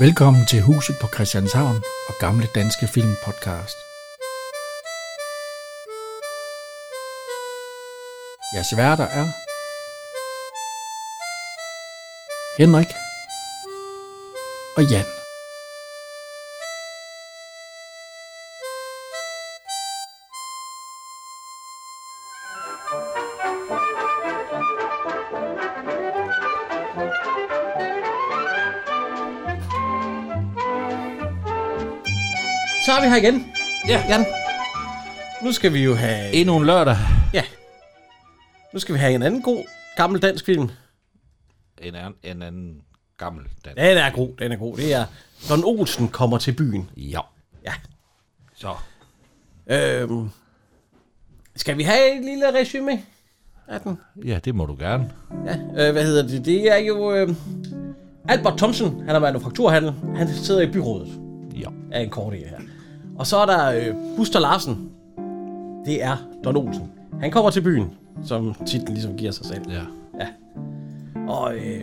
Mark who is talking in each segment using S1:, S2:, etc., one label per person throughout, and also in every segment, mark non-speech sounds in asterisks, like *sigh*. S1: Velkommen til Huset på Christianshavn og Gamle Danske Film Podcast. Jeres værter er Henrik og Jan.
S2: Så er vi her igen.
S3: Ja.
S2: Jan. Nu skal vi jo have...
S3: Endnu en lørdag.
S2: Ja. Nu skal vi have en anden god gammel dansk film.
S3: En anden, en anden gammel dansk.
S2: Den er god, den er god. Det er Don Olsen kommer til byen.
S3: Ja.
S2: Ja.
S3: Så.
S2: Øhm. Skal vi have et lille resume af den?
S3: Ja, det må du gerne.
S2: Ja. Øh, hvad hedder det? Det er jo... Øh, Albert Thomsen, han er manufakturhandel. Han sidder i byrådet
S3: Ja.
S2: af en kort her. Og så er der øh, Buster Larsen. Det er Don Olsen. Han kommer til byen, som titlen ligesom giver sig selv.
S3: Ja.
S2: Og øh,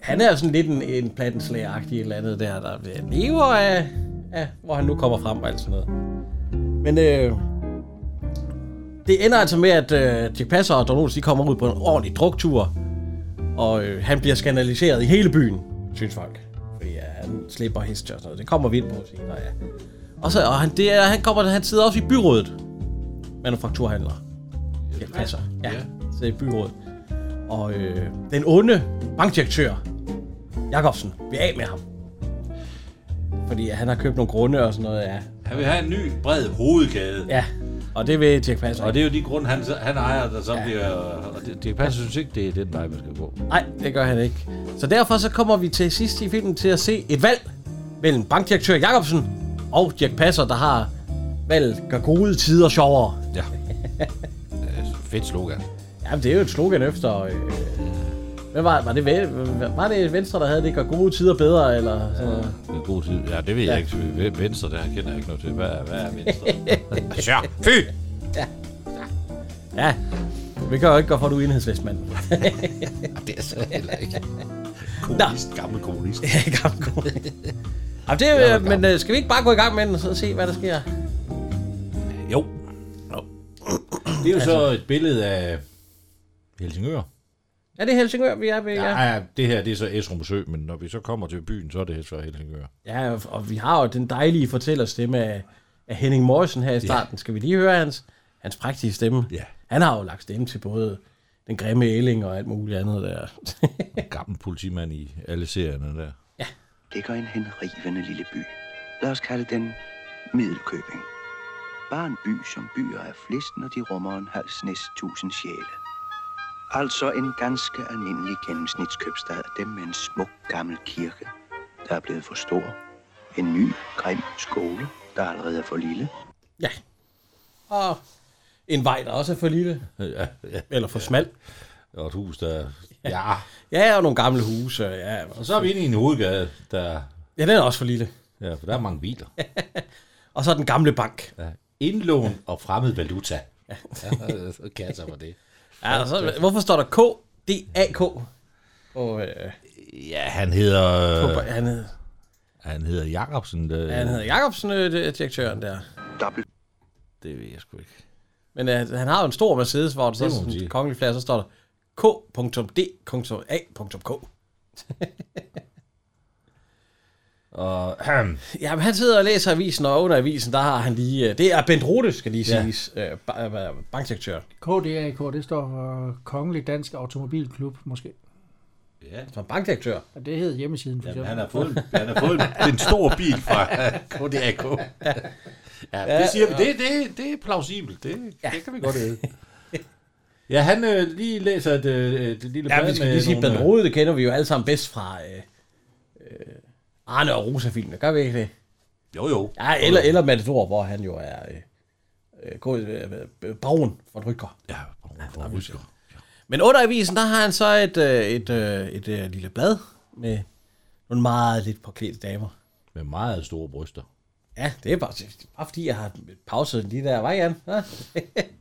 S2: han er jo sådan lidt en, en plattenslageragtig eller andet der, der øh, lever af, af, hvor han nu kommer frem og alt sådan noget. Men øh, det ender altså med, at øh, Dirk Passer og Don Olsen, de kommer ud på en ordentlig druktur, og øh, han bliver skandaliseret i hele byen, synes folk. Fordi ja, han slipper hest og sådan noget. Det kommer vi ind på senere, ja. Og, så, og han, det er, han, kommer, han sidder også i byrådet. Manufakturhandler. Dirk Passer. Ja,
S3: Ja.
S2: sidder i byrådet. Og øh, den onde bankdirektør, Jakobsen, vi er af med ham. Fordi han har købt nogle grunde og sådan noget, ja.
S3: Han vil have en ny, bred hovedgade.
S2: Ja, og det vil Dirk Passer
S3: Og
S2: ikke.
S3: det er jo de grunde, han, han ejer, der så ja. bliver... Og det, det passer, synes ikke, det er den vej, man skal gå.
S2: Nej, det gør han ikke. Så derfor så kommer vi til sidst i filmen til at se et valg mellem bankdirektør Jakobsen og Dirk Passer, der har valget gør gode tider sjovere.
S3: Ja.
S2: *laughs*
S3: Øh, Fedt slogan.
S2: Jamen, det er jo et slogan efter... Øh, hvad var, var, det, Ven- var det Venstre, der havde det? Gør gode tider bedre, eller sådan noget?
S3: Det er god tid. Ja, det ved jeg ikke. Hvem- Venstre, det her kender jeg ikke noget til. Hvad er, hvad er Venstre? Sør. Fy!
S2: Ja, vi kan jo ikke gå for, at du er
S3: *laughs*
S2: enhedslæsmand.
S3: Det er så heller ikke. Kommunist, gammel kommunist.
S2: gammel god.
S3: *laughs*
S2: Jamen, det, er, øh, men øh, skal vi ikke bare gå i gang med den, så se, hvad der sker?
S3: Jo. Det er jo så et billede af Helsingør.
S2: Er det Helsingør, vi er ved?
S3: Ja. ja, det her det er så Esrum Sø, men når vi så kommer til byen, så er det så Helsingør.
S2: Ja, og vi har jo den dejlige fortællerstemme af, af Henning Morrison her i starten. Skal vi lige høre hans, hans prægtige stemme?
S3: Ja.
S2: Han har jo lagt stemme til både den grimme ælling og alt muligt andet
S3: *laughs*
S2: der.
S3: Gammel politimand i alle serierne der.
S4: dækker en henrivende lille by. Lad os kalde den Middelkøbing. Bare en by, som byer er flest, når de rummer en halv snes tusind sjæle. Altså en ganske almindelig gennemsnitskøbstad af dem med en smuk gammel kirke, der er blevet for stor. En ny, grim skole, der allerede er for lille.
S2: ja. Og en vej, der også er for lille.
S3: Ja, ja.
S2: Eller for smal.
S3: Og et hus, der...
S2: *laughs*
S3: Ja.
S2: Ja, og nogle gamle huse. Ja, og
S3: Og
S2: så,
S3: så er vi inde i en hovedgade, der...
S2: ja den er også for lille.
S3: Ja, for der er mange biler.
S2: *laughs* Og så den gamle bank.
S3: Ja. Indlån og fremmed valuta. Ja, så kan jeg så for det.
S2: Ja, og så, hvorfor står der K? D-A-K. Og, øh,
S3: Ja, han hedder...
S2: øh. Han, hed-
S3: Han hedder Jacobsen. Det,
S2: han hedder Jacobsen, øh, det- direktøren der.
S4: Dobbelt
S3: det ved jeg sgu ikke.
S2: Men øh, han har jo en stor Mercedes, hvor der så
S3: Det må man
S2: sådan en
S3: sige.
S2: kongelig flair, så står der k.d.a.k.
S3: *laughs* Og...
S2: Jamen, han sidder og læser avisen, og under avisen, der har han lige... Øh, det er Bent Rute, skal lige
S3: Ja.
S2: siges, øh, ba- øh, bankdirektør
S5: KDAK, det står for Kongelig Dansk Automobilklub, måske.
S3: Ja,
S2: som bankdirektør.
S5: Og det hed hjemmesiden, for
S3: Jamen, han
S5: eksempel.
S3: har fået, han har fået en, en stor bil fra *laughs*
S2: *laughs*
S3: KDAK. Ja, det siger vi. Det, det, det er plausibelt. Det, ja. det kan vi godt æde. Ja, han øh, lige læser et, øh, et lille
S2: Ja,
S3: blad
S2: vi skal
S3: med
S2: lige sige,
S3: nogle,
S2: Bent
S3: øh,
S2: Rute, det kender vi jo alle sammen bedst fra øh, øh, Arne og Rosa-filmene, gør vi ikke det?
S3: Jo, jo.
S2: Ja, eller, eller Matador, hvor han jo er øh, øh, god, øh, øh, baron von Rygger.
S3: Ja, ja, husker.
S2: Men under avisen, der har han så et, øh, et, øh, et, øh, lille blad med nogle meget lidt påklædte damer.
S3: Med meget store bryster.
S2: *laughs* Ja, det er bare, det er bare
S3: *laughs*
S2: fordi, jeg har pauset lige der vej, Jan. Ja.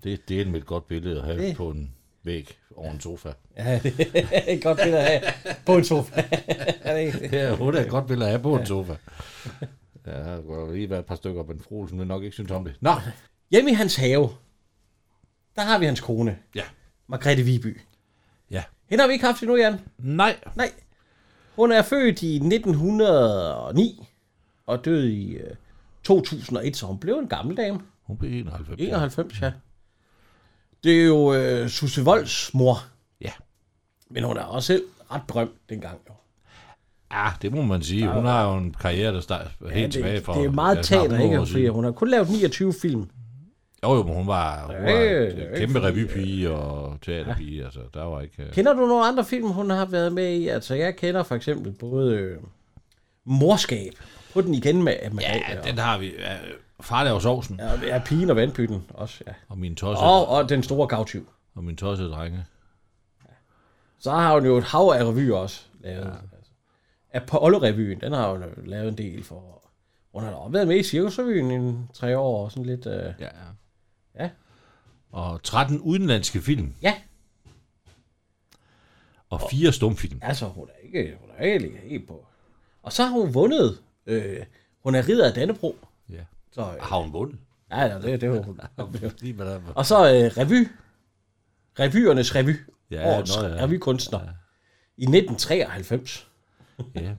S3: Det, det er med et godt billede at have
S2: Det-
S3: på en væg over en sofa.
S2: *laughs* *laughs* Ja, det er et godt billede af på en sofa. *laughs* er det ikke det?
S3: Ja, hun er et godt billede at have på en
S2: *laughs*
S3: sofa. Ja, der kunne lige være et par stykker, men fru Olsen vil nok ikke synes om det. Nå,
S2: Hjemme i hans have, der har vi hans kone,
S3: ja.
S2: Margrethe Viby.
S3: Ja.
S2: Hende har vi ikke haft endnu, Jan.
S5: Nej.
S2: Nej. Hun er født i 1909 og døde i øh, 2001, så hun blev en gammel dame.
S3: Hun blev 91.
S2: 91, ja. Det er jo øh, Susse Volds mor,
S3: Ja.
S2: men hun er også selv ret berømt dengang. Jo.
S3: Ja, det må man sige. Hun har jo en karriere, der starter helt
S2: det,
S3: tilbage fra...
S2: det er meget
S3: ja, knap
S2: teater,
S3: 100
S2: ikke?
S3: år
S2: Fordi
S3: siden.
S2: hun har kun lavet 29 film.
S3: Jo, jo, men hun var, hun var
S2: Ja,
S3: en
S2: det er ikke øh.
S3: kæmpe revypige og teaterpige. Altså, der var ikke... øh,
S2: Kender du nogle andre film, hun har været med i? Altså, jeg kender for eksempel både øh, Morskab. På den igen med, med
S3: Ja, den har vi. Ja, Far laver sovsen. Ja.
S2: og, ja, Pigen og Vandpytten også, ja.
S3: Og min tosse,
S2: Og, og Den Store Gavtyv.
S3: og min tosse drenge.
S2: Så har hun jo et hav af revyer også lavet. Ja. Altså. Apollo-revyen, den har hun jo lavet en del for. Hun har da også været med i Cirkusrevyen i en tre år og sådan lidt. Øh,
S3: Ja.
S2: Ja.
S3: Og 13 udenlandske film.
S2: Ja.
S3: Og fire stumfilm.
S2: altså, hun er ikke, hun er ikke lige helt på. Og så har hun vundet. Øh, hun er ridder af Dannebro.
S3: Ja.
S2: Så, øh,
S3: Har hun vundet?
S2: ja, ja, det, det er hun. *laughs*
S3: Lige med der.
S2: Og så øh, revy. Revyernes revy.
S3: Ja,
S2: Ja, årets
S3: nå
S2: nå,
S3: ja.
S2: ja. revykunstner. Ja. I 1993.
S3: Ja.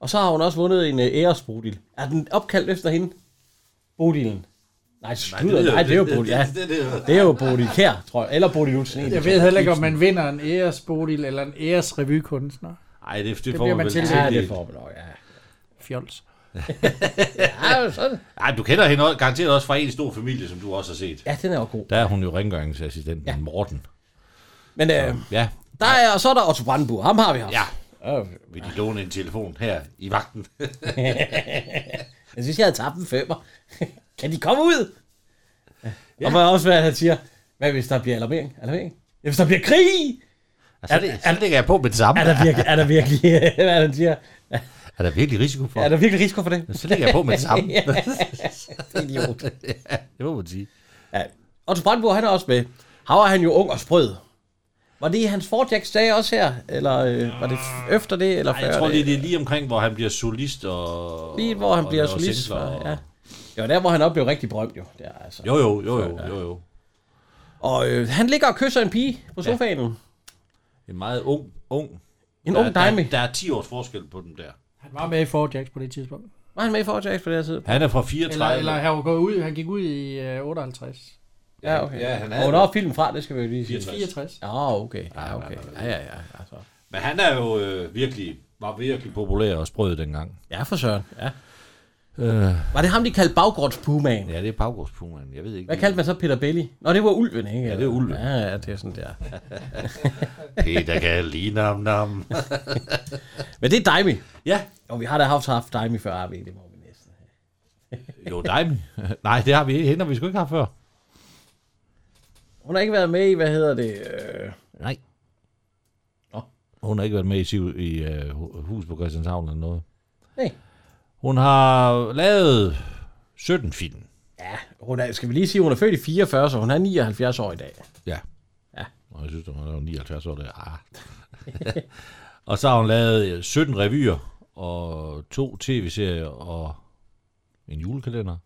S2: Og så har hun også vundet en øh, æresbodil. Er den opkaldt efter hende? Bodilen. Nej, slutter, nej, det er jo Bodil. Ja,
S3: Det, det, det,
S2: det er jo Bodil Kær, tror jeg. Eller Bodil Utsen.
S5: Jeg ved heller ikke, om man vinder en æresbodil eller en æresrevykunstner.
S3: Ej, det, det, det får
S5: bliver
S3: man
S5: man
S3: vel
S5: tildelt.
S2: Ja,
S3: tildelt.
S2: det får man nok, ja.
S3: *laughs*
S5: Fjols.
S2: Ja, *laughs* sådan.
S3: Ej, du kender hende også, garanteret også fra en stor familie, som du også har set.
S2: ja den er jo god.
S3: Der er hun jo rengøringsassistenten, ja.
S2: Ja.
S3: Morten.
S2: Men øh,
S3: Ja,
S2: der er, og så er der Otto Brandenburg. Ham har vi haft.
S3: ja.
S2: Øh,
S3: Vil de låne en telefon her i vagten?
S2: *laughs* Jeg synes, jeg havde tabt en femmer. *laughs* kan de komme ud? Ja. Og man også, hvad han siger. Hvad hvis der bliver alarmering? alarmering? Ja, hvis der bliver krig?
S3: Altså, er det, så lægger jeg på med det samme.
S2: Er der virkelig, er der virkelig, *laughs* hvad han siger,
S3: er der virkelig risiko for?
S2: *laughs* er *laughs* der virkelig risiko for det?
S3: Så lægger jeg på med det samme.
S2: *laughs* Ja, det er idiot.
S3: Det må man sige.
S2: Ja. Otto Brandenburg, han er også med. Her var han jo ung og sprød. Var det i hans Forjax dage også her? Eller øh, var det f- efter det, eller
S3: Ej,
S2: før
S3: jeg tror
S2: det?
S3: lige, det er lige omkring, hvor han bliver solist og...
S2: Lige hvor han
S3: og-
S2: bliver
S3: og
S2: solist.
S3: censor
S2: Og,
S3: og-
S2: ja. Det var der, hvor han oplevede rigtig berømt jo. Der, altså.
S3: Jo, jo, jo, jo, jo, jo.
S2: Og øh, han ligger og kysser en pige på sofaen. Ja.
S3: En meget ung, ung.
S2: En
S3: der,
S2: ung dame.
S3: Der, der er 10 års forskel på dem der.
S5: Han var med i Forjax på det tidspunkt.
S2: Var han med i Forjax på det her tid?
S3: Han er fra
S5: Eller,
S3: 34.
S5: eller han, var gået ud, han gik ud i øh, 58.
S2: Ja, okay.
S3: ja, han er-
S2: og hvornår er filmen fra? Det skal vi jo lige sige.
S3: 64.
S5: 64.
S2: Ja, okay. Ja, okay. Ja, ja, ja. Altså.
S3: Men han er jo øh, virkelig, var virkelig populær og sprød dengang.
S2: Ja, for søren. Ja.
S3: Øh.
S2: Var det ham, de kaldte baggårdspumaen?
S3: Ja, det er baggårdspumaen. Jeg ved ikke.
S2: Hvad kaldte man så Peter Belli? Nå, det var ulven, ikke?
S3: Ja, det er ulven.
S2: Ja, ja, det er sådan der.
S3: *laughs* Peter kan lige nam nam.
S2: *laughs* Men det er Daimi.
S3: ja.
S2: Og vi har da haft, haft Daimi før, har vi ikke? Det må vi næsten.
S3: Jo, dig. *laughs* Nej, det har vi ikke. Hende har vi sgu ikke haft før.
S2: Hun har ikke været med i, hvad hedder det? Øh,
S3: Nej. Nå. Hun har ikke været med i, Siv, i uh, Hus på Christianshavn eller noget.
S2: nej.
S3: Hun har lavet 17 film.
S2: Ja, hun er, skal vi lige sige, hun er født i 44, så hun er 79 år i dag.
S3: Ja.
S2: Ja.
S3: Og jeg synes, hun er jo 79 år. Det er. Ah. *laughs* og så har hun lavet øh, 17 revyer og to tv-serier og en julekalender.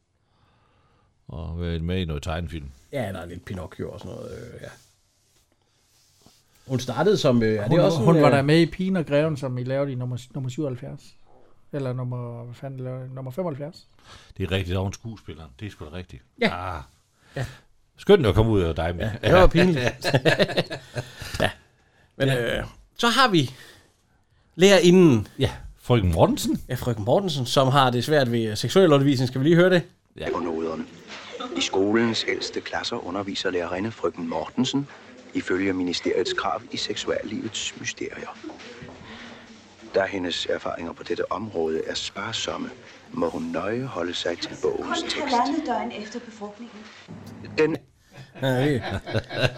S3: Og været med i noget tegnefilm.
S2: Ja, der er lidt Pinocchio og sådan noget. Øh, ja. Hun startede som... Øh, er
S5: Hun,
S2: det også
S5: hun
S2: en,
S5: var
S2: øh,
S5: der med i Pigen og Greven, som I lavede i nummer, nummer 77. Eller nummer, hvad fanden lavede I? nummer 75.
S3: Det er rigtigt, der er hun skuespilleren. Det er sgu da rigtigt.
S2: Ja.
S3: Ah. Skønt at komme ud af dig med. Ja.
S2: Det var pinligt.
S3: *laughs*
S2: ja. Men øh, så har vi lærerinden,
S3: ja. Frøken Mortensen.
S2: ja, frøken Mortensen, som har det svært ved øh, seksuel undervisning. Skal vi lige høre det?
S4: ja. på noderne. I skolens ældste klasser underviser lærerinde frøken Mortensen ifølge ministeriets krav i seksuallivets mysterier. Da hendes erfaringer på dette område er sparsomme, må hun nøje holde sig til bogens
S6: Kun
S4: tekst.
S6: halvandet døgn efter befrugtningen.
S4: Den
S2: Ja, vi,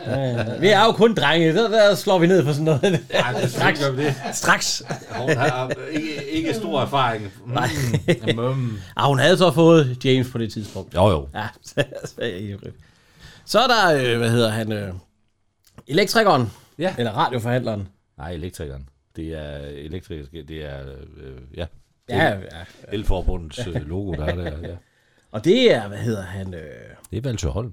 S2: ja, vi er jo kun drenge, der, der slår vi ned på sådan noget.
S3: Ja, det er straks. Det.
S2: Straks.
S3: Hun har ikke, ikke stor erfaring. Nej. Mm.
S2: *laughs* Ah, hun havde så fået James på det tidspunkt. *laughs*
S3: Jo, jo.
S2: Ja, så er jeg ivrig. Så er der, øh, hvad hedder han, øh, Elektrikeren.
S3: Ja.
S2: Eller radioforhandleren.
S3: *laughs* Nej, elektrikeren. Det er elektrisk, det er, øh, ja,
S2: Ja, ja.
S3: Elforbundets øh, logo, der er der. Ja.
S2: Og det er, hvad hedder han? Øh...
S3: Det er Valsø Holm.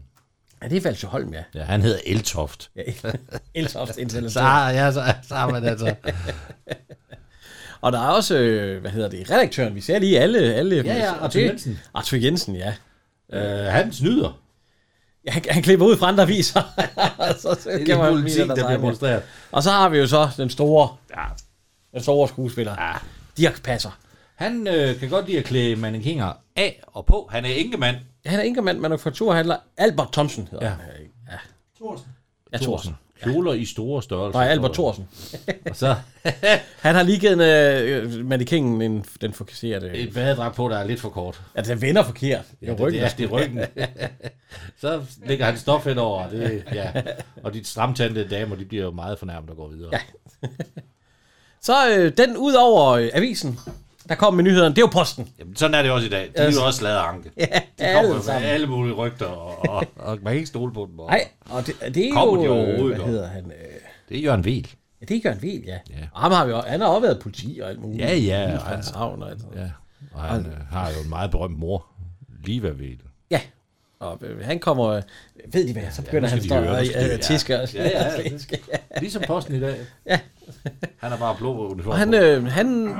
S2: Ja, det er Falsø Holm, ja.
S3: Ja, han hedder Eltoft.
S2: ja. *laughs* Elsoft
S3: Så,
S2: Intelligent.
S3: har- ja, så, så har man altså...
S2: *laughs* Og der er også, øh, hvad hedder det, redaktøren. Vi ser lige alle. alle
S3: Ja, ja, Arthur
S2: Det-
S3: Jensen.
S2: Arthur Jensen, ja.
S3: øh, han snyder.
S2: Ja, Han, han klipper ud fra andre aviser. *laughs*
S3: *laughs*
S2: Og så, så
S3: Det
S2: kan
S3: er
S2: man-
S3: en politik, der bliver
S2: tegner.
S3: demonstreret.
S2: Og så har vi jo så den store,
S3: Ja.
S2: den store skuespiller, ja. Dirk Passer.
S3: Han øh, kan godt lide at klæde mannekinger af og på. Han er enkemand.
S2: Han er enkemand, manufakturhandler. Albert Thomsen hedder ja. han. Ja. Ja, Thorsen.
S3: Kjoler i store størrelser.
S2: Nej, Albert Thorsen.
S3: *laughs* Og så
S2: *laughs* Han har lige givet en, øh, manikingen en, den forkasserede.
S3: et badedrag på, der er lidt for kort.
S2: Altså, den vender forkert. Ja,
S3: det-
S2: ryggen.
S3: Det er, det er
S2: *laughs*
S3: ryggen. så lægger han stof hen over. Det, ja. Og de stramtandede damer, de bliver jo meget fornærmet og går videre. Ja.
S2: Så øh, den ud over øh, avisen, der kom med nyhederne, det er jo posten.
S3: Jamen, sådan er det også i dag. De er jo også lavet anke.
S2: Altså- Ja,
S3: De kommer med alle mulige rygter, og, og, og man kan ikke stole på dem. Og.
S2: Nej, og det, det er
S3: Kommer de
S2: jo... øh,
S3: overhovedet
S2: hvad
S3: godt?
S2: hedder han? Øh,
S3: Det er Jørgen Vel.
S2: ja, det er Jørgen Wiel, ja.
S3: Ja.
S2: Og ham har vi også, han har også været politi og alt muligt.
S3: Ja, ja.
S2: Og hans havn og alt sådan noget.
S3: ja. Og han øh, har jo en meget berømt mor. Liva Vel.
S2: Ja. Og øh, han kommer... øh, Ved de hvad? Så begynder
S3: skal
S2: ja, han
S3: de
S2: står
S3: høre, nu
S2: og
S3: skal de-
S2: øh,
S3: ja.
S2: tisker.
S3: Ja, ja,
S2: *laughs*
S3: det Ligesom posten i dag.
S2: Ja.
S3: Han er bare blå uniform.
S2: Og han, øh, han,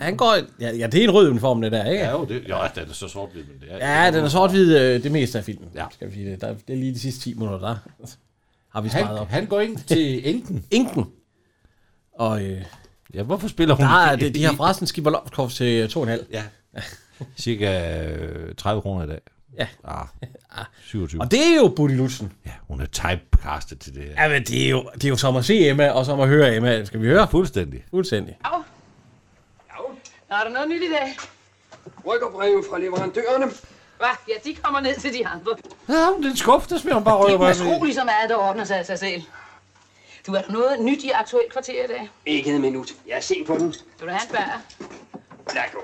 S2: han går... Ja, ja, det er en rød uniform, det der, ikke?
S3: Ja, jo, det, jo, den er så sort men det er...
S2: Ja, den er sort-hvid øh, det meste af filmen,
S3: Ja.
S2: skal vi sige det. Der, det er lige de sidste 10 minutter, der har vi sparet
S3: Han,
S2: op.
S3: han går ind til enken.
S2: Inken. Og øh,
S3: Ja, hvorfor spiller hun?
S2: der er, det, de har forresten skipper Lovkov til 2,5.
S3: Ja. *laughs* Cirka øh, 30 kroner i dag.
S2: Ja. *laughs*
S3: Ah, 27.
S2: Og det er jo Buddy Lutzen.
S3: Ja, hun er typecastet til det her.
S2: Ja, men det er, jo, det er jo som at se Emma, og som at høre Emma. Skal vi høre?
S3: Fuldstændig.
S2: Fuldstændig.
S6: Nå, er der noget nyt i dag?
S7: Rykkerbreve fra leverandørerne.
S6: Hva? Ja, de kommer ned til de andre. ligesom
S3: Ja, hun er lidt skuffet, der smider hun bare
S6: Ikke
S3: røver.
S6: med lige så meget, der ordner sig af sig selv. Du, er der noget nyt i aktuelt kvarter i dag?
S7: Ikke et minut. Jeg ser på den.
S6: Du vil have en bager?
S7: Lad gå.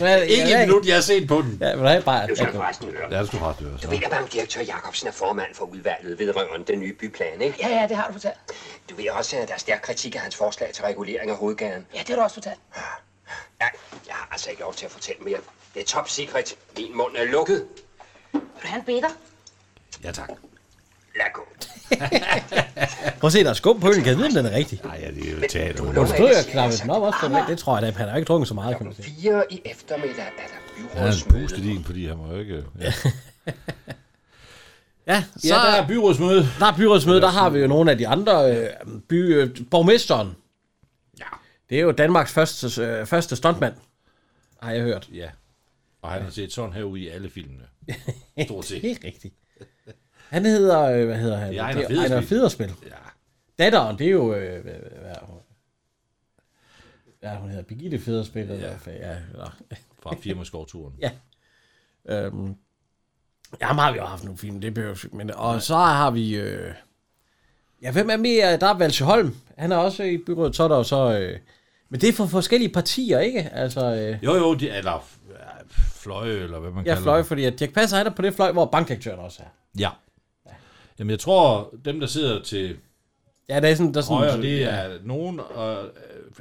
S3: *laughs* Ikke et minut, jeg har set på den.
S2: Ja, men der er bare...
S7: Du skal forresten høre.
S3: Ja, det skulle ret høre, så.
S7: Du ved da bare, om direktør Jacobsen er formand for udvalget vedrørende den nye byplan, ikke?
S6: Ja, ja, det har du fortalt.
S7: Du ved også, at der er stærk kritik af hans forslag til regulering af hovedgaden.
S6: Ja, det har du også fortalt.
S7: Ja, jeg har altså ikke lov til at fortælle mere. Det er top secret. Min mund er lukket.
S6: Vil du have en bitter?
S3: Ja, tak.
S7: Lad gå.
S2: Prøv at se, der er skum på øl. Kan jeg vide, om den er rigtig?
S3: Nej, ja, det er jo teater.
S7: Du
S2: Hun
S7: lukker
S2: stod jo og
S7: ikke,
S2: klappede den
S7: siger
S2: op også. Den, det tror jeg da. Han har jo ikke drukket så meget, kan man
S7: jeg.
S2: sige.
S7: Fire i eftermiddag er
S3: Han
S7: der
S3: er en
S7: byrådsmøde.
S3: pustet din, fordi han må jo ikke...
S2: *laughs*
S3: Ja,
S2: Ja,
S3: ja
S2: så
S3: der er byrådsmøde.
S2: der er byrådsmøde. Der har vi jo nogle af de andre øh, by... Øh, borgmesteren. Ja. Det er jo Danmarks første, øh, første stuntmand, har jeg hørt.
S3: Ja. Og han har set sådan her ud i alle
S2: *laughs*
S3: filmene. Stort set.
S2: Det er rigtigt. Han hedder, øh, hvad hedder han?
S3: Det er Ejner
S2: Det er
S3: Federspil.
S2: Ejner Federspil.
S3: Ja.
S2: Datteren, det er jo, øh, hvad, hvad, hvad er hun? Ja, hun hedder Birgitte Federspil. Ja. Eller, hvad- ja, eller,
S3: Fra firmaskovturen.
S2: Ja. øhm, jamen har vi jo haft nogle film, det behøver vi ikke, men, Og så har vi... Øh, ja, hvem er mere? Der er Valse Holm. Han er også i byrådet, så er der jo så... Øh, men det er for forskellige partier, ikke? Altså, øh,
S3: Jo, jo, de, eller ja, fløje, eller hvad man
S2: jeg
S3: kalder
S2: fløj,
S3: det.
S2: fordi at Dirk Passer han er på det fløj, hvor bankdirektøren også er.
S3: Ja. Jamen, jeg tror, dem, der sidder til
S2: Ja, der er sådan... Der er sådan
S3: højre, det er nogen, og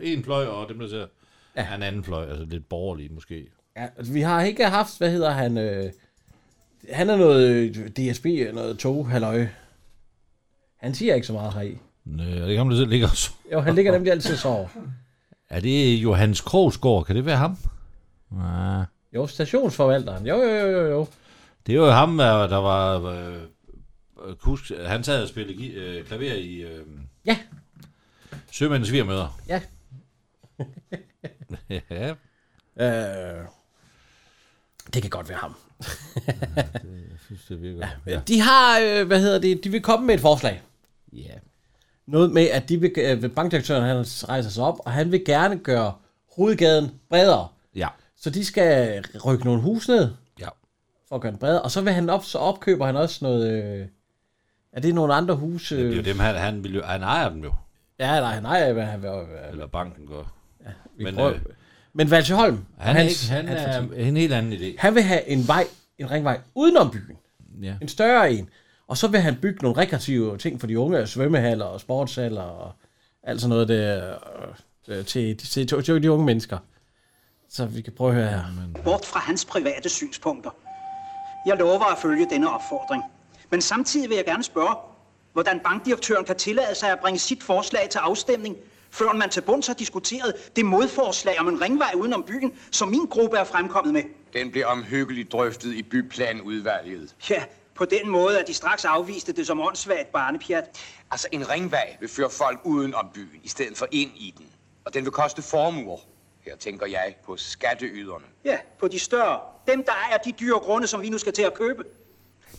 S3: øh, en fløj, og dem, der sidder ja. er en anden fløj, altså lidt borgerlig måske.
S2: Ja, altså, vi har ikke haft, hvad hedder han... Øh, han er noget øh, DSB, noget tog, halløj. Han siger ikke så meget heri.
S3: Næ, er det ham, der sidder ligger og sover?
S2: Jo, han ligger nemlig altid og sover.
S3: Er det Johannes Krogsgaard? Kan det være ham? Nej.
S2: Jo, stationsforvalteren. Jo, jo, jo, jo, jo.
S3: Det var jo ham, der, der var... Øh, øh, kusk, han sad og spillede gi- øh, klaver i øh,
S2: Ja,
S3: Sømandens Virmøder.
S2: ja.
S3: *laughs* ja,
S2: Øh, det kan godt være ham.
S3: jeg synes, det virker. Ja.
S2: Ja. De har, øh, hvad hedder det, de vil komme med et forslag.
S3: ja.
S2: Noget med, at de vil, øh, bankdirektøren han rejser sig op, og han vil gerne gøre hovedgaden bredere.
S3: Ja.
S2: Så de skal rykke nogle hus ned
S3: Ja.
S2: for at gøre den bredere. Og så vil han op, så opkøber han også noget... Øh, er det nogle andre huse?
S3: Det er
S2: Øh,
S3: jo dem, han, han, vil jo, han ejer dem jo.
S2: ja, nej, nej, hvad han vil... Øh,
S3: Eller banken gør.
S2: vi
S3: men,
S2: prøver.
S3: øh,
S2: men Valse Holm,
S3: Han,
S2: hans-
S3: er, ikke, han
S2: hans parti,
S3: er en helt anden idé.
S2: han vil have en vej, en ringvej udenom byen.
S3: Ja.
S2: En større en. Og så vil han bygge nogle rekreative ting for de unge, svømmehaller og sportshaller og alt sådan noget der, øh, til, til, til, til de unge mennesker. Så vi kan prøve at høre her.
S8: bort fra hans private synspunkter. Jeg lover at følge denne opfordring. Men samtidig vil jeg gerne spørge, hvordan bankdirektøren kan tillade sig at bringe sit forslag til afstemning, før man til bunds har diskuteret det modforslag om en ringvej udenom byen, som min gruppe er fremkommet med.
S9: Den blev omhyggeligt drøftet i byplanudvalget.
S8: Ja, på den måde, at de straks afviste det som åndssvagt barnepjat.
S9: Altså, en ringvej vil føre folk uden om byen, i stedet for ind i den. Og den vil koste formuer. Her tænker jeg på skatteyderne.
S8: Ja, på de større. Dem, der ejer de dyre grunde, som vi nu skal til at købe.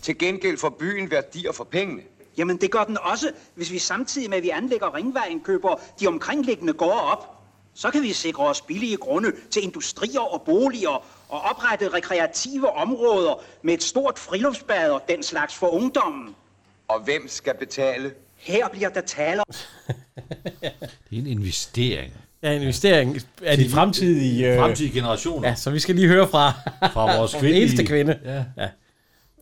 S9: Til gengæld får byen værdier for pengene.
S8: Jamen, det gør den også, hvis vi samtidig med, at vi anlægger ringvejen, køber de omkringliggende gårde op. Så kan vi sikre os billige grunde til industrier og boliger og oprette rekreative områder med et stort friluftsbad og den slags for ungdommen.
S9: Og hvem skal betale?
S8: Her bliver der tale om
S3: Det er en investering.
S2: Ja, en investering af de fremtidige... Øh,
S3: Fremtidige generationer
S2: Ja, så vi skal lige høre fra,
S3: fra
S2: *laughs*
S3: vores
S2: fra den
S3: kvindelige...
S2: eneste kvinde.
S3: Ja.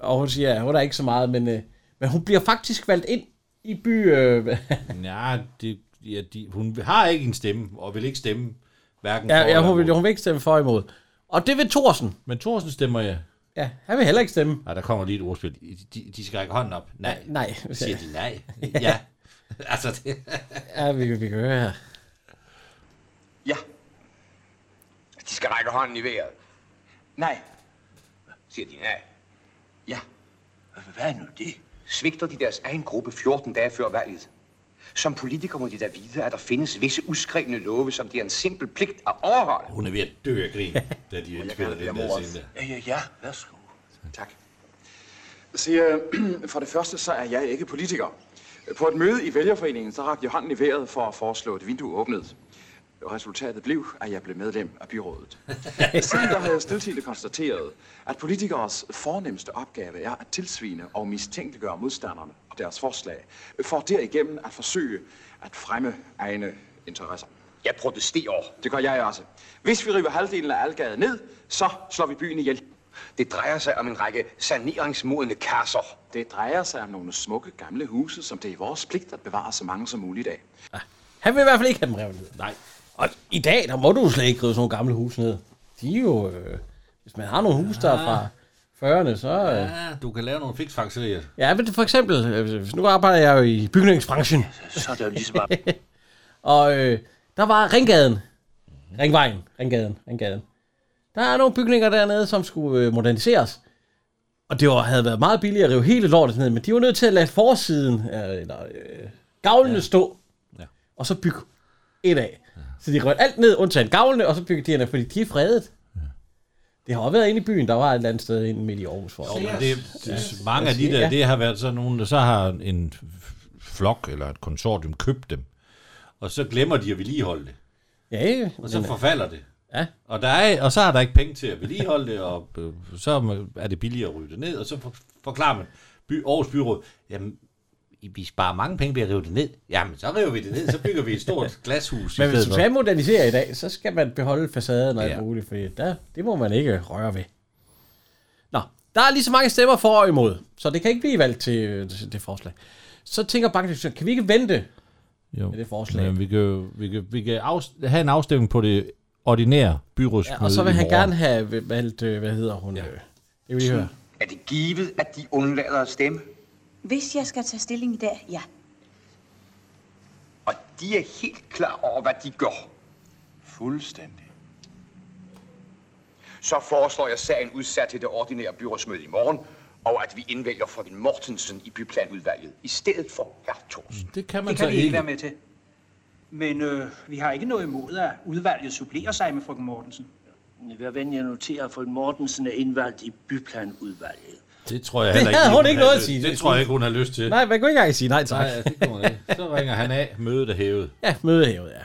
S2: Og hun siger, at hun er ikke så meget, men, øh, men hun bliver faktisk valgt ind i by... Øh,
S3: Ja, det, ja de, hun har ikke en stemme, og vil ikke stemme hverken
S2: ja,
S3: for
S2: ja,
S3: eller
S2: hun, vil,
S3: imod.
S2: hun vil ikke stemme for og imod. Og det vil Thorsen.
S3: Men Thorsen stemmer ja.
S2: Ja, han vil heller ikke stemme.
S3: Nej, der kommer lige et ordspil. De, de skal række hånden op. Nej.
S2: Nej,
S3: Siger de nej?
S2: *laughs*
S3: Ja. altså, det...
S2: ja, vi, kan- vi kan høre her.
S9: Ja,
S7: De skal række hånden i vejret,
S9: nej,
S7: siger de. Ja.
S9: ja. Hvad er nu det?
S7: Svigter de deres egen gruppe 14 dage før valget? Som politikere må de da vide, at der findes visse uskrevne love, som det er en simpel pligt at overholde.
S3: Hun er ved at dø af
S9: *laughs*
S3: grin, da de indspiller den der scene der.
S9: Ja, ja, ja, værsgo.
S10: Tak. Se, øh, *clears throat* for det første så er jeg ikke politiker. På et møde i Vælgerforeningen, så rakte jeg hånden i vejret for at foreslå et vindue åbnet. Og resultatet blev, at jeg blev medlem af byrådet. Siden der har jeg stiltigende konstateret, at politikeres fornemmeste opgave er at tilsvine og mistænkeliggøre modstanderne og deres forslag, for derigennem at forsøge at fremme egne interesser.
S7: Jeg protesterer.
S10: Det gør jeg også. Hvis vi river halvdelen af Algade ned, så slår vi byen ihjel.
S7: Det drejer sig om en række saneringsmodende kasser.
S10: Det drejer sig om nogle smukke gamle huse, som det er vores pligt at bevare så mange som muligt af.
S2: Han vil i hvert fald ikke have dem revet ned.
S3: Nej.
S2: Og i dag, der må du jo slet ikke rive sådan nogle gamle huse ned. De er jo... Øh, hvis man har nogle huse, der er fra 40'erne, så... Øh,
S3: Ja, du kan lave nogle fiksfakserier.
S2: ja, men det- for eksempel... øh, hvis- Nu arbejder jeg jo i bygningsbranchen.
S9: Så er det jo ligesom at...
S2: *laughs* Og øh, der var Ringgaden. Ringvejen. Ringgaden. Ringgaden. Der er nogle bygninger dernede, som skulle øh, moderniseres. Og det var, havde været meget billigt at rive hele lortet ned, men de var nødt til at lade forsiden, øh, eller øh, gavlene ja. stå,
S3: Ja.
S2: og så bygge et af. Så de rev alt ned, undtagen gavlene, og så byggede de en af, fordi de er fredet. Det har også været inde i byen, der var et eller andet sted inde midt i Aarhus for.
S3: Jo, men det, det, mange af de
S2: Altså,
S3: der, det har været sådan nogle, der så har en f- flok eller et konsortium købt dem, og så glemmer de at vedligeholde det,
S2: Ja, ja,
S3: og så
S2: men,
S3: forfalder det.
S2: Ja.
S3: Og, der er, og så har der ikke penge til at vedligeholde det, og øh, så er man- er det billigere at rive det ned, og så for, forklarer man by, Aarhus Byråd, jamen, I- vi sparer mange penge ved at rive det ned. Jamen, så river vi det ned, så bygger vi et
S2: *laughs*
S3: stort glashus
S2: men
S3: i
S2: hvis
S3: stedet
S2: du
S3: for.
S2: skal modernisere i dag, så skal man beholde facaden og alt
S3: Ja.
S2: muligt, for der, det må man ikke røre ved. Nå, der er lige så mange stemmer for og imod, så det kan ikke blive valgt til, øh, til det forslag. Så tænker bankdirektøren, kan vi ikke vente?
S3: Jo.
S2: med det forslag.
S3: Men vi kan, jo- vi kan, vi kan afs- have en afstemning på det ordinære byrådsmøde
S2: Ja, og så vil
S3: i
S2: han
S3: morgen.
S2: gerne have valgt, øh, hvad hedder hun? Ja. Det vil vi høre.
S9: Er det givet, at de undlader at stemme?
S11: Hvis jeg skal tage stilling i dag, ja.
S9: Og de er helt klar over, hvad de gør. Fuldstændig.
S7: Så foreslår jeg sagen udsat til det ordinære byrådsmøde i morgen, og at vi indvælger Frøken Mortensen i byplanudvalget, i stedet for herr Thorsen.
S3: Det kan man
S8: Det
S3: så
S8: kan vi ikke
S3: ikke.
S8: være med til. Men øh, vi har ikke noget imod, at udvalget supplerer sig med frøken Mortensen.
S9: Hver ven, jeg noterer, at Mortensen er indvalgt i byplanudvalget.
S3: Det tror jeg
S2: Det
S3: heller ikke.
S2: havde hun
S3: hun
S2: ikke
S3: har
S2: noget at
S3: lyst-
S2: sige.
S3: Det tror jeg ikke, hun har lyst til.
S2: Nej, man kunne ikke engang sige nej tak.
S3: Nej, det kunne hun
S2: *laughs*
S3: ikke. Så ringer han af, mødet er hævet.
S2: Ja, mødehævet, ja.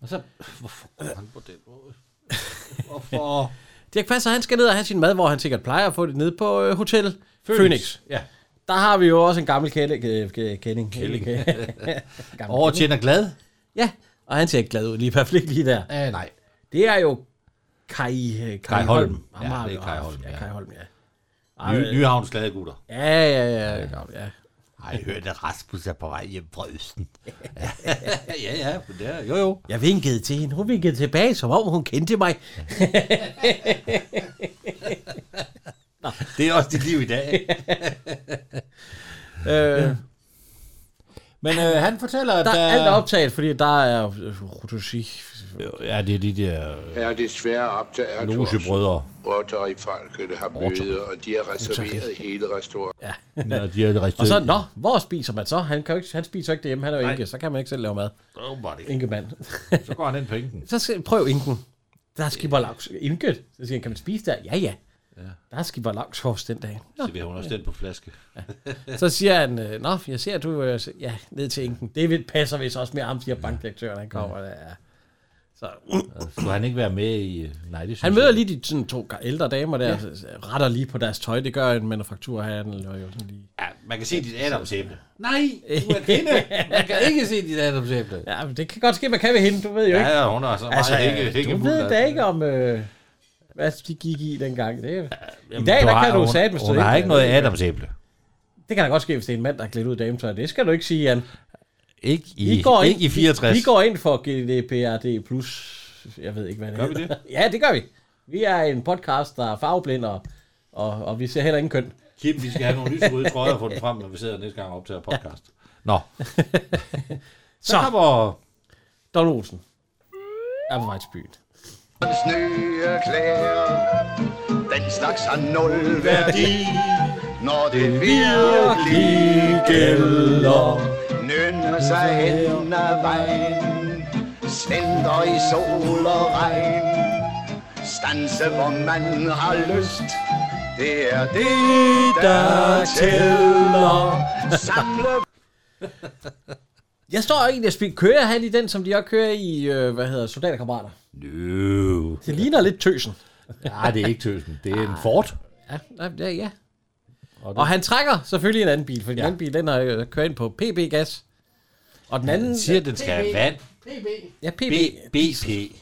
S3: Og så, hvorfor går han på den måde? Hvorfor?
S2: *laughs* Dirk Passer, han skal ned og have sin mad, hvor han sikkert plejer at få det nede på øh, Hotel Phoenix. Phoenix.
S3: Ja.
S2: Der har vi jo også en gammel kælling. øh, Kælling. *laughs*
S3: Kælling. *laughs*
S2: gammel
S3: Over tjener glad?
S2: Ja, og han ser ikke glad ud lige, i hvert fald ikke lige der.
S3: Ja, nej.
S2: Det er jo Kai, øh, Kai,
S3: Kai
S2: Kai
S3: Holm.
S2: Holm. Ham
S3: Ja,
S2: har
S3: det
S2: vi
S3: er
S2: jo
S3: Kai
S2: haft.
S3: Holm,
S2: ja.
S3: ja.
S2: Kai Holm, ja. Ej, øh.
S3: Ny, Nyhavns glade gutter.
S2: Ja, ja, ja. ja. ja.
S3: Ej, hørte Rasmus er på vej hjem fra
S8: *laughs*
S3: Østen. ja, ja, men det er, jo, jo.
S2: Jeg vinkede til hende. Hun vinkede tilbage, som om hun kendte mig. Nå.
S3: Det er også dit liv i
S2: *laughs*
S3: dag.
S2: øh,
S3: Men øh, han fortæller, at
S2: der er alt
S3: der...
S2: optaget, fordi der er øh, rotosi.
S3: Ja, det er de der... øh,
S12: er desværre op til Ertors.
S3: Logebrødre.
S12: Otter i Falkølle har møde, og de har reserveret hele restauranten.
S3: Ja, de er det
S2: Og så, nå, hvor spiser man så? Han, kan jo ikke, han spiser jo ikke derhjemme, han er jo enke, så kan man ikke selv lave mad.
S3: Åbenbart ikke.
S2: Enkemand.
S3: *laughs* Så går han ind på enken.
S2: så skal, prøv enken. Der er skipper laks. Enke. Så siger han, kan man spise der? Ja, ja.
S3: Ja.
S2: Der er skipper laks for os den dag.
S3: Så vi har hun også den på flaske.
S2: Så siger han, øh, nå, jeg ser, du øh, s- ja, ned til enken. Det vil- passer vist også med ham, siger bankdirektøren, han kommer. Ja. Så, uh,
S3: Skulle Øh, han ikke være med i... øh, Nej, det synes
S2: han
S3: jeg.
S2: møder lige de sådan, to ældre damer der,
S3: Ja.
S2: ja. retter lige på deres tøj. Det gør en manufakturhandel. Og jo sådan lige.
S3: Ja, man kan se dit Adamsæble.
S2: Nej,
S3: du
S2: *laughs*
S3: er kvinde. Man kan ikke se dit Adamsæble.
S2: Ja, men det kan godt ske, man kan ved hende, du ved jo
S3: Ja,
S2: ikke.
S3: ja, hun er så meget hække-
S2: Du
S3: hækkefuld,
S2: ved
S3: altså.
S2: da ikke om, øh, hvad de gik i dengang. Det, er- I
S3: Jamen,
S2: dag,
S3: du
S2: der
S3: har-
S2: kan du
S3: hun-
S2: satme
S3: Hun har ikke noget Adamsæble.
S2: Det kan da godt ske, hvis det er en mand, der er klædt ud i dametøj. Det skal du ikke sige, Jan.
S3: Ikke
S2: Vi
S3: i, ikke i 64.
S2: Vi, vi går ind for GDPRD+. Jeg ved ikke, hvad det
S3: Gør vi
S2: hedder. ja, det gør vi. Vi er en podcast, der er farveblind, og, og, og vi ser heller ingen køn.
S3: Kim, vi skal have nogle lyserøde trøjer og få den frem, når vi sidder næste gang og optager podcast. Nå.
S2: *laughs* Så
S3: kommer...
S2: Don Olsen. Er på vej til byen.
S13: Hans nye klæder, den slags har nul værdi, når det virkelig gælder. Nynne sig hen ad vejen, slænder i sol og regn. Stanse, hvor man har lyst, det er det, der
S2: *laughs*
S13: tæller. Samle
S2: Jeg står egentlig og spiller. Kører han i den, som de også kører i, øh, hvad hedder, soldaterkammerater?
S3: Nøv.
S2: Det ligner lidt tøsen.
S3: Nej, det er ikke tøsen. Det er en Ford.
S2: Ja, nej, ja, ja.
S3: Og,
S2: Og han trækker selvfølgelig en anden bil, for ja. den anden bil, den har øh, kørt ind på PB-gas. Og den anden...
S3: Han siger, den skal have vand.
S2: PB. Ja, PB.
S3: B- BP.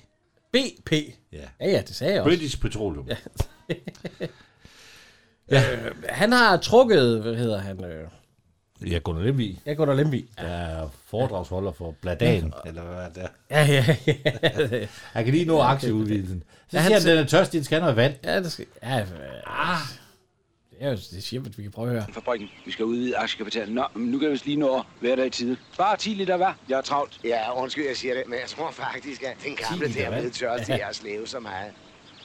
S2: BP.
S3: Ja.
S2: Ja, ja, det sagde jeg også.
S3: British Petroleum. Ja.
S2: *laughs* ja. Øh, han har trukket, hvad hedder han? Øh,
S3: Ja, Gunnar Lemvig.
S2: jeg går der Lemvig.
S3: Der er foredragsholder for Bladan, eller hvad det er.
S2: Ja, ja, ja.
S3: Han kan lige nå aktieudvidelsen. Så siger han, den er tørstig, den skal have noget vand.
S2: Ja, det skal... Ja, ah. Det er jo det siger, at vi kan prøve at høre.
S7: Fabrikken, vi skal udvide aktiekapitalen. Nå, men nu kan vi vist lige nå at være der i tide. Bare 10 liter hver. Jeg er travlt.
S13: Ja, undskyld, jeg siger det, men jeg tror faktisk, at den gamle
S7: liter
S13: der er
S7: vand.
S13: blevet tørst til
S7: Ja.
S13: at sleve så meget.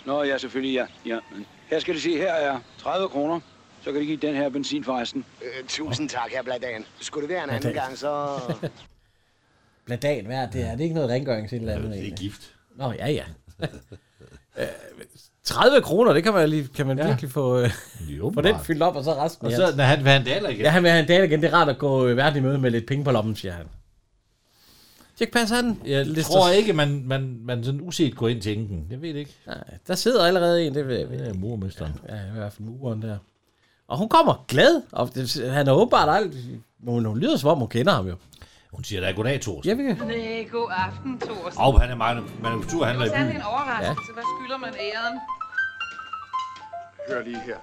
S7: Nå ja, selvfølgelig ja. ja. men Her skal du se, her er 30 kroner. Så kan de give den her benzin for resten.
S13: Øh, tusind tak, her Bladan. Skulle det være en anden
S7: Bladan.
S13: gang, så...
S2: Bladan, hvad er det? Er det ikke noget rengøring til et eller andet? Det er
S3: gift.
S2: Nå, ja, ja. *laughs* Øh, 30 kroner, det kan man, lige, kan man ja. virkelig *laughs* få, øh,
S3: jo,
S2: få den fyldt op, og så resten.
S3: Og
S2: i
S3: så,
S2: hans.
S3: når han vil have en daler igen.
S2: Ja, han vil have en daler igen. Det er rart at gå øh, verden i møde med lidt penge på lommen, siger han. Tjek passer han.
S3: Jeg
S2: lister-
S3: tror ikke, man, man, man sådan uset går ind til enken. Jeg ved det ikke.
S2: Nej, der sidder allerede en, det ved jeg.
S3: Ja, murmesteren.
S2: Ja, ja, i hvert fald muren der. Og hun kommer glad, og det, han er åbenbart aldrig... Men hun, hun lyder som om, hun kender ham jo.
S3: Hun siger da, goddag, Thor.
S2: Ja, vi kan.
S14: Nej, god aften, Thorsten.
S3: Og han er meget manufakturhandler i
S14: Det var sandelig
S3: byen.
S14: en overraskelse. Ja. Hvad skylder man æren? *laughs*
S10: Hør lige her.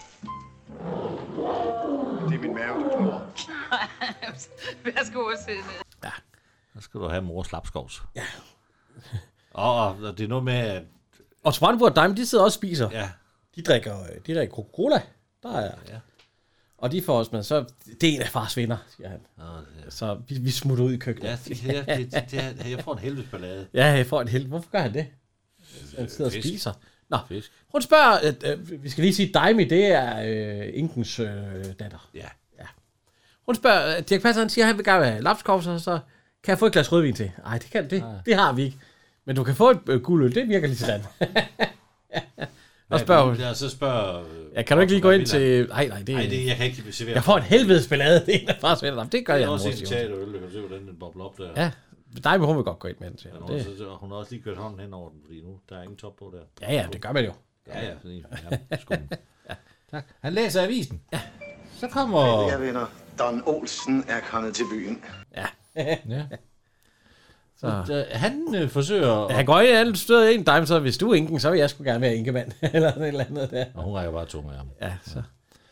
S10: Det er min mave, der knurrer.
S14: Værsgo at sidde ned.
S3: Så skal du have mor slapskovs. Ja. *laughs* Og, og det er noget med, at
S2: Og Spandenburg Dime, de sidder også og spiser.
S3: Ja.
S2: De drikker, øh, de drikker Coca-Cola. Der er...
S3: Ja.
S2: Og de får også med, så det er en af fars venner, siger han. Så vi, vi smutter ud i køkkenet.
S3: ja, det, det, det, det, det, jeg får en helvedes ballade.
S2: *laughs* Ja, jeg får en hel... Hvorfor gør han det? Han sidder og
S3: Øh, Fisk.
S2: spiser. Nå,
S3: Fisk.
S2: hun spørger, at, øh, vi skal lige sige, Daimi, det er øh, Inkens øh, datter.
S3: Ja.
S2: ja. Hun spørger, øh, Dirk Passer, han siger, at han vil gerne have lapskov, så, så kan jeg få et glas rødvin til? Nej, det kan det. Det har vi ikke. Men du kan få et øh, guldøl, det virker lige sådan. *laughs* og spørger hun,
S3: Ja, så spørger... øh,
S2: ja, kan du ikke lige gå ind
S3: Camilla.
S2: til... Nej, nej, det,
S3: Nej, det, jeg kan ikke servere.
S2: Jeg får en helvedes ballade, det er en af fars venner. Jamen, Det gør
S3: Det
S2: jeg.
S3: er også
S2: mor,
S3: en
S2: siger hun.
S3: teaterøl, du kan se, hvordan den bobler op der.
S2: Ja, dig med hun vil godt gå ind med den, siger
S3: Men
S2: hun.
S3: hun,
S2: Det-
S3: har også, hun har også lige kørt hånden hen over den, fordi nu der er ingen top på der.
S2: Ja, ja, det gør man jo.
S3: Ja, ja. Fordi, ja,
S2: *laughs*
S3: skum. Tak. Han læser avisen. Ja. Så kommer...
S13: Kære venner, Don Olsen er kommet til byen.
S2: *laughs* Ja.
S3: ja.
S2: Så.
S3: Så. Han øh, forsøger...
S2: Han går ind i alle steder ind, dig, så hvis du er enken, så vil jeg sgu gerne være enkemand. eller sådan et eller andet der.
S3: Og hun rækker bare tunge af ham.
S2: Ja, så.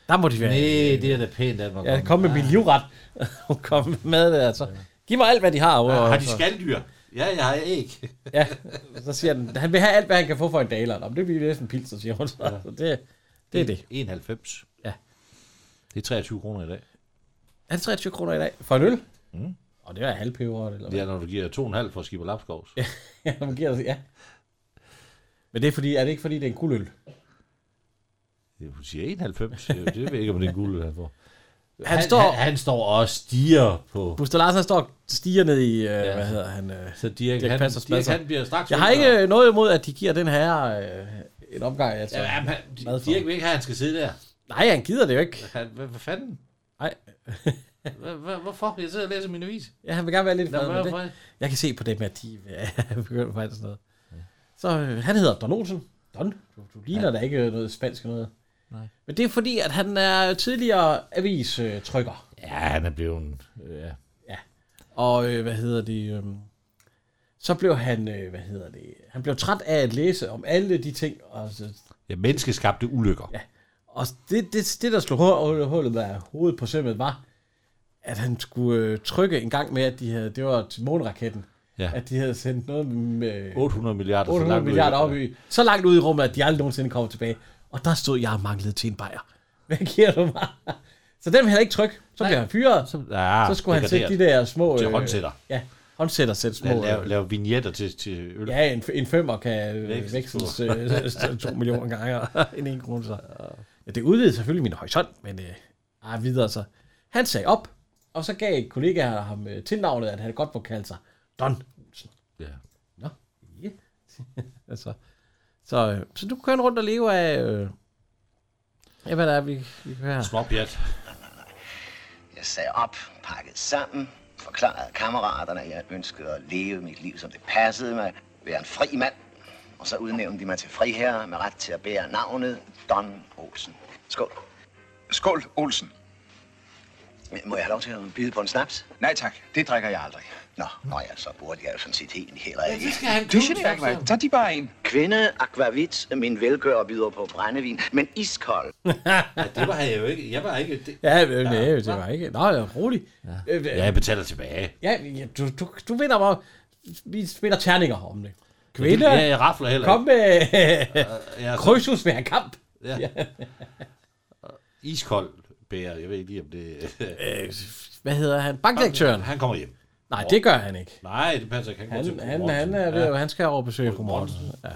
S2: Der må de være.
S3: Nej, det er da pænt, at man Ah,
S2: Ja, kom med min livret. *laughs* Hun kom med det, altså. Giv mig alt, hvad de har. Og,
S3: Har de skaldyr? Ja, jeg har æg.
S2: ja, så siger den, han vil have alt, hvad han kan få for en daler. Nå, men det bliver næsten pils, så siger hun. Så ja. det, det er det.
S3: 91.
S2: Ja.
S3: Det er 23 kroner i dag.
S2: Er det 23 kroner i dag for en øl? *laughs*
S3: Mm.
S2: Og det er halvpeber, eller
S3: Det er, når du giver 2,5 for Skipper Lapskovs.
S2: Ja, ja, man giver det, ja. Men det er, fordi, er det ikke fordi, det er en guldøl?
S3: Øh, Hun siger 91. Det det ved jeg ikke, om det er en guld, han får.
S2: Han står-
S3: han, han står og stiger på...
S2: Buster Larsen står og stiger ned i, øh, ja. hvad hedder han? Øh,
S3: så Dirk,
S2: Dirch
S3: han-
S2: Passer
S3: Dirch,
S2: Spadser.
S3: han bliver straks
S2: Jeg har
S3: vindere.
S2: ikke øh, noget imod, at de giver den her øh, en omgang. Altså,
S3: Ja, men han-
S2: mad for.
S3: Dirk vil ikke have, at han skal sidde der.
S2: Nej, han gider det jo ikke.
S3: Han, hvad, hvad fanden?
S2: Nej. *laughs*
S3: Hvad- hvad- Hvorfor? Jeg sidder og læser min avis.
S2: Ja, han vil gerne være lidt
S3: Nå,
S2: fred med
S3: hvorfor?
S2: det. Jeg kan se på dem, at de *laughs* er begyndt faktisk sådan noget. Så øh, han hedder Don Olsen. Don, du, du ligner ja. da ikke noget spansk noget.
S3: Nej.
S2: Men det er fordi, at han er tidligere avistrykker.
S3: Ja, han er blevet... øh, Ja.
S2: Ja. Og øh, hvad hedder det? Øh, så blev han, øh, hvad hedder det? Han blev træt af at læse om alle de ting. Og, så-
S3: ja, menneskeskabte ulykker.
S2: Ja. og det, det, det, der slog hu- hullet af hovedet på sømmet, var, at han skulle øh, trykke en gang med, at de havde, det var til måneraketten,
S3: Ja.
S2: at de havde sendt noget med
S3: 800 milliarder. så
S2: 800
S3: langt ud i-
S2: milliarder op i, så langt ud i rummet, at de aldrig nogensinde kommer tilbage. Og der stod jeg og manglede til en bajer. Hvad giver du mig? Så den vil han ikke trykke. Så
S3: Nej.
S2: bliver han fyret.
S3: Så, ja,
S2: så skulle han
S3: degraderet.
S2: sætte de der små...
S3: Til
S2: øh,
S3: håndsætter.
S2: Ja, håndsætter sætte små...
S3: Lave, lave,
S2: øh,
S3: lave vignetter til, til øl.
S2: Ja, en, en femmer kan øh,
S3: Vækst.
S2: veksles øh, *laughs* to millioner gange *laughs* en en krone. Så. Ja, det udvidede selvfølgelig min horisont, men øh, ej, videre så. Han sagde op, og så gav kollegaer ham øh, tilnavnet, at han godt må kalde sig Don Olsen.
S3: Ja.
S2: Nå, ja. *laughs* altså, så, øh, så du kører rundt og lever af... Øh, ja, hvad der er, vi, vi hører her.
S3: Småpjat.
S13: Jeg sagde op, pakket sammen, forklarede kammeraterne, at jeg ønskede at leve mit liv, som det passede mig, være en fri mand. Og så udnævnte de mig til friherre med ret til at bære navnet Don Olsen. Skål. Skål, Olsen. Må jeg have lov til at byde på en snaps? Nej tak, det drikker jeg aldrig. Nå, nå ja, så burde jeg jo sådan set helt heller ikke.
S7: det skal han Det synes jeg ikke, mand.
S13: Tag de bare en. Kvinde Aquavit, min velgører, byder på brændevin, men iskold.
S3: Ja, det var jeg jo ikke. Jeg var ikke... Det.
S2: *laughs* Ja, øh, nej, det var ikke... Nej, det var roligt. Ja. Øh,
S3: Ja, jeg betaler tilbage.
S2: Ja, ja du, du, du vinder mig. Vi spiller terninger om det. Kvinde,
S3: Ja, jeg rafler heller
S2: kom
S3: ikke.
S2: med
S3: ja, så-
S2: krydsus med en kamp.
S3: Ja. Iskold bærer. Jeg ved ikke lige, om det...
S2: Øh, Hvad hedder han? Bankdirektøren.
S3: Han kommer hjem.
S2: Nej, det gør han ikke.
S3: Nej, det passer ikke. Han, går
S2: Han,
S3: til Bo
S2: han,
S3: Mortensen.
S2: han, er ved, ja. han skal over besøge på morgen. Ja.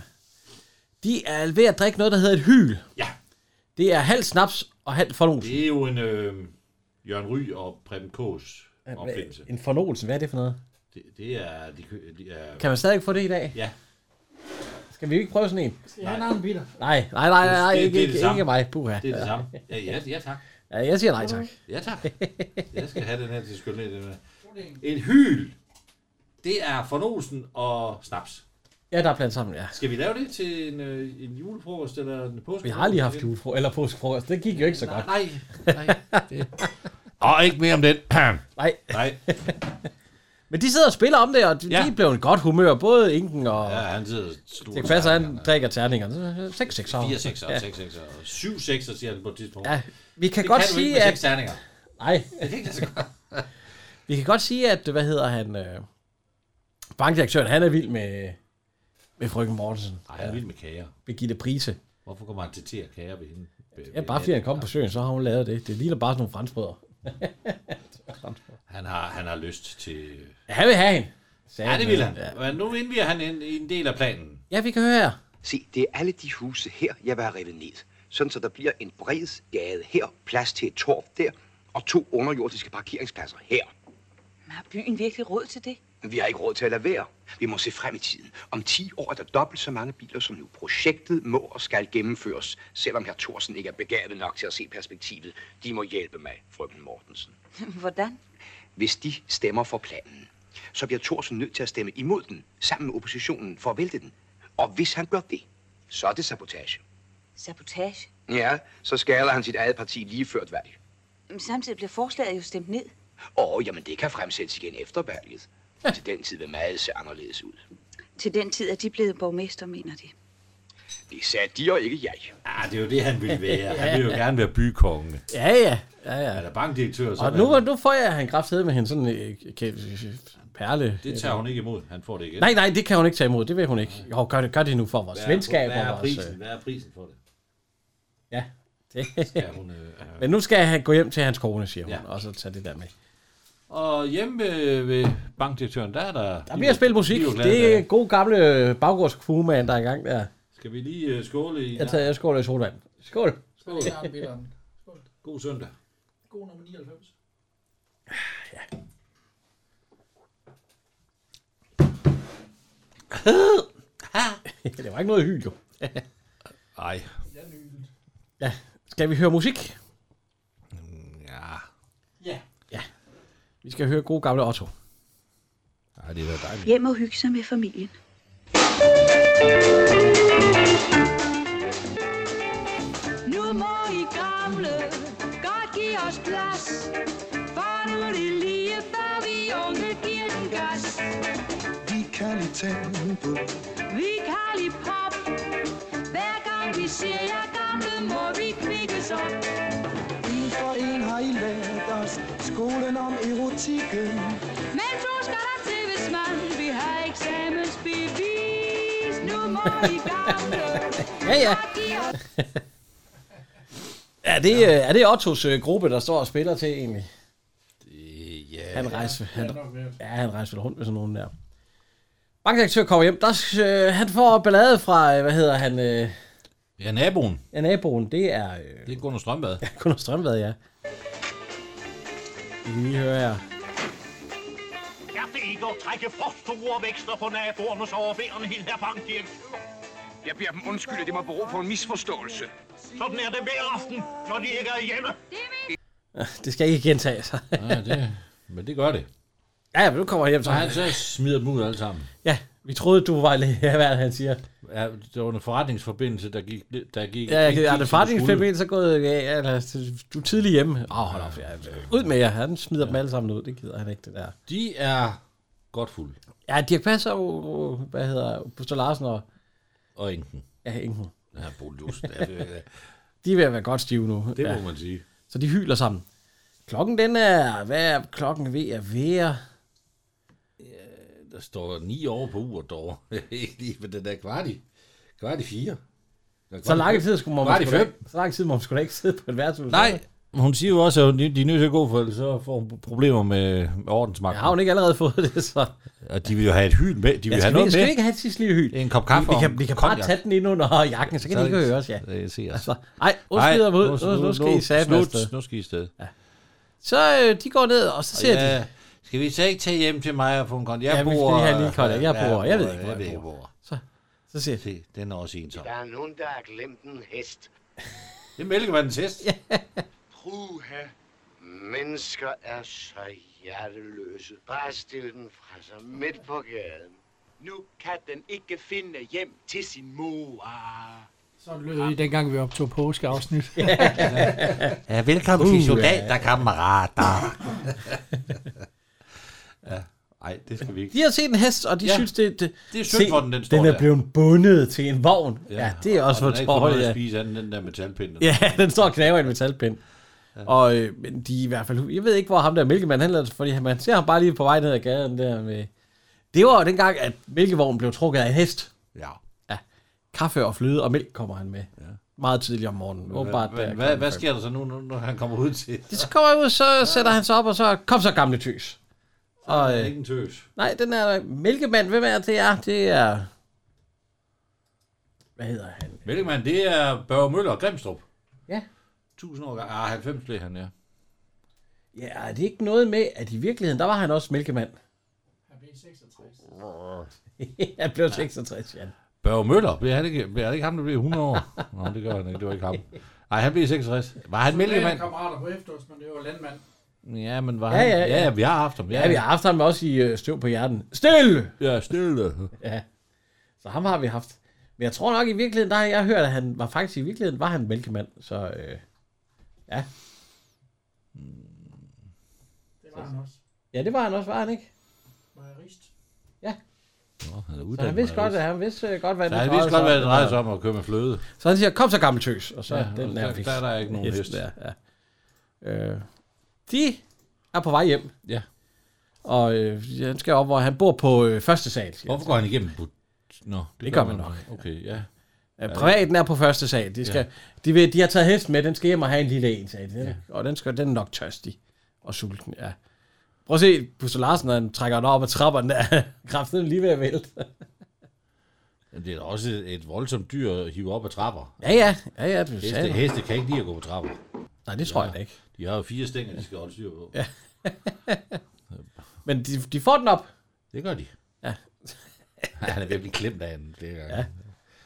S2: De er ved at drikke noget, der hedder et hyl.
S3: Ja.
S2: Det er halv snaps og halv fornolsen.
S3: Det er jo en øh, Jørgen Ry og Preben Kås opfindelse.
S2: En fornolsen, hvad er det for noget?
S3: Det, det er, de, kø- de er...
S2: Kan man stadig få det i dag?
S3: Ja.
S2: Skal vi ikke prøve sådan en?
S5: Ja, han har en bitter.
S2: Nej, nej, nej,
S3: Det-
S2: nej,
S3: det er
S2: ikke,
S3: det
S2: ikke,
S3: samme.
S2: ikke mig. Puha.
S3: Det er det samme. Ja, ja, ja tak.
S2: Ja, jeg siger nej tak.
S3: Ja, tak. Jeg skal have den her til skylden. Den her. En hyl. Det er fornosen og snaps.
S2: Ja, der er blandt sammen, ja.
S3: Skal vi lave det til en, øh, en julefrokost eller en påske?
S2: Vi har aldrig haft julefro eller påskefrokost. Det gik jo ikke så godt.
S3: Nej, nej. Det. Og ikke mere om den.
S2: *clears throat* Nej.
S3: Nej.
S2: *laughs* Men de sidder og spiller om det, og de, ja. de er blevet i godt humør. Både Inken og...
S3: Ja, han sidder stor.
S2: Det passer, han drikker terningerne. 6 6
S3: 4 6 og 6 6 og 7 6 siger han på et tidspunkt.
S2: Ja, vi kan
S3: det
S2: godt
S3: kan du
S2: sige,
S3: ikke med
S2: at-
S3: seks terninger.
S2: Nej.
S3: *laughs* Det kan ikke lade sig gøre.
S2: *laughs* Vi kan godt sige, at... Hvad hedder han? Øh, bankdirektøren, han er vild med... Med frøken Mortensen.
S3: Ej, han er vild med kager.
S2: Birgitte Prise.
S3: Hvorfor kommer han til te og kager ved hende?
S2: Ja, bare fordi han kom på søen, så har hun lavet det. Det ligner bare sådan nogle franskbrødder.
S3: Han har, han har lyst til...
S2: Ja, *laughs* han vil have hende. sagde
S3: Ja, det vil han. Ja. Nu indviger han en, en del af planen.
S2: Ja, vi kan høre her.
S9: Se, det er alle de huse her, jeg vil have revet ned. Sådan så der bliver en bred gade her, plads til et torv der, og to underjordiske parkeringspladser her.
S11: Men Har byen virkelig råd til det? *laughs*
S9: Vi har ikke råd til at lade være. Vi må se frem i tiden. Om 10 år er der dobbelt så mange biler som nu. Projektet må og skal gennemføres, selvom herr Thorsen ikke er begavet nok til at se perspektivet. De må hjælpe mig, frøken Mortensen.
S11: Hvordan?
S9: Hvis de stemmer for planen, så bliver Thorsen nødt til at stemme imod den, sammen med oppositionen, for at vælte den. Og hvis han gør det, så er det sabotage.
S11: Sabotage?
S9: Ja, så skader han sit eget parti lige før et valg.
S11: Men samtidig bliver forslaget jo stemt ned.
S9: Åh, jamen det kan fremsættes igen efter valget. Til den tid vil meget se anderledes ud.
S11: Til den tid er de blevet borgmester, mener de.
S7: Det sagde de og ikke jeg.
S3: Ah, det er jo det, han ville være. Han
S2: *laughs*
S3: ville jo gerne være bykongen.
S2: Ja, ja. ja, ja.
S3: Han er bankdirektør. Så
S2: Og
S3: er
S2: nu,
S3: han-
S2: nu får jeg han kraftede med hende sådan en øh, kæ- perle.
S3: Det tager hun ikke imod. Han får det igen.
S2: Nej, nej, det kan hun ikke tage imod. Det vil hun ikke. Jo, gør det, gør det nu for vores
S3: Hvad er-
S2: venskab.
S3: Hvad
S2: og
S3: er
S2: vores,
S3: prisen?
S2: øh,
S3: Hvad er prisen for det?
S2: Ja.
S3: Skal hun, øh, øh.
S2: Men nu skal han gå hjem til hans kone, siger hun, ja. og så tage det der med.
S3: Og hjemme ved, ved bankdirektøren, der er der...
S2: Der bliver spillet musik. Det er god gamle baggårdskugemand, der er i gang der.
S3: Skal vi lige øh, skåle i...
S2: Jeg tager jeg skåler i solvand. Skål.
S3: Skål. God søndag.
S5: God nummer 99.
S2: *laughs* det var ikke noget
S3: *laughs*
S2: hyl, jo.
S3: Nej.
S2: Ja. Skal vi høre musik?
S3: Ja.
S5: Ja.
S2: Ja. Vi skal høre god gamle Otto.
S3: Nej, det var dejligt.
S11: Hjem og hygge sig med familien.
S15: Nu må I gamle godt give os plads For nu er det lige før vi unge giver den gas
S16: Vi kan lide tempo,
S15: Vi kan lide pop Hver gang vi ser jer gamle må vi kvikkes op
S16: en for en har I lært os skolen om erotikken.
S15: Men to skal der til, hvis man vil have eksamensbevis Nu må I gamle
S2: Ja, ja.
S15: godt give os
S2: Er det, ja. er det Ottos øh, gruppe, der står og spiller til egentlig?
S3: Ja.
S2: Han rejser, han,
S5: Ja, nok mere.
S2: ja, han rejser vel rundt med sådan nogen der. Bankdirektør kommer hjem. Der, øh, han får ballade fra, øh, hvad hedder han? Øh,
S3: ja, naboen.
S2: Ja, naboen. Det er... Øh,
S3: det er Gunnar Strømbad.
S2: Ja, *laughs* Gunnar Strømbad, ja. Vi kan lige høre her.
S17: Er det ikke at trække for store vækster på naboernes overværenhed, herr bankdirektør?
S7: Jeg beder dem undskylde, det må bero på en misforståelse.
S17: Sådan er det hver aften, når de ikke er hjemme.
S2: Det skal ikke gentage sig.
S3: Nej, det, men det gør det.
S2: Ja, ja, men nu kommer jeg hjem
S3: Så
S2: så.
S3: han så smider dem ud alle sammen.
S2: Ja, vi troede, du var lærer, hvad er det, han siger.
S3: Ja, det var en forretningsforbindelse, der gik... Der gik
S2: Ja,
S3: ikke
S2: jeg er
S3: gik,
S2: det
S3: som skulle.
S2: forretningsfemen, så gået, ja, eller, du er tidlig hjemme. Åh, oh, hold op, ja, ud med jer. Han smider ja. dem alle sammen ud, det gider han ikke, det der.
S3: De er godt fulde.
S2: Ja, Dirk Passer og, hvad hedder, Buster Larsen og...
S3: Og Inken.
S2: Ja, Inken.
S3: Ja, Bo Lust, ja, det er-
S2: *laughs* de er ved at være godt stive nu.
S3: Det må
S2: ja.
S3: man sige.
S2: Så de hyler sammen. Klokken den er, hvad er klokken ved at være?
S3: Der står ni over på uret dog. *laughs* Ikke lige for den der kvart i, kvart i fire. Der er
S2: Så
S3: kvart i
S2: lang
S3: fem.
S2: tid skulle man,
S3: Kvart i
S2: sgu da
S3: fem.
S2: ikke- så lang tid må man skulle da ikke sidde på et værtshus.
S3: Nej, hun siger jo også, at hun- de de er nødt til at gå, for ellers så får hun problemer med med ordensmagten.
S2: Jeg har hun ikke allerede fået det, så...
S3: Og de vil jo have et hyl med. De vil
S2: Ja,
S3: have
S2: Altså, skal,
S3: noget
S2: vi, skal
S3: med.
S2: vi ikke have et sidste lille hyl?
S3: En kop kaffe
S2: Vi, vi
S3: og
S2: kan,
S3: en
S2: vi kan bare
S3: cognac.
S2: tage den ind under jakken, så kan det ikke høres, ja.
S3: Det ser
S2: Altså, ej, undskyld, jeg måde. Nu, nu, skal I satme afsted.
S3: slut, nu skal I sted. Ja.
S2: Så øh, de går ned, og så ser de...
S3: Skal vi så ikke tage hjem til mig og få en kont? Jeg
S2: Ja, vi skal
S3: bor...
S2: lige have en lille cognac. Jeg bor- jeg ved ikke, hvor jeg
S3: jeg
S2: bor.
S3: bor.
S2: Så, så siger
S3: Se, den er også ensom.
S18: Der er nogen, der har glemt en hest.
S3: Det er mælkevandens hest.
S18: Puha. Mennesker er så hjerteløse. Bare stil den fra sig midt på gaden.
S17: Nu kan den ikke finde hjem til sin mor.
S5: Sådan lød det, dengang vi optog påskeafsnit.
S2: *laughs*
S3: Uh, Ja, velkommen til soldater, kammerater. *laughs* ja, ej, det skal vi ikke.
S2: De har set en hest, og de
S3: Ja.
S2: ja. synes, det, det,
S3: Det er synd for den, den står
S2: den er
S3: der.
S2: blevet bundet til en vogn. Ja, det er også
S3: og
S2: for
S3: den ikke fået noget
S2: tårligt.
S3: at
S2: Ja.
S3: spise andet end den der metalpind. der
S2: ja, *laughs*
S3: står.
S2: den står og knaver i en metalpind. Ja. Og øh, men de er i hvert fald... Jeg ved ikke, hvor ham der mælkemand handler, fordi man ser ham bare lige på vej ned ad gaden der med... Det var jo dengang, at mælkevognen blev trukket af en hest.
S3: Ja.
S2: ja. Kaffe og fløde og mælk kommer han med. Ja. Meget tidligt om morgenen. Åbenbart,
S3: Hvad,
S2: der
S3: hvad,
S2: klokken
S3: hvad, hvad
S2: fem.
S3: sker der så nu, nu, når han kommer ud til?
S2: Det så kommer jeg ud, så sætter han sig op, og så kom så gamle tøs.
S3: er
S2: Og,
S3: det
S2: øh,
S3: ikke en tøs.
S2: Nej, den er mælkemand. Hvem er det er? Det er... Hvad hedder han?
S3: Mælkemand, det er Børge Møller og Grimstrup.
S2: Ja.
S3: 1000 år gammel. Ah, 90 blev han, ja.
S2: Ja, er det ikke noget med, at i virkeligheden, der var han også mælkemand? *laughs* han blev 66, ja.
S3: Børge Møller, blev han ikke, blev han ikke ham, der blev 100 år? Nå, det gør han ikke, det var ikke ham. Nej, han blev 66. Var han mælkemand?
S5: kammerater på efterårs, men det var landmand.
S3: Ja, men var
S2: Ja,
S3: han?
S2: ja, ja.
S3: ja, vi har haft ham.
S2: Ja, vi har haft ham også i øh, Støv på hjerten. Stille!
S3: Ja, stille.
S2: Ja. Så ham har vi haft. Men jeg tror nok i virkeligheden, der har jeg hørt, at han var faktisk i virkeligheden, var han mælkemand. Så øh, ja.
S5: Det var han også.
S2: ja, det var han også, var han ikke?
S5: Var jeg rist?
S2: Ja.
S3: Nå, han er
S2: Så han
S3: uddannet.
S2: vidste godt, at han vidste øh, godt, hvad
S3: Så
S2: det
S3: han
S2: drejede
S3: vidste godt,
S2: sig
S3: hvad det drejede sig om at køre med fløde.
S2: Så han siger, kom så gammel tøs, og så
S3: Ja,
S2: ja,
S3: og
S2: den
S3: der-
S2: der, fix.
S3: der er der ikke nogen hest.
S2: Der, ja. øh, de er på vej hjem.
S3: Ja.
S2: Og øh, han skal op, hvor han bor på øh, første sal. siger
S3: Hvorfor
S2: han.
S3: går han igennem? but- Nå,
S2: Det, det gør man nok.
S3: Okay, ja.
S2: Øh, Privaten er på første sal. De, skal,
S3: Ja.
S2: ja. de, vil, de har taget hesten med, den skal hjem og have en lille en, sagde de. Den, ja. Og den, skal, den er nok tørstig og sulten, ja. Prøv at se, Buster Larsen, når han trækker den op ad trapperne, der er *laughs* kraften lige ved at vælte.
S3: Men Det er da også et, et voldsomt dyr at hive op ad trapper.
S2: Ja, ja. Ja, ja, det er
S3: heste,
S2: sandt.
S3: heste kan ikke lide at gå på trapper.
S2: Nej, det tror jeg da ikke.
S3: De har jo fire stænger, *laughs* de skal holde styr på.
S2: Ja. Men de, de får den op.
S3: Det gør de.
S2: Ja.
S3: han er ved at blive klemt af den. Det er,
S2: Ja.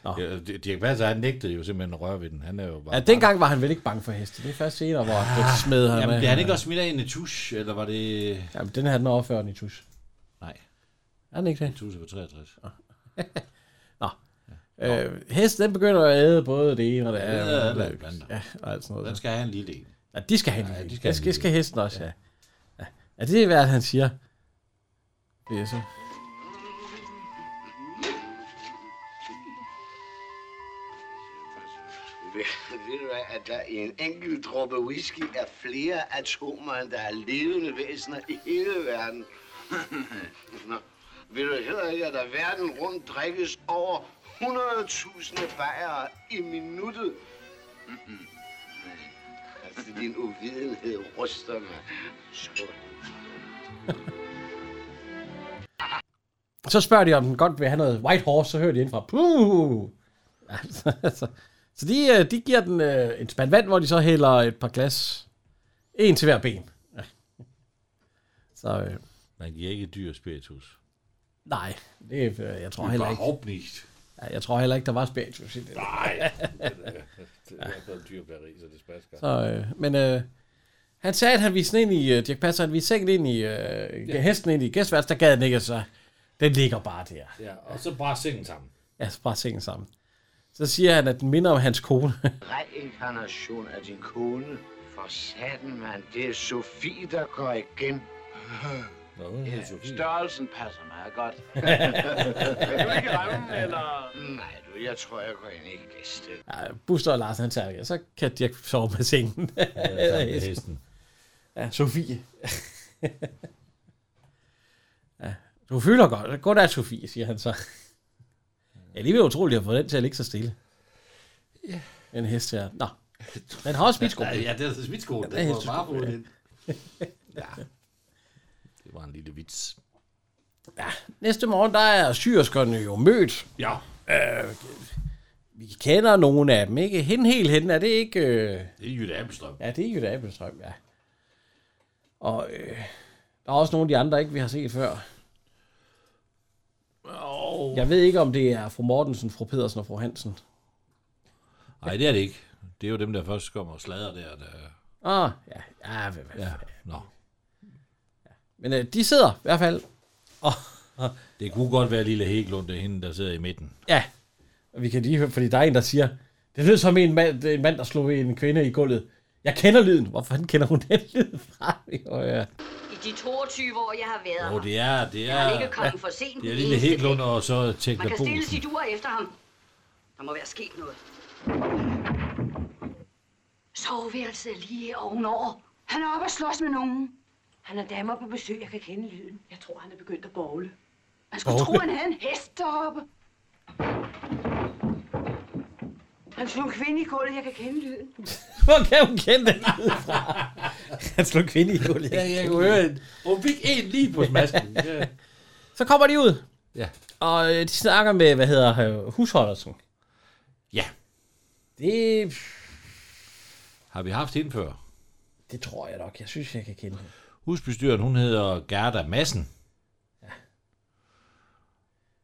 S2: Nå.
S3: Ja, Dirk Dirk Passer, han nægtede jo simpelthen at røre ved den. Han er jo bare...
S2: Ja, dengang var han vel ikke bange for heste. Det er først senere, hvor ah, det smed ham
S3: Jamen,
S2: af.
S3: blev han ikke også smidt af en tusch, eller var det...
S2: Jamen, den her, den er overført i tus.
S3: Nej.
S2: Er den ikke det?
S3: En tusch på 63.
S2: Nå. Øh, hesten, den begynder at æde både det ene og det
S3: Ja,
S2: andet.
S3: ja,
S2: det
S3: ja, planter.
S2: ja, og alt sådan noget.
S3: Den skal have en lille en.
S2: Ja, de skal have en
S3: Ja,
S2: lille.
S3: de
S2: De
S3: skal
S2: skal,
S3: have en
S2: det skal, skal hesten også, ja. ja. ja. det er hvad han siger. Det er så.
S18: Ved, ved du hvad, at der i en enkelt dråbe whisky er flere atomer, end der er levende væsener i hele verden? Nå, ved du heller ikke, at der verden rundt drikkes over 100.000 bajere i minuttet? Altså, din uvidenhed ryster mig. Så
S2: Så spørger de, om den godt vil have noget white horse, så hører de indfra, puh! Ja, så, så, så de, øh, de giver den øh, en spand vand, hvor de så hælder et par glas. En til hver ben. Ja. Så øh,
S3: Man giver ikke et dyr spiritus.
S2: nej, det, øh, jeg tror
S3: Det er
S2: heller ikke.
S3: überhaupt nicht.
S2: Ja, jeg tror heller ikke, der var spiritus i det.
S3: Nej. Det er blevet dyr plageri, så det spasker.
S2: *laughs* Så, øh, men øh, han sagde, at han viste den ind i, øh, Dirk Passer, han viste sengen ind i, øh,
S3: Ja.
S2: ja. hesten ind i gæstværelset, der gad den ikke, så den ligger bare der.
S3: Ja, og så bare sengen sammen.
S2: Ja, så bare sengen sammen. Så siger han, at den minder om hans kone.
S18: Reinkarnation af din kone. For satan, mand. Det er Sofie, der går igen.
S3: Nå, hun
S18: hedder
S3: Sofie.
S18: Størrelsen passer meget godt.
S2: *laughs* Vil du ikke ramme,
S18: eller? Nej, du, jeg tror, jeg går ind i et gæste.
S2: Ja, Buster og Larsen, han tager det. Så kan Dirk sove med sengen. *laughs*
S3: sammen med hesten.
S2: Ja, Sofie. *laughs* ja, du føler godt. Godt af Sofie, siger han så. Ja, det er utroligt at få den til at ligge så stille.
S3: Ja.
S2: En hest her. Nå. Den har også smitsko.
S3: Ja, det er smitskolen.
S2: Ja, det er
S3: Den var
S2: helt
S3: bare på
S2: smitsko, ja.
S3: den. Ja. Det var en lille vits.
S2: Næste morgen, der er syrskerne jo mødt.
S3: Ja.
S2: Øh, vi kender nogle af dem, ikke? Hende helt henne, er det ikke... Øh...
S3: Det er Jytte Abelstrøm.
S2: Ja, det er Jytte Abelstrøm, ja. Og øh, der er også nogle af de andre, ikke, vi har set før.
S3: Oh.
S2: Jeg ved ikke, om det er fru Mortensen, fru Pedersen og fru Hansen.
S3: Nej, det er det ikke. Det er jo dem, der først kommer og slader der. der...
S2: Ah, ja, ja, hvad, hvad.
S3: Ja,
S2: ja.
S3: nå.
S2: Men øh, de sidder i hvert fald. Og,
S3: Det kunne godt være Lille Heglund, det er hende, der sidder i midten.
S2: ja, og vi kan lige høre, fordi der er en, der siger, det lyder som en mand, en mand der slog en kvinde i gulvet. Jeg kender lyden. Hvor fanden kender hun den lyd fra? *laughs* Og, ja.
S19: I de 22 år, jeg har været
S3: Jo,
S19: her.
S3: det er, det
S19: Jeg har ikke
S3: er,
S19: kommet for sent.
S3: det er
S19: den
S3: Lille
S19: eneste
S3: Heglund
S19: dag.
S3: og så
S19: Man
S3: Tekla
S19: kan stille
S3: Poulsen.
S19: sit ur efter ham. Der må være sket noget. Soveværelset er lige ovenover. Han er oppe og slås med nogen. Han har damer på besøg, jeg kan kende lyden. Jeg tror, han er begyndt at bogle. Man skulle
S15: Bowle?
S19: tro, han havde en hest deroppe. Han slog en kvinde i gulvet, jeg kan kende lyden.
S2: Hvor kan hun kende den lyd fra? Han slog kvinde i gulvet.
S3: Ja, jeg kunne høre en. Hun fik en lige på
S2: *laughs*
S3: smasken. Ja.
S2: Så kommer de ud.
S3: Ja.
S2: Og øh, de snakker med, hvad hedder øh, husholdelsen.
S3: Ja.
S2: Det,
S3: Har vi haft hende før?
S2: det tror jeg nok. Jeg synes, jeg kan kende hende.
S3: Husbestyren, hun hedder Gerda Madsen.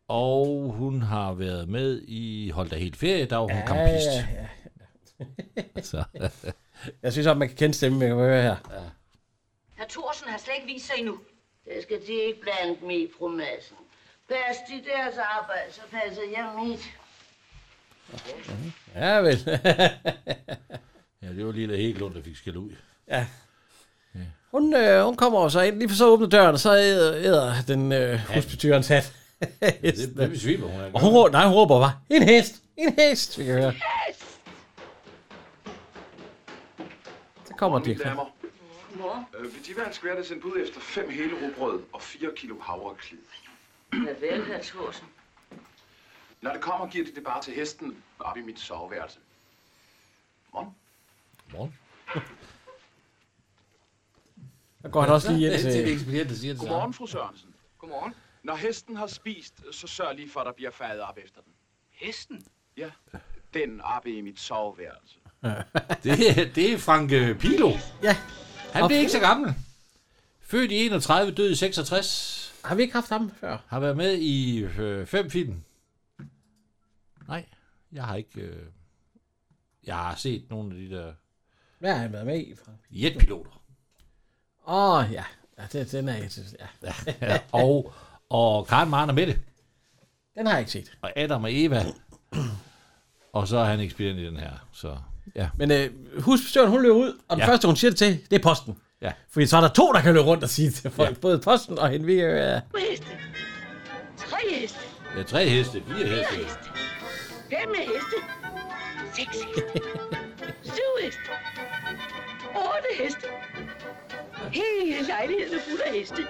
S3: Og hun har været med i Hold da helt ferie, der var hun ja, kampist. *laughs*
S2: ja, ja.
S3: Så.
S2: jeg synes også, man kan kende stemmen, jeg kan høre her.
S3: Ja.
S19: Herr Thorsen har slet ikke vist sig endnu.
S20: Det skal de ikke blande mig i, fru Madsen. Pas de deres arbejde, så passer jeg mit.
S2: Ja, vel.
S3: *laughs* ja, det var Lille Heglund, der fik skæld ud.
S2: ja. Hun, øh, hun kommer jo så ind, lige for så åbner døren, og så æder, æder den øh, husbestyrens hat.
S3: *laughs*
S2: Hesten.
S3: det besvimer hun af.
S2: Og hun råber, nej, hun råber bare, en hest, en hest, vi kan høre. Så kommer de.
S10: Mine damer, øh, vil de være skværte sendt bud efter fem hele rugbrød og 4 kilo havreklid?
S20: Ja vel, Hans Horsen.
S10: Når det kommer, giver de det bare til hesten op i mit soveværelse. Morgen.
S3: Morgen.
S2: Så går han også lige ind
S3: til
S2: til...
S3: ekspedienten siger det samme.
S10: Godmorgen, fru Sørensen.
S20: Godmorgen.
S10: Når hesten har spist, så sørg lige for, at der bliver fadet op efter den.
S20: Hesten?
S10: Ja, den oppe i mit soveværelse.
S3: det, er- det er Frank øh, Pilo.
S2: Ja.
S3: Han blev ikke så gammel. Født i 31, død i 66.
S2: Har vi ikke haft ham før?
S3: Har været med i øh, fem film. Nej, jeg har ikke... Øh, jeg har set nogle af de der
S2: Hvad har han været med i? Frank?
S3: jetpiloter.
S2: Åh, oh, ja. ja det, den er jeg synes, ja.
S3: Ja, og, og Karen Marne med det.
S2: Den har jeg ikke set.
S3: Og Adam og Eva. Og så er han ekspedient i den her. Så ja.
S2: Men øh, husbestøren, hun løber ud, og den ja.
S3: Ja.
S2: første, hun siger det til, det er posten.
S3: Ja.
S2: Fordi så er der to, der kan løbe rundt og sige til folk, ja. både posten og hende. Vi, øh,
S20: Heste. Tre heste.
S3: ja tre heste, fire heste.
S20: Fem heste. Seks
S3: *laughs*
S20: heste. Syv heste. Otte heste. Hele lejligheden er fuld af heste.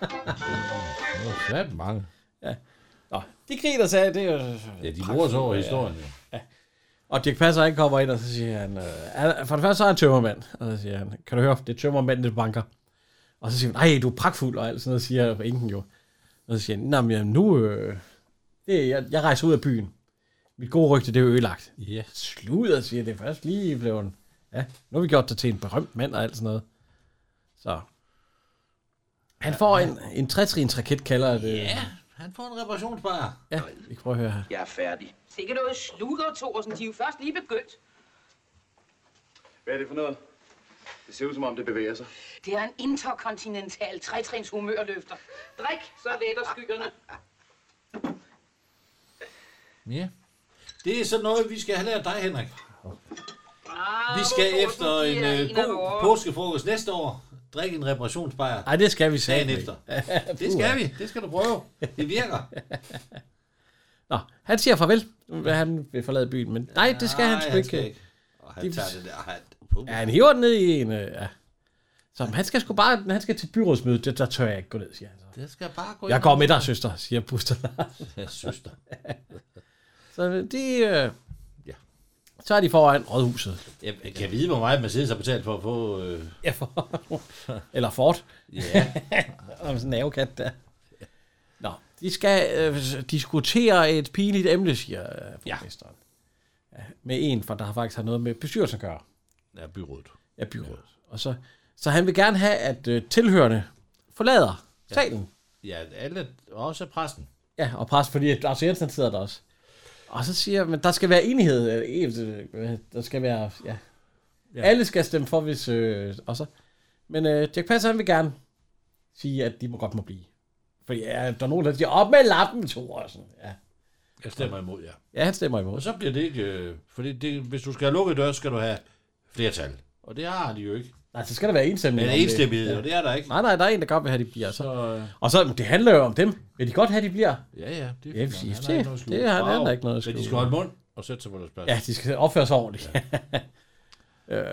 S3: Nå, der er mange.
S2: Nå, de griner sig af, det er jo... øh,
S3: Ja, de bruger sig over historien. Ja.
S2: Og Dirk Passer ikke kommer ind, og så siger han... Øh, han- for det første så er han tømmermand. Og så siger han, kan du høre, det er tømmermanden, der banker. Og så siger han, nej, du er pragtfuld og alt sådan noget, siger ingen jo. Og så siger han, nej, men jamen, nu... Øh, det, er- jeg, jeg rejser ud af byen. Mit gode rygte, det er ødelagt.
S3: Ja.
S2: Sluder, siger det er først lige blev han. Ja, nu har vi gjort dig til en berømt mand og alt sådan noget. Så... Han får en, en trætrins raket, kalder det. Ja.
S3: *laughs* Han får en reparationsbar.
S2: øh, ja. Vi kan prøve at høre her.
S10: Jeg er færdig.
S6: Sikke noget sludder, Thorsen. De er jo først lige begyndt.
S10: Hvad er det for noget? Det ser ud, som om det bevæger sig.
S6: Det er en interkontinental trætrins humørløfter. Drik, så letter skyerne.
S3: Ja. Det er sådan noget, vi skal have lært dig, Henrik. Vi skal efter en øh, god påskefrokost næste år drikke en reparationsbajer.
S2: Ej, det skal vi
S3: dagen
S2: sige.
S3: efter.
S2: *laughs*
S3: Det skal vi. Det skal du prøve. Det virker.
S2: Nå, han siger farvel. Nu vil Han vil forlade byen, men nej, det skal han sgu
S3: skal
S2: ikke.
S3: Og han
S2: De-
S3: tager det der. Han,
S2: Ja, han hiver den ned i en... Øh, ja. Så han skal sgu bare... Han skal til byrådsmødet. Det, der tør jeg ikke gå ned, siger han. så.
S3: det skal bare gå
S2: Jeg går med dig, søster, siger Buster Larsen.
S3: *laughs* Ja, søster.
S2: *laughs* Så de... Øh,
S3: Ja.
S2: Så er de foran rådhuset.
S3: Jeg, jeg kan vide, hvor meget Mercedes har betalt for at få... Øh,
S2: Ja, for, eller Ford.
S3: Ja.
S2: *laughs* Om sådan en navekat der. Nå, de skal øh, diskutere et pinligt emne, siger øh, borgmesteren. Ja. Med en, for der faktisk har noget med bestyrelsen at gøre.
S3: ja, byrådet.
S2: Ja, byrådet. Og så, så han vil gerne have, at øh, tilhørende forlader
S3: Ja.
S2: salen.
S3: Ja, alle, også præsten.
S2: Ja, og pres, fordi at Lars Jensen sidder der også. Og så siger jeg, men der skal være enighed. øh, en- øh, Der skal være, ja. ja.
S3: Ja.
S2: Alle skal stemme for, hvis... Øh, og så. Men øh, Dirk Passer, han vil gerne sige, at de må godt må blive. Fordi ja, der er nogen, der siger, op med lappen, Thorsen. Ja.
S3: Jeg stemmer imod, ja.
S2: ja, han stemmer imod.
S3: Og så bliver det ikke... Øh, fordi det, hvis du skal have lukket dør, skal du have flertal. Og det har de jo ikke.
S2: Nej, så skal der være
S3: Men
S2: enstemmighed. om det.
S3: enstemmighed,
S2: Ja.
S3: og det er der ikke.
S2: Nej, nej, der er en, der godt vil have, de bliver. Så.
S3: Så, øh,
S2: Og så, men det handler jo om dem. Vil de godt have, de bliver?
S3: Ja, ja. Det
S2: Ja,
S3: fint
S2: præcis.
S3: nok. Han har ikke noget at
S2: Det-
S3: skjule.
S2: det har- han
S3: Brav.
S2: har ikke noget at
S3: Men de skal
S2: skjule.
S3: holde mund og sætte sig på deres plads.
S2: Ja, de skal opføre sig ordentligt. *laughs* øh,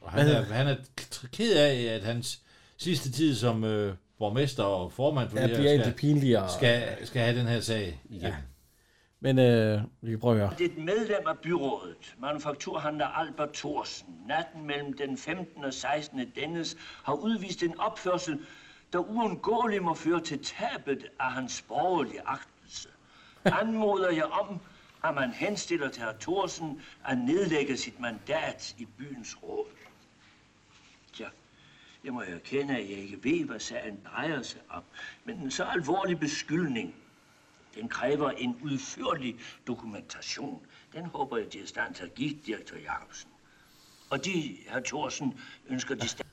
S3: Og
S2: Hvad
S3: han, er,
S2: hedder-
S3: han er k- ked af, at hans sidste tid som øh, borgmester og formand for
S2: Ja,
S3: det her
S2: bliver en af
S3: skal-
S2: de pinligere.
S3: Skal, skal have den her sag igen. Ja.
S2: men øh, vi kan prøve at høre.
S21: Et medlem af byrådet, manufakturhandler Albert Thorsen, natten mellem den 15. og 16. dennes, har udvist en opførsel, der uundgåeligt må føre til tabet af hans borgerlige agtelse. Anmoder jeg om, at man henstiller til herr Thorsen at nedlægge sit mandat i byens råd. Ja, jeg må erkende, at jeg ikke ved, hvad sagen drejer sig om, men en så alvorlig beskyldning den kræver en udførlig dokumentation. Den håber jeg, de er i stand til at give direktør Jacobsen. Og de, herr Thorsen, ønsker de stand...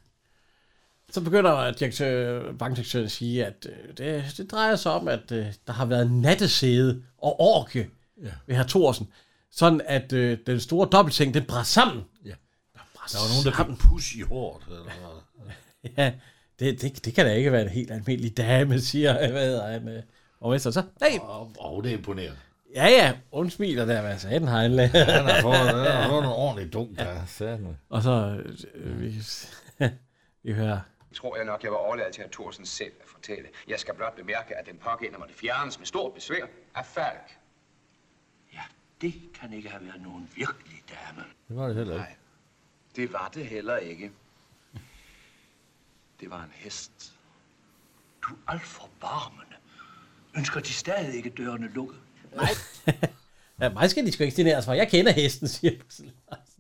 S2: Så begynder direktør, bankdirektøren at sige, at øh, det, det drejer sig om, at øh, der har været nattesæde og orke ja.
S3: Ja.
S2: ved herr Thorsen. Sådan at øh, den store dobbeltseng, den brænder sammen.
S3: Ja.
S2: Der
S3: Der var nogen, der fik en pus i håret. Eller noget.
S2: *laughs* Ja, det, det, det kan da ikke være en helt almindelig dame, siger *laughs* hvad hedder han, øh, Og Vester så, hey!
S3: Åh, oh, det er imponerende.
S2: Ja, ja, undsmiler der, hvad sagde den har anlæg.
S3: Han har fået, han har fået noget ordentligt dunk, der sagde
S2: *laughs* Og så, øh, vi, *laughs* vi hører,
S7: tror jeg nok, jeg var overladt til at Thorsen selv at fortælle. Jeg skal blot bemærke, at den pågældende måtte fjernes med stort besvær af Falk.
S21: Det kan ikke have været nogen virkelig dame.
S3: Det var det heller ikke.
S9: Det var det heller ikke. Det var en hest.
S21: Du er alt for varmende. Ønsker de stadig ikke dørene lukket?
S2: ja, mig skal de sgu ikke stineres for, jeg kender hesten, *laughs* siger Bussel Larsen.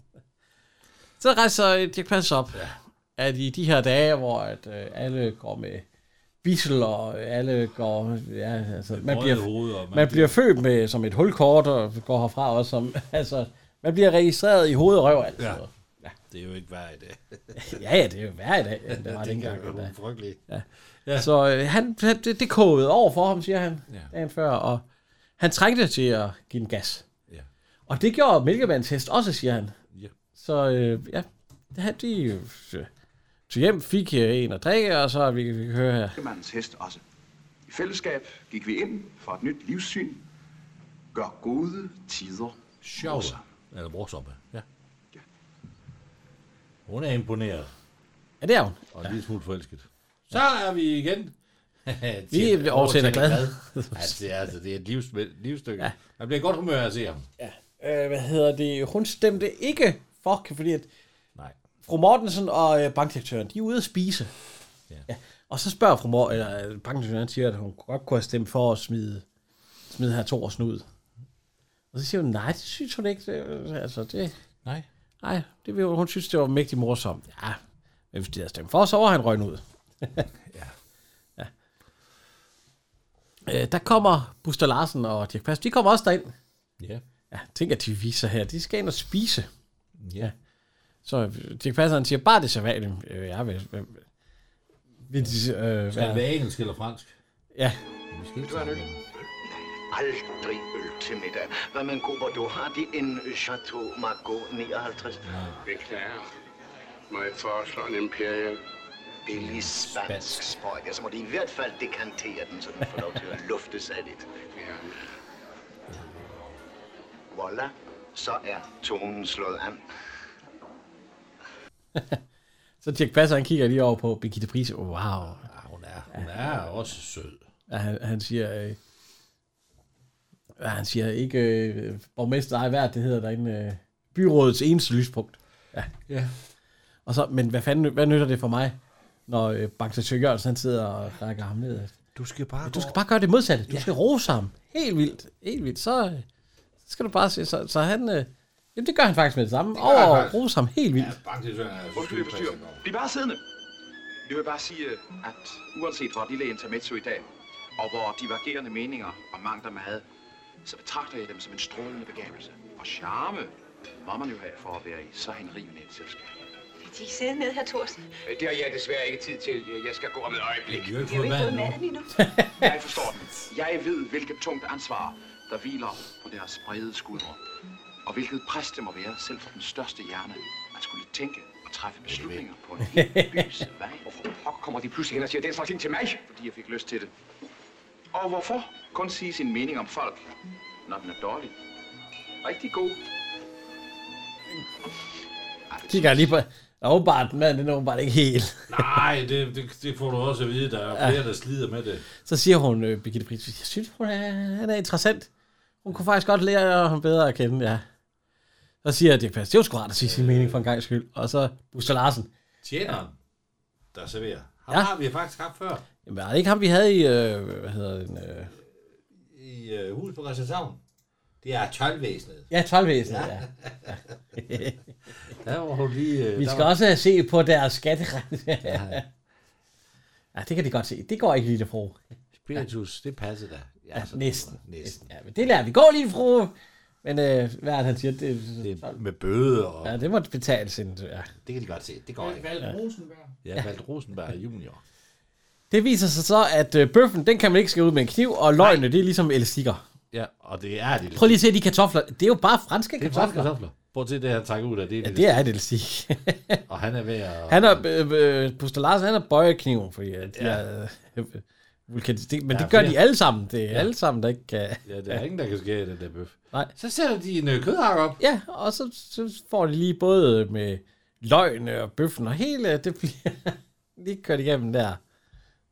S2: Så rejser Dirk Pass op, ja. at i de her dage, hvor at, øh, alle går med bissel, og alle går, ja, altså, man
S3: brød
S2: bliver,
S3: i hovedet, og
S2: man,
S3: man
S2: man bliver født med, som et hulkort, og går herfra også som, *laughs* altså, man bliver registreret i hoved og røv, altså. Ja.
S3: Ja. Det er jo ikke hver i dag.
S2: *laughs* Ja, ja, det er jo hver i dag, end det var
S3: Ja,
S2: dengang.
S3: dengang var
S2: Ja.
S3: det frygteligt.
S2: Ja. Ja. Så øh, han, han- det, det kogede over for ham, siger han ja.
S3: Ja.
S2: dagen før, og han trængte til at give den gas. Ja. Og det gjorde Mælkemands hest også, siger han.
S3: Ja.
S2: Så øh, ja, det her, de øh, tog hjem, fik øh, en at drikke, og så vi, vi kan høre her.
S10: Mandens hest også. I fællesskab gik vi ind for et nyt livssyn. Gør gode tider.
S3: Sjovt. Eller morsomme. Ja. Hun er imponeret.
S2: Ja, det er hun.
S3: Og en lille smule forelsket. Så er vi igen. *laughs*
S2: Vi oversætter glad. *laughs*
S3: altså, det er, altså, det er et livs, livsstykke. Ja. Man bliver i godt humør af at se ham.
S2: Ja. Øh, hvad hedder det? Hun stemte ikke for, fordi at Nej. fru Mortensen og øh, bankdirektøren, de er ude at spise. Ja. ja. Og så spørger fru Mor- eller, øh, bankdirektøren siger, at hun godt kunne have stemt for at smide, smide her to ud. Og så siger hun, nej, det synes hun ikke. Det, altså, det,
S3: Nej.
S2: Nej, det vil, hun- hun synes, det var mægtig morsomt. Ja, men hvis de havde stemt for, så var han røgnet ud. *laughs* ja. ja. Øh, der kommer Buster Larsen og Dirk Pass. De kommer også derind.
S3: Ja.
S2: Ja, tænk at de viser her. De skal ind og spise.
S3: Ja.
S2: Så øh, Dirk Passer, han siger, bare det sædvanlige. Øh, jeg vil... vil, vil de, øh,
S3: Skal det
S2: være-
S3: være engelsk eller fransk?
S2: Ja.
S3: Vi skal ikke
S9: Du er en
S3: sammen.
S9: øl. Aldrig øl til middag. Hvad man går du har de en Chateau Margaux 59.
S12: Beklager. Må jeg foreslå en imperial?
S9: Billig spansk sprøjt. Ja, så må de i hvert fald dekantere den, så den får lov til *laughs* at luftes af lidt. Voila, så er tonen slået an.
S2: *laughs* Så Dirk Passer, han kigger lige over på Birgitte Prise. Wow. Ja,
S3: hun er, hun er også sød.
S2: Ja, han, han siger... Øh, ja, han siger ikke... Øh, borgmester ej hvert, det hedder derinde. Øh, byrådets eneste lyspunkt. Ja.
S3: Ja.
S2: Og så, men hvad fanden, hvad nytter det for mig, når øh, Bangsel Jørgensen han sidder og rækker ham ned?
S3: Du skal bare,
S2: du skal bare gøre det modsatte. Du ja. skal rose ham. Helt vildt. Helt vildt. Så, øh, så skal du bare se. Så, så han... Øh, jamen, det gør han faktisk med det samme.
S10: gør han
S2: Over og
S10: faktisk.
S2: rose ham helt vildt.
S3: Bankdirektøren er
S10: Undskyld, jeg forstyrrer. Bliv bare siddende. Jeg vil bare sige, at uanset hvor lille intermezzo i dag, og hvor divergerende meninger og mangler mad, så betragter jeg dem som en strålende begavelse. Og charme må man jo have for at være i så henrivende et selskab.
S6: Vil de ikke sidde ned her, Thorsen?
S7: Øh, Det har jeg desværre ikke tid til. Jeg skal gå om et øjeblik.
S3: Jeg har
S6: Vi har jo ikke fået maden endnu.
S10: Jeg forstår den. Jeg ved, hvilket tungt ansvar, der hviler på deres brede skuldre. Og hvilket pres det må være, selv for den største hjerne, at skulle tænke og træffe beslutninger på en hel bys vej. Hvorfor pokker kommer de pludselig hen og siger den slags ting til mig? Fordi jeg fik lyst til det. Og hvorfor kun sige sin mening om folk, når den er dårlig? Rigtig god.
S2: Kigger lige på... Der er åbenbart, manden den er åbenbart ikke helt.
S3: Nej, det, det, det får du også at vide. Der er
S2: Ja.
S3: flere, der slider med det.
S2: Så siger hun, øh, Birgitte Pris, jeg synes, hun er, han er interessant. Hun kunne faktisk godt lære ham bedre at kende, ja. Så siger Dirk Pass, det var sgu rart at sige sin mening for en gang skyld. Og så Buster Larsen.
S3: Tjeneren, der serverer. Ham
S2: Ja.
S3: ja. har vi faktisk haft før.
S2: Jamen, var det ikke ham, vi havde i, øh, hvad hedder den? Øh,
S3: I øh, huset på Christianshavn. Det er tolvvæsenet.
S2: ja, tolvvæsenet, ja.
S10: *laughs*
S2: ja.
S3: Der var hun lige... øh,
S2: vi
S3: der
S2: skal
S3: var-
S2: også have se på
S3: *laughs*
S2: deres skatteregning. ja. ja, det kan de godt se. Det går ikke lige, fru.
S3: Spiritus, det passer da.
S2: Ja,
S3: så-
S2: næsten.
S3: Næsten.
S2: Ja, men det lærer vi gå lige, fru. Men øh, hvad er det, han siger? Det, det
S3: med bøde og...
S2: Ja, det må betales. inden- Ja.
S3: Det kan de godt se. Det går ikke.
S2: Vald
S5: Rosenberg.
S3: Ja, Vald Rosenberg junior.
S2: Det viser sig så, at øh, bøffen, den kan man ikke skære ud med en kniv, og løgene, det er ligesom elastikker.
S3: Ja, og det er det.
S2: Prøv lige at se de kartofler. Det er jo bare franske
S3: Det er franske
S2: kartofler.
S3: kartofler. Prøv at se det, han tager ud af. Det er,
S2: Ja, det er et elastik. *laughs*
S3: Og han er ved at...
S2: han er, øh, øh, Buster Larsen, han er bøjekniven, fordi øh, de
S3: Ja.
S2: er, øh, vulkanis- det, men
S3: Ja,
S2: det gør
S3: det-
S2: de alle sammen. Det er
S3: Ja.
S2: alle sammen, der ikke kan...
S3: Ja, der er ingen, der kan skære den der bøf.
S2: Nej.
S3: Så sætter de en øh, kødhak op.
S2: Ja, og så, så får de lige både øh, med løgene og bøffen og hele, øh, det bliver *laughs* lige kørt igennem der.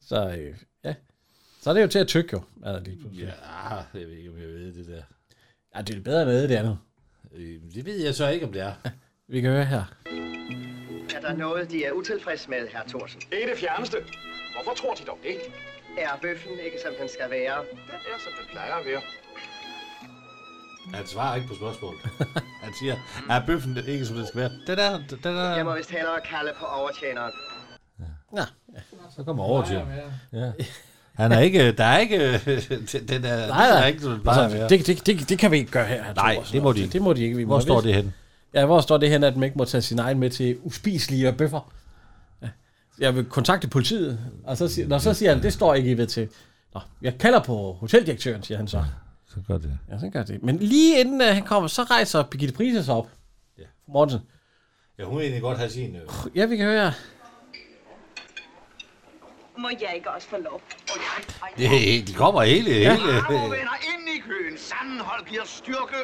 S2: Så øh, ja, så er det jo til at tykke jo. Er det lige pludselig.
S3: Ja, ah, jeg ved ikke, om jeg ved det der.
S2: Ja, det er bedre end det andet.
S3: Øh, det ved jeg så ikke, om det er.
S2: *laughs* Vi kan høre her.
S13: Er der noget, de er utilfredse med, herr Thorsen?
S17: Ikke det fjerneste. Hvorfor tror de dog det?
S13: Er bøffen ikke, som den skal være?
S17: Den er, som den plejer at være.
S3: Han svarer ikke på spørgsmål. Han siger, er bøffen ikke, som *laughs* det skal være? Den er, den er...
S13: Jeg må vist hellere kalde på overtjeneren.
S2: Ja.
S3: Så kommer over til ham.
S2: Ja.
S3: *laughs* Han er ikke, øh, der er ikke, *laughs* den- den er,
S2: Nej,
S3: den er
S2: nej.
S3: ikke, som den plejer at
S2: Altså,
S3: være.
S2: det, det, det, det, kan vi ikke gøre her. herr
S3: Nej,
S2: Thorsen.
S3: det må de ikke.
S2: Det må de ikke. Vi
S3: Hvor
S2: må
S3: står
S2: vist-
S3: det henne?
S2: Ja, hvor står det hen, at man ikke må tage sin egen med til uspiselige bøffer? Ja. Jeg vil kontakte politiet, og så siger, når så siger han, det står ikke I ved til. Nå, jeg kalder på hoteldirektøren, siger han så.
S3: Så gør det.
S2: Ja, så gør det. Men lige inden uh, han kommer, så rejser Birgitte Prises op. Ja. Mortensen.
S3: Ja, hun vil egentlig godt have sin... Øh.
S2: Ja, vi kan høre jer.
S20: Må jeg ikke også få lov?
S3: Det, de kommer hele, hele.
S20: Bravo, venner, ind i køen. Sammenhold giver styrke.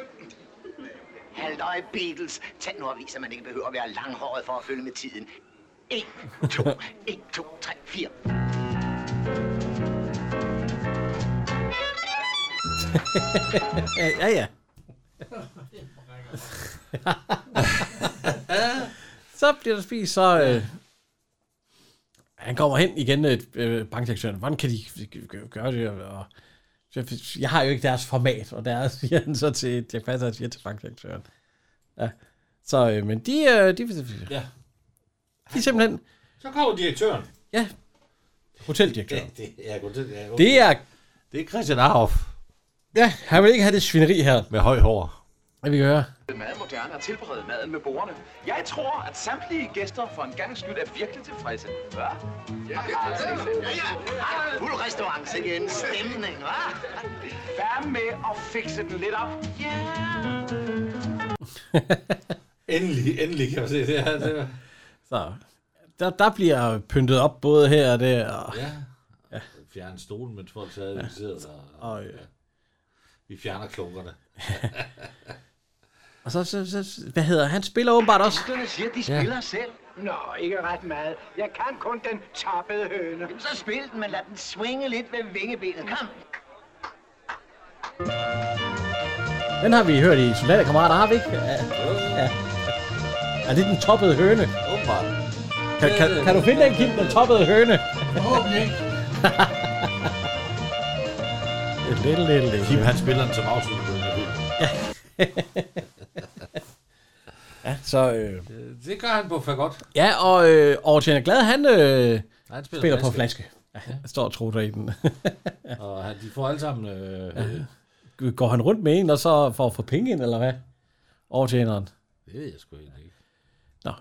S13: Halvdøj, Beatles. Tag nu og vis, at man ikke behøver at være langhåret for at følge med tiden. 1, 2, 1, 2, 3, 4.
S2: ja, ja. så bliver der spist, så... Øh, han kommer hen igen, øh, bankdirektøren. Hvordan kan de gø- gøre det? Og, så- jeg har jo ikke deres format, og der siger han så til Dirk Passer, han siger til bankdirektøren. Ja. Så, øh, men de, øh, de,
S3: Ja.
S2: de er simpelthen
S3: Så kommer direktøren.
S2: Ja. hoteldirektøren.
S3: Det, ja, godt, det, ja, okay.
S2: Det er,
S3: det er Christian Arhoff.
S2: ja, han vil ikke have det svineri her.
S3: Med høj hår.
S2: Ja, vi kan høre.
S10: Meget moderne og tilberede maden med bordene. Jeg tror, at samtlige gæster for en gang skyld er virkelig tilfredse. Hva? Ja, ja,
S13: Ja, ja. Ah, Fuld restaurant igen. Stemning, hva'?
S17: Vær med at fikse den lidt op.
S3: Endelig, endelig kan man se det her. Det,
S2: Så der, der bliver pyntet op både her og der. Og,
S3: ja. ja. Fjerne stolen, mens folk sad, ja. sidder der.
S2: Og, ja.
S3: Vi fjerner klunkerne.
S2: og så, så, så, hvad hedder han? spiller åbenbart også.
S18: Gæsterne siger, de
S2: Ja.
S18: spiller ja. selv. Nå, ikke ret meget. Jeg kan kun den toppede høne. Jamen,
S13: Så spil den, men lad den svinge lidt ved vingebenet. Kom.
S2: Den har vi hørt i Soldaterkammerater, har vi ikke? Ja. ja. Er det den toppede høne?
S3: Åbenbart.
S2: Kan, kan, kan du finde den, Kim, den toppede høne? *laughs*
S3: Forhåbentlig ikke.
S2: Lidt, lidt, lidt.
S3: Kim, han spiller den som afslutning på den her film.
S2: Ja, så... Øh,
S3: Det gør han på for godt.
S2: ja, og øh, Overtjener Glad, han, øh,
S3: han
S2: han
S3: spiller
S2: spiller, spiller på
S3: flaske.
S2: flaske. Ja, han står og trutter i den. *laughs*
S3: Og han- de får alle sammen... Øh, ja.
S2: Går han rundt med en, og så får for penge ind, eller hvad? Overtjeneren.
S3: Det ved jeg sgu egentlig ikke.
S2: Nå.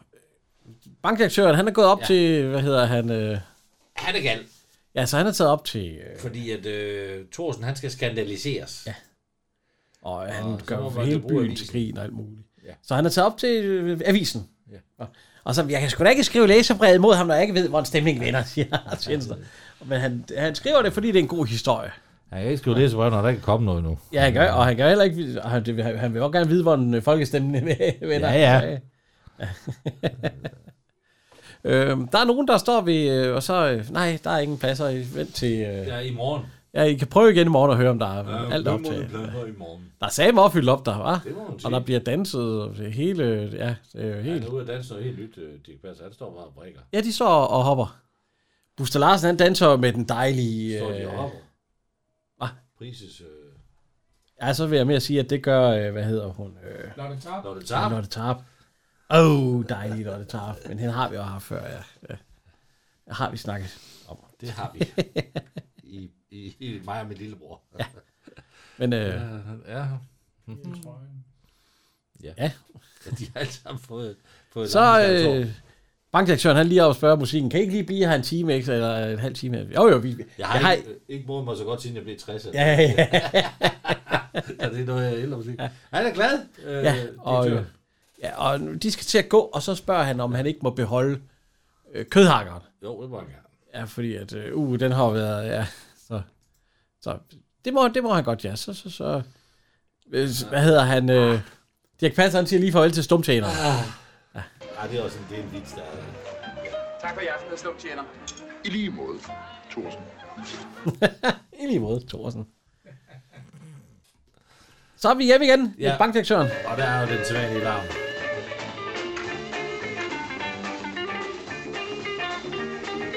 S2: Bankdirektøren, han er gået op
S3: Ja.
S2: ja. til, hvad hedder han? Øh,
S3: Han er gal.
S2: ja, så han er taget op til... Øh,
S3: Fordi at øh, Thorsen, han skal skandaliseres. Ja.
S2: og han
S3: Og
S2: og
S3: så
S2: gør
S3: må
S2: for
S3: man
S2: hele
S3: jo bruge
S2: byen
S3: avisen.
S2: til grin og alt muligt.
S3: Ja.
S2: Ja. Så han er taget op til øh, avisen.
S3: Ja.
S2: Og, og så, jeg kan sgu da ikke skrive læserbrevet mod ham, når jeg ikke ved, hvor en stemning vender, siger Lars Jensen. Men han, han skriver det, fordi det er en god historie.
S3: Han kan ikke skrive det, så når der ikke kan komme noget nu.
S2: Ja, han gør, og han gør heller ikke, og han, det vil- han vil også gerne vide, hvor en øh, folkestemning *laughs* vender.
S3: Ja, ja.
S2: *laughs* øhm, der er nogen, der står ved, øh, og så, øh, nej, der er ingen pladser, I vent til, øh,
S3: Ja, i morgen.
S2: ja, I kan prøve igen i morgen og høre, om der er
S3: Ja,
S2: ja, alt op
S3: vi
S2: til.
S3: planter i morgen.
S2: Der er samme opfyldt op der, var.
S3: Det må man sige.
S2: Og der bliver danset, og det hele, ja, det er jo
S3: Han
S2: helt...
S3: er ude at danse noget helt nyt, øh, Dirk Passer. Han står bare og brækker.
S2: Ja, de står og hopper. Buster Larsen, han danser jo med den dejlige...
S3: Står de og
S2: øh,
S3: hopper.
S2: Hvad?
S3: Prises... Øh,
S2: Ja, så vil jeg mere sige, at det gør, øh, hvad hedder hun? Øh,
S5: Lotte Tarp.
S3: Lotte
S2: Ja,
S3: Tarp.
S2: Lotte Tarp. Åh, oh, dejlig Lotte Tarp. Men hende har vi jo haft før, ja. ja. Har vi snakket om.
S3: Det har
S2: *laughs*
S3: vi. I, i, i mig og min lillebror. Ja.
S2: Men øh, ja.
S3: ja. ja. Ja.
S2: Ja.
S3: De har alle sammen fået, fået
S2: så øh, bankdirektøren, han lige op og spørger musikken, kan I ikke lige blive her en time ekstra, eller en halv time? Jo, jo, vi...
S3: Jeg har, jeg har ikke, ikke modet mig så godt, siden jeg blev 60.
S2: Ja, ja.
S3: ja. det er noget, *laughs* jeg ældre musik. Han er glad, øh,
S2: ja, og,
S3: direktøren.
S2: øh, ja, og nu- de skal til at gå, og så spørger han, om han ikke må beholde øh, kødhakkeren.
S3: Jo, det var han gerne.
S2: Ja, fordi at, øh, uh, den har været, ja, så... Så det må, det må han godt, ja. Så, så, så. øh, Hvad hedder han? Øh, Dirk Passer, han siger lige farvel til stumtjeneren.
S3: Ja. Ej, det er også en, det er en vits, der er...
S10: Tak for i aften, og slum tjener.
S22: I lige måde, Thorsen.
S2: *laughs* I lige måde, Thorsen. Så er vi hjemme igen ja. med
S3: Ja.
S2: bankdirektøren.
S3: Og der er jo den sædvanlige larm.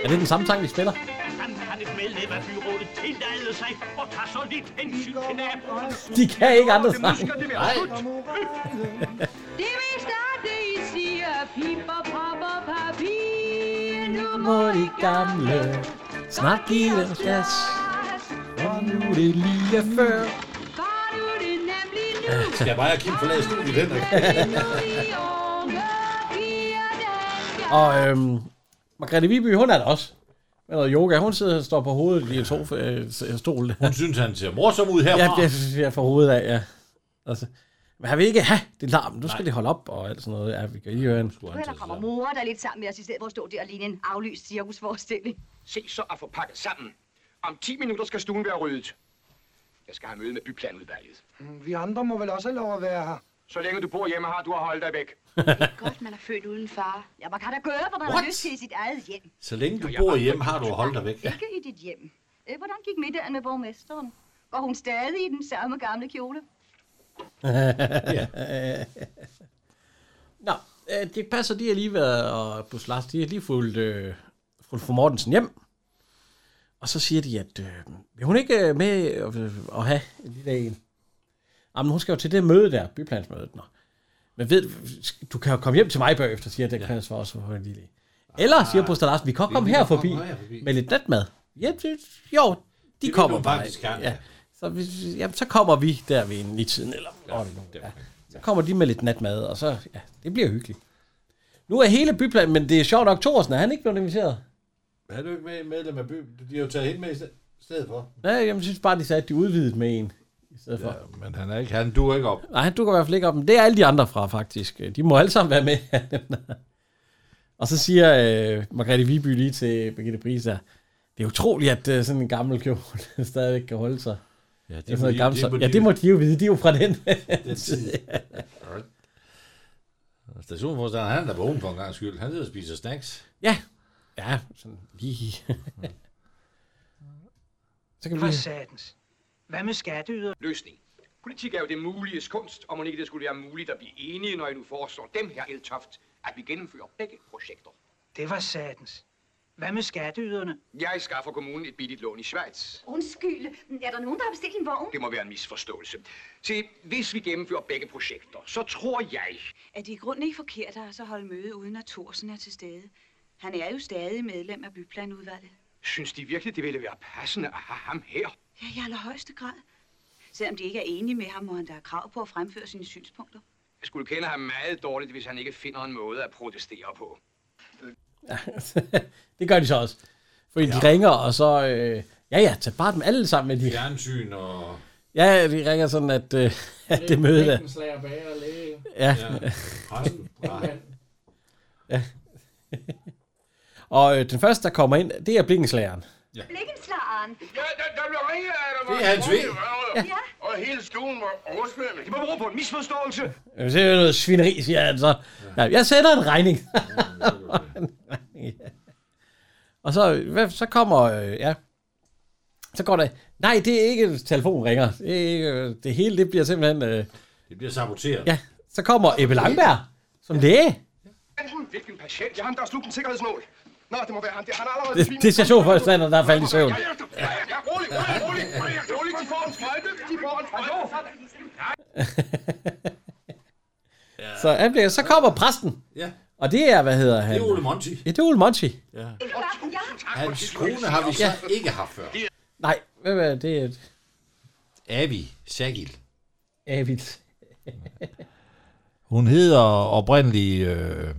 S2: Er det den samme sang, vi spiller?
S21: Han han et medlem af byrådet tillade sig og tager så lidt hensyn til naboerne.
S2: De kan ikke andre
S21: Det måske,
S2: sange.
S21: det bliver slut.
S23: Det meste af det, I siger, piper, popper, papir. Nu må
S2: Må de gamle snart give dem gas. Og nu er det lige før.
S23: far du det nemlig nu.
S3: Skal jeg bare og Kim forlade studiet, Henrik?
S2: *laughs* Og øhm, Margrethe Viby, hun er der også. Med noget yoga. Hun sidder og står på hovedet i en sofa, øh, s- stol.
S3: Hun synes, han ser morsom ud herfra.
S2: Ja, det synes jeg får hovedet af, ja. Altså, men han vil ikke have det larm. Nu skal det holde op og alt sådan noget. Ja, vi kan lige høre en.
S14: Nu der kommer mor, der er lidt sammen med os, i stedet for at stå der og ligne en aflyst cirkusforestilling.
S7: Se så at få pakket sammen. Om 10 minutter skal stuen være ryddet. Jeg skal have møde med byplanudvalget.
S24: Vi andre må vel også have lov at være her.
S7: Så længe du bor hjemme, har du at holde dig væk.
S14: Godt, man er født uden far. Ja, man kan da gøre, hvad man har
S3: What?
S14: lyst til i sit eget hjem.
S3: Så længe du bor hjemme, har du at holde dig væk.
S14: Ikke i dit hjem. Øh, Hvordan gik middagen med borgmesteren? Går hun stadig i den samme gamle kjole?
S2: ja. *laughs* Nå, øh, det passer, de har lige været, og Bus Lars, de har lige fulgt øh, fulgt fru Mortensen hjem. Og så siger de, at øh, vil hun ikke øh, med øh, at have en lille en? Jamen, hun skal jo til det møde der, byplansmødet. Nå. Men ved, du kan jo komme hjem til mig bagefter, siger Dirk Passer for os for en lille en. Eller, siger Buster Larsen, vi kan godt komme
S3: vi kan godt
S2: her forbi
S3: komme her forbi.
S2: med lidt natmad. Ja, det, jo, de
S3: vil
S2: kommer
S3: du
S2: bare.
S3: faktisk gerne,
S2: Ja. Så, vi- jamen, så kommer vi der ved en i tiden, eller ja, ja. Så kommer de med lidt natmad, og så, ja, det bliver hyggeligt. Nu er hele byplanen, men det er sjovt nok, Thorsen, er han ikke blevet inviteret?
S3: Men er du ikke med medlem af byen? De har jo taget hende med i sted- stedet for.
S2: Ja, jeg synes bare, de sagde, at de udvidede med en. I stedet for.
S3: Ja, men han er ikke, han duer ikke op.
S2: Nej, han dukker i hvert fald ikke op, men det er alle de andre fra, faktisk. De må alle sammen være med. *laughs* og så siger øh, Margrethe Viby lige til Birgitte Priser, det er utroligt, at øh, sådan en gammel kjole *laughs* stadigvæk kan holde sig.
S3: Ja, det
S2: Efter
S3: må
S2: noget
S3: de-
S2: gammelt,
S3: det
S2: så-
S3: må
S2: ja,
S3: de-
S2: det må de jo vide, de er jo fra den. *laughs*
S3: Den tid. Stationforstanderen, han er da vågen for en gang skyld. Han sidder og spiser snacks.
S2: ja, ja, sådan lige.
S3: *laughs*
S2: så kan vi
S7: For
S2: lige...
S7: satans. Hvad med skatteyder? Løsning. Politik er jo det muliges kunst, og må ikke det skulle være muligt at blive enige, når I nu foreslår dem her, Eltoft, at vi gennemfører begge projekter.
S8: Det var satans. Hvad med skatteyderne?
S7: Jeg skaffer kommunen et billigt lån i Schweiz.
S14: Undskyld, er der nogen, der har bestilt en vogn?
S7: Det må være en misforståelse. Se, hvis vi gennemfører begge projekter, så tror jeg,
S11: Er det i grunden ikke forkert at så holde møde, uden at Thorsen er til stede? Han er jo stadig medlem af byplanudvalget.
S7: synes de virkelig, det ville være passende at have ham her.
S11: Ja, i allerhøjeste grad. Selvom de ikke er enige med ham, må han da have krav på at fremføre sine synspunkter.
S7: Jeg skulle kende ham meget dårligt, hvis han ikke finder en måde at protestere på.
S2: det gør de så også. Fordi ja. de ringer, og så... Øh, ja, ja, tag bare dem alle sammen med de...
S3: Fjernsyn og...
S2: Ja, de ringer sådan, at, øh, *laughs* at det møde der...
S25: Bækkenslager, bager, læge.
S2: Ja.
S3: Ja, præsten.
S2: Ja. og øh, den første, der kommer ind, det er blikkenslageren.
S3: Ja.
S14: Blikkenslageren.
S12: Ja, der, der blev ringet af dig.
S2: Det er Hans V.
S14: Ja.
S12: Og hele stuen var oversvømmet.
S7: Det må bero på en misforståelse.
S2: Øh, Det er jo noget svineri, siger han så. Ja. Jeg sender en regning. *laughs* ja. Og så, hvad, så kommer, øh, ja, så går der, nej, det er ikke telefonringer. Det, er ikke, øh, det hele, det bliver simpelthen, øh,
S3: Det bliver saboteret.
S2: ja, så kommer Ebbe Langberg som læge.
S7: Hvilken patient? Jeg har ham, der har slugt en sikkerhedsnål. Nå, det må være ham der. Han har allerede
S2: Det,
S7: svinet.
S2: det er stationforstanderen, der er faldet i søvn.
S7: Ja, ja, rolig, rolig, rolig, rolig, rolig. De får en sprøjte. De får en sprøjte.
S2: Så, han bliver, så kommer præsten.
S3: Ja.
S2: Og det er, hvad hedder han?
S3: Det er Ole Monti.
S2: Ja, det er Ole Monti.
S3: Ja.
S14: Ja.
S3: Hans kone har vi så ikke haft før.
S2: Nej, hvad var det? er et-
S3: Avi Sagil.
S2: Avid.
S3: Hun hedder oprindeligt... Øh...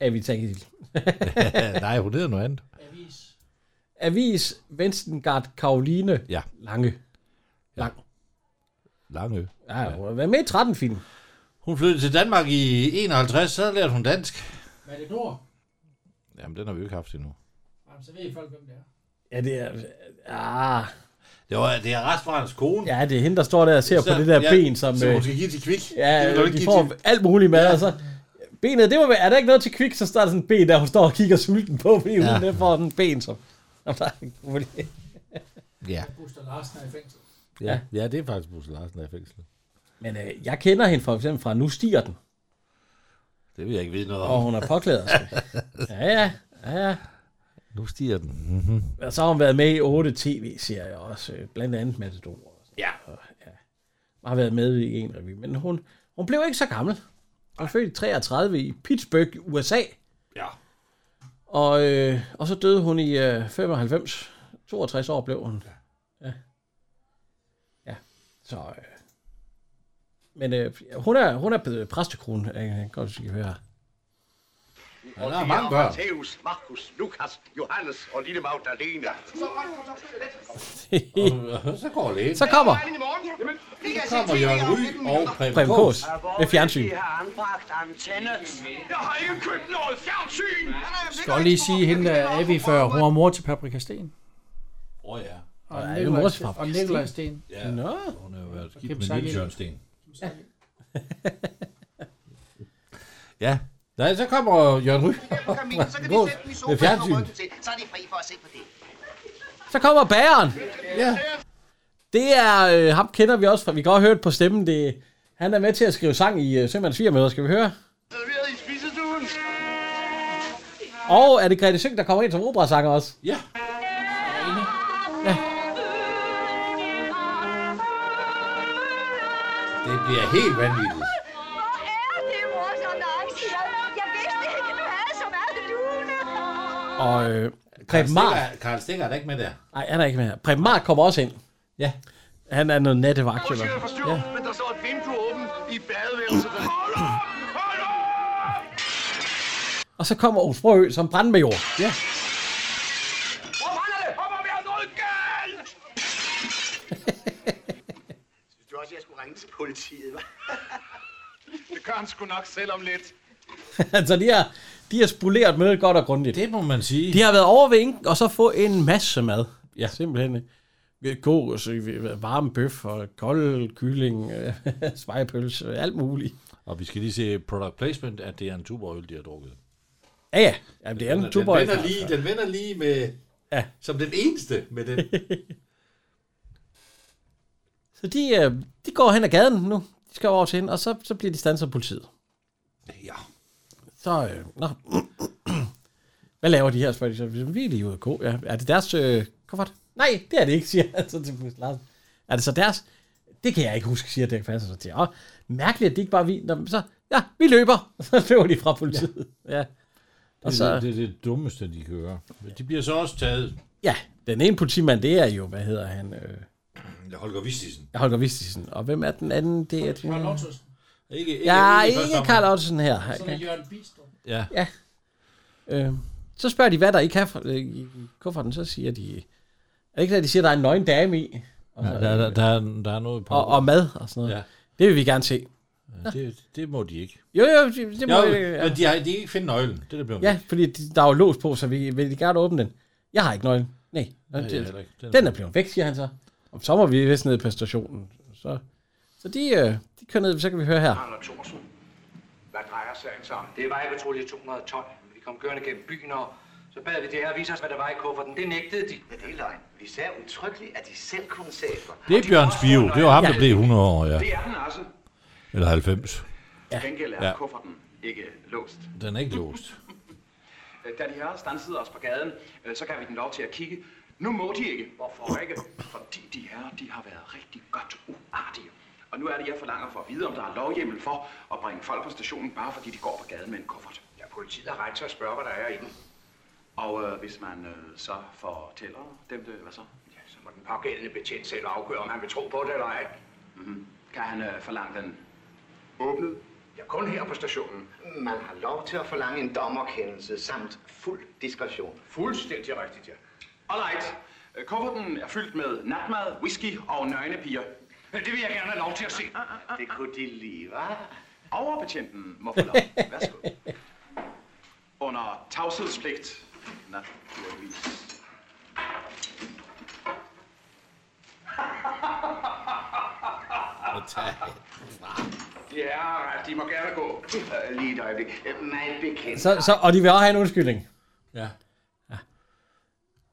S2: Avid Sagil.
S3: *laughs* Nej, hun hedder noget andet.
S2: *laughs* Avis Venstengard Karoline
S3: Ja.
S2: Lange. Lang.
S3: Lange.
S2: Ja, hun har været med i 13 film.
S3: Hun flyttede til Danmark i 51, så lærte hun dansk.
S25: Hvad er det nord?
S3: Jamen, den har vi jo ikke haft endnu.
S25: Jamen, så ved folk, hvem det er.
S2: Ja, det er... Ja.
S3: Det, var, det er restvarens kone.
S2: ah. Ja, det er hende, der står der og ser
S3: Så-
S2: på det der
S3: ja,
S2: ben, som...
S3: som hun
S2: øh,
S3: skal give til Kvik. Det
S2: Ja,
S3: vil du ikke
S2: de
S3: give
S2: får
S3: til-
S2: alt muligt mad, ja. og så... Benet, det må være, er der ikke noget til kvik, så starter sådan en ben, der hun står og kigger sulten på, fordi ja.
S3: Ja.
S2: hun der får den ben, som... Nå, der er ikke muligt.
S3: Ja.
S5: Buster Larsen er i fængsel.
S3: Ja, ja, det er faktisk Busse Larsen, der er i fængslet.
S2: Men øh, jeg kender hende for eksempel fra Nu stiger den,
S3: Det vil jeg ikke vide noget om.
S2: og hun er altså. påklædet. ja, ja, ja, ja.
S3: *laughs* Nu stiger den. Mm-hmm.
S2: Og så har hun været med i otte tv-serier også, øh, blandt andet Matador. Og sådan.
S3: Ja.
S2: Og, *laughs* ja. Har været med i en revy, men hun, hun blev ikke så gammel. Hun er født i 33 i Pittsburgh, USA.
S3: Ja.
S2: Og, øh, og så døde hun i øh, 95. 62 år blev hun. Ja. Ja. Så, øh. Men øh, hun, er, hun er blevet præstekrone, jeg kan godt sige, høre.
S18: Og
S2: der er
S18: de
S2: mange børn.
S18: Matthæus, Markus, Lukas, Johannes og Lille Magdalena.
S3: Så går det ind.
S2: Så kommer
S3: Så kommer Jørgen Ry og Preben,
S2: Preben Kås med fjernsyn.
S4: De har anbragt antennet. Jeg har ikke købt noget fjernsyn!
S5: Skal også lige sige, hende der er vi før. Hun var mor til Paprika Sten.
S3: Åh oh, ja.
S5: Og Ja, det er jo Nikolaj- mors fra og Sten. Nikolaj Sten.
S3: Ja,
S5: Nå.
S3: hun har jo været
S5: Kim
S3: gift med
S5: Sagild.
S3: Niels Jørgen Sten.
S5: Ja.
S3: Ja. Nej, så kommer Jørgen Ry og
S13: Familien, så kan vi
S3: Preben
S13: sætte den i
S3: Kaas
S13: sofaen
S3: med
S13: og
S3: fjernsyn.
S13: ryggen til. Så er de fri for at se på det.
S2: Så kommer bageren.
S3: Ja.
S2: Det er, øh, ham kender vi også fra, vi kan også høre det på stemmen, det, han er med til at skrive sang i øh, Sømands Firmøder, skal vi høre?
S17: Serveret i spisetuen.
S2: Og er det Grete Søg, der kommer ind som operasanger også?
S3: Ja. Det bliver helt vanvittigt.
S15: Jeg vidste ikke, du havde så meget lune.
S2: Og øh, Preben Mar,
S3: Karl Stikker er da ikke med der.
S2: nej, han er ikke med her. Preben Mar kommer også ind.
S3: Ja.
S2: Han er noget nattevagt. Eller?
S17: Forstyrr, ja. men der står et vindue åbent i badeværelset. Hold op!
S2: Og så kommer Aarhus Brøø som brandmajor.
S3: Ja.
S17: Hvor brænder det? Hvor må vi have noget galt?
S18: Synes du også, jeg skulle ringe til politiet, hva'?
S17: Det gør han sgu nok selv om lidt.
S2: *laughs* altså, de har, de har spoleret mødet godt og grundigt.
S3: Det må man sige.
S2: De har været over ved inken, og så få en masse mad. Ja. Simpelthen. Gås, øh, varme bøf og kold kylling, *laughs* øh, spejepølse, øh, alt muligt.
S3: Og vi skal lige se product placement, at det er en tuborøl, de har drukket.
S2: Ja, ja. Jamen, det er en
S3: Den
S2: tuborg. altså.
S3: vender lige, den vender lige med,
S2: ja.
S3: som den eneste med
S2: *laughs*
S3: den.
S2: Så de, øh, de går hen ad gaden nu. De skal over til hende, og så, så bliver de stanset af politiet.
S3: Ja.
S2: Så, øh, nå. Hvad laver de her, spørger de så. Ligesom, Vi er lige ude at gå. Ja. Er det deres øh, kuffert? Nej, det er det ikke, siger han så til Buster Larsen. Er det så deres? Det kan jeg ikke huske, siger Dirk Passer så til. Åh, mærkeligt, at de ikke bare vi... Nå, men så, ja, vi løber. *laughs* Så løber de fra politiet. Ja. ja. Og
S3: Det, er,
S2: så,
S3: det, det er det dummeste, de kan gøre. Men De bliver så også taget.
S2: ja, den ene politimand, det er jo, hvad hedder han? Øh,
S3: Holger Vistisen.
S2: Holger Vistisen. Og hvem er den anden? Det er den...
S5: Carl Ottesen.
S3: Ikke, ikke,
S2: Ja,
S3: i
S2: ikke,
S3: første
S2: ikke
S3: omgang.
S2: Karl Ottesen her.
S5: Sådan er Jørgen Bistrup.
S3: Ja.
S2: Ja. Øh, så spørger de, hvad der ikke kan for, øh, i kufferten, så siger de, er det ikke det, de siger, der er en nøgen dame i? Og,
S3: Ja,
S2: så-
S3: der, der, der, er- der er noget på.
S2: og, og mad og sådan noget.
S3: Ja.
S2: Ja. Det vil vi gerne se.
S3: Ja, det, det må de ikke.
S2: Jo, jo, det, det må
S3: jo,
S2: vi, ja.
S3: Men de har de kan ikke finde nøglen. Det er der blevet
S2: ja, fordi de- der er jo lås på, så vi vil de gerne åbne den. Jeg har ikke nøglen. Nej,
S3: Nej,
S2: det,
S3: jeg heller ikke. Den er
S2: den, er blevet væk, siger han så. Om så må vi vist ned på stationen. Så, så de, øh, de kører ned, så kan vi høre her.
S7: Arne Thorsen. Hvad drejer sagen sig om? Det var i patrulje 212. Vi kom kørende gennem byen, og så bad vi det her vise os, hvad der var i kufferten. Det nægtede de. Ja, det er løgn. Vi sagde utryggeligt, at de selv kunne se efter.
S3: Det er Bjørn Spio. Det var ham, der blev 100 år, ja.
S10: Det er den altså.
S3: Eller 90.
S10: Ja. Gengæld er
S3: Ja.
S10: ja. kufferten ikke låst.
S3: Den er ikke låst.
S10: Øh, Da de her stansede os på gaden, øh, så gav vi den lov til at kigge. Nu må de ikke. Hvorfor ikke? Fordi de her, de har været rigtig godt uartige. Og nu er det, jeg forlanger for at vide, om der er lovhjemmel for at bringe folk på stationen, bare fordi de går på gaden med en kuffert. Ja, politiet har ret til at spørge, hvad der er i den. Og øh, hvis man øh, så fortæller dem det, hvad så? Ja, så må den pågældende betjent selv afgøre, om han vil tro på det eller ej. Mm-hmm. Kan han øh, forlange den åbnet? Ja, kun her på stationen.
S13: Man har lov til at forlange en dommerkendelse samt fuld diskretion.
S10: Fuldstændig rigtigt, ja. Alright. Øh, Kufferten er fyldt med natmad, whisky og nøgne piger. Øh, Det vil jeg gerne have lov til at se.
S3: Ah,
S10: Det kunne de lige, hva'? Overbetjenten må
S3: *laughs*
S10: få lov. Værsgo. Under tavshedspligt. Naturligvis.
S7: Ja, de må gerne gå. Øh, Lige et øjeblik. Øh, Mig bekendt.
S2: Så, så, og de vil også have en undskyldning.
S3: Ja.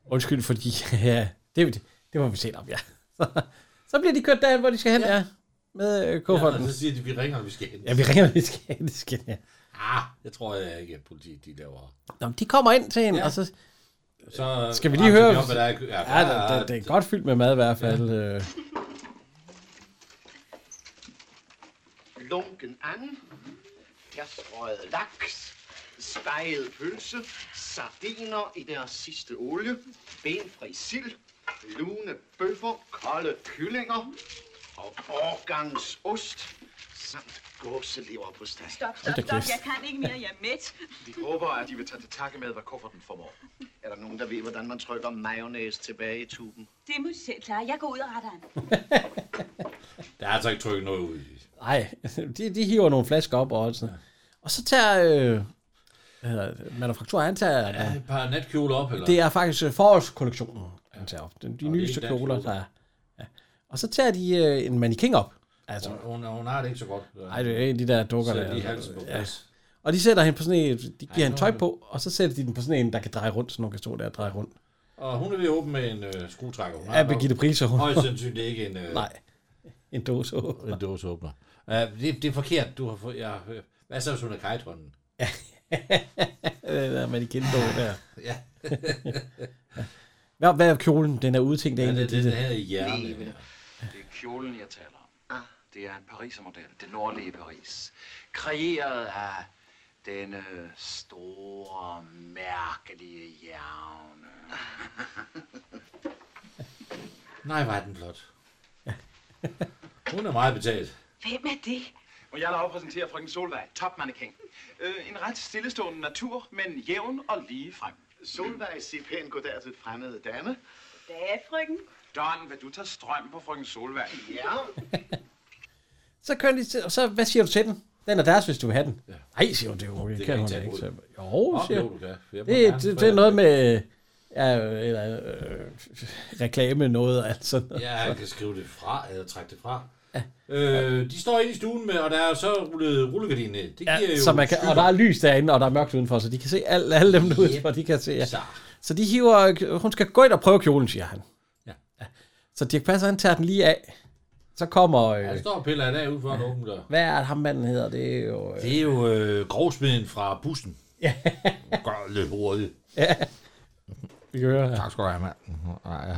S2: Undskyld, fordi *laughs* ja, det, det må vi se om, ja. *laughs* Så, så bliver de kørt derhen, hvor de skal hen, ja. ja med øh,
S3: Ja, og
S2: kufferten.
S3: så siger de, vi ringer, vi skal hente.
S2: Ja, vi ringer, vi skal, vi skal ja.
S3: Ah, jeg tror jeg ikke, at politiet de laver.
S2: Nå, men de kommer ind til en,
S3: Ja.
S2: ja. og så
S3: Så
S2: skal vi lige høre...
S3: Op, hvad der er, i kø-
S2: ja, ja, det, det er godt fyldt med mad i hvert fald. øh. Ja.
S18: Lunken an, herstrøget laks, steget pølse, sardiner i deres sidste olie, benfri sild, lune bøffer, kolde kyllinger og årgangsost samt gåselever på steg.
S11: Stop,
S18: Hold
S11: stop,
S18: da
S11: stop.
S18: kæft.
S11: Jeg kan ikke mere. Jeg er mæt.
S18: Vi håber, at de vil tage til takke med, hvad kufferten formår. Er der nogen, der ved, hvordan man trykker mayonnaise tilbage i tuben?
S11: Det må du selv klare. Jeg går ud og retter an.
S3: Der er altså ikke trykket noget ud. i.
S2: Nej, de, de hiver nogle flasker op og sådan noget. Og så tager... Øh, hvad hedder det? Manufaktur, han tager...
S3: Ja, et par natkjoler op, eller?
S2: Det er faktisk øh, forårskollektionen, han tager op. De, de
S3: det er
S2: nyeste
S3: ikke dansk
S2: kjoler,
S3: kjole.
S2: der er. Ja. Og så tager de øh, en mannequin op. Altså,
S3: Hun, hun, hun, har det ikke så godt. øh,
S2: Nej, det er en af de der dukker
S3: Så
S2: der.
S3: er de halsen på plads.
S2: Og de sætter hende på sådan en, de giver hende
S3: nu-
S2: tøj på, og så sætter de den på sådan en, der kan dreje rundt, så hun kan stå der og dreje rundt.
S3: Og hun er ved at åbne med en øh, skruetrækker. Hun
S2: Ja, Birgitte Price,
S3: Hun...
S2: hun-
S3: Højst sandsynligt ikke en... Øh,
S2: Nej. En dåse åbner.
S3: En dåse åbner. Uh, det, det, er forkert, du har fået... Ja, øh, hvad så, hvis hun har
S2: *laughs*
S3: kajthånden?
S2: Den der mannequin på der.
S3: Ja.
S2: *laughs* Hvad, hvad er kjolen? Den er udtænkt af
S3: Ja,
S2: en af
S3: det,
S2: de
S3: det, det
S2: der-
S3: her i hjernen.
S7: Leve. Det er kjolen, jeg taler
S10: Ah.
S7: om. Det er en Parisermodel, det nordlige Paris. Kreeret af denne store, mærkelige jern.
S3: Nej, hvor er den flot. Hun er meget betalt.
S11: Hvem er det?
S10: Må jeg lov præsentere frøken Solvej, topmanneking. Øh, en ret stillestående natur, men jævn og lige frem.
S18: Solvej, sig pænt goddag til fremmede dame.
S11: Goddag, frøken.
S10: Don, vil du tage strøm på frøken Solvej?
S18: Ja.
S2: Så kører de til, og så, hvad siger du til den? Den er deres, hvis du vil have den. Nej, siger hun, det er jo det
S3: Det
S2: kan,
S3: kan
S2: hun
S3: jeg ikke
S2: ikke.
S3: tage
S2: Så,
S3: imod.
S2: jo,
S3: Nå,
S2: siger
S3: jo, du kan. Jeg må
S2: det,
S3: gerne
S2: det, det,
S3: spørge.
S2: er noget med ja, eller, øh, reklame noget, altså.
S3: Ja, jeg kan skrive det fra, eller trække det fra. Øh, de står inde i stuen, med, og der er så rullet rullegardinen ned. Det giver
S2: Ja,
S3: jo
S2: så man kan, og der er lys derinde, og der er mørkt udenfor, så de kan se alle, alle dem derude, hvor de kan se. Ja.
S3: Så.
S2: Så de hiver, hun skal gå ind og prøve kjolen, siger han.
S3: Ja.
S2: Så Dirk Passer, han tager den lige af. Så kommer, øh,
S3: Ja, der står og piller af ude for en åben dør.
S2: hvad er det, ham manden hedder? Det er jo... Øh,
S3: Det er jo øh, grovsmeden fra bussen. Ja. Gør lidt hurtigt.
S2: Ja. Vi kan høre her.
S3: Tak skal du have, mand. Nej, ja.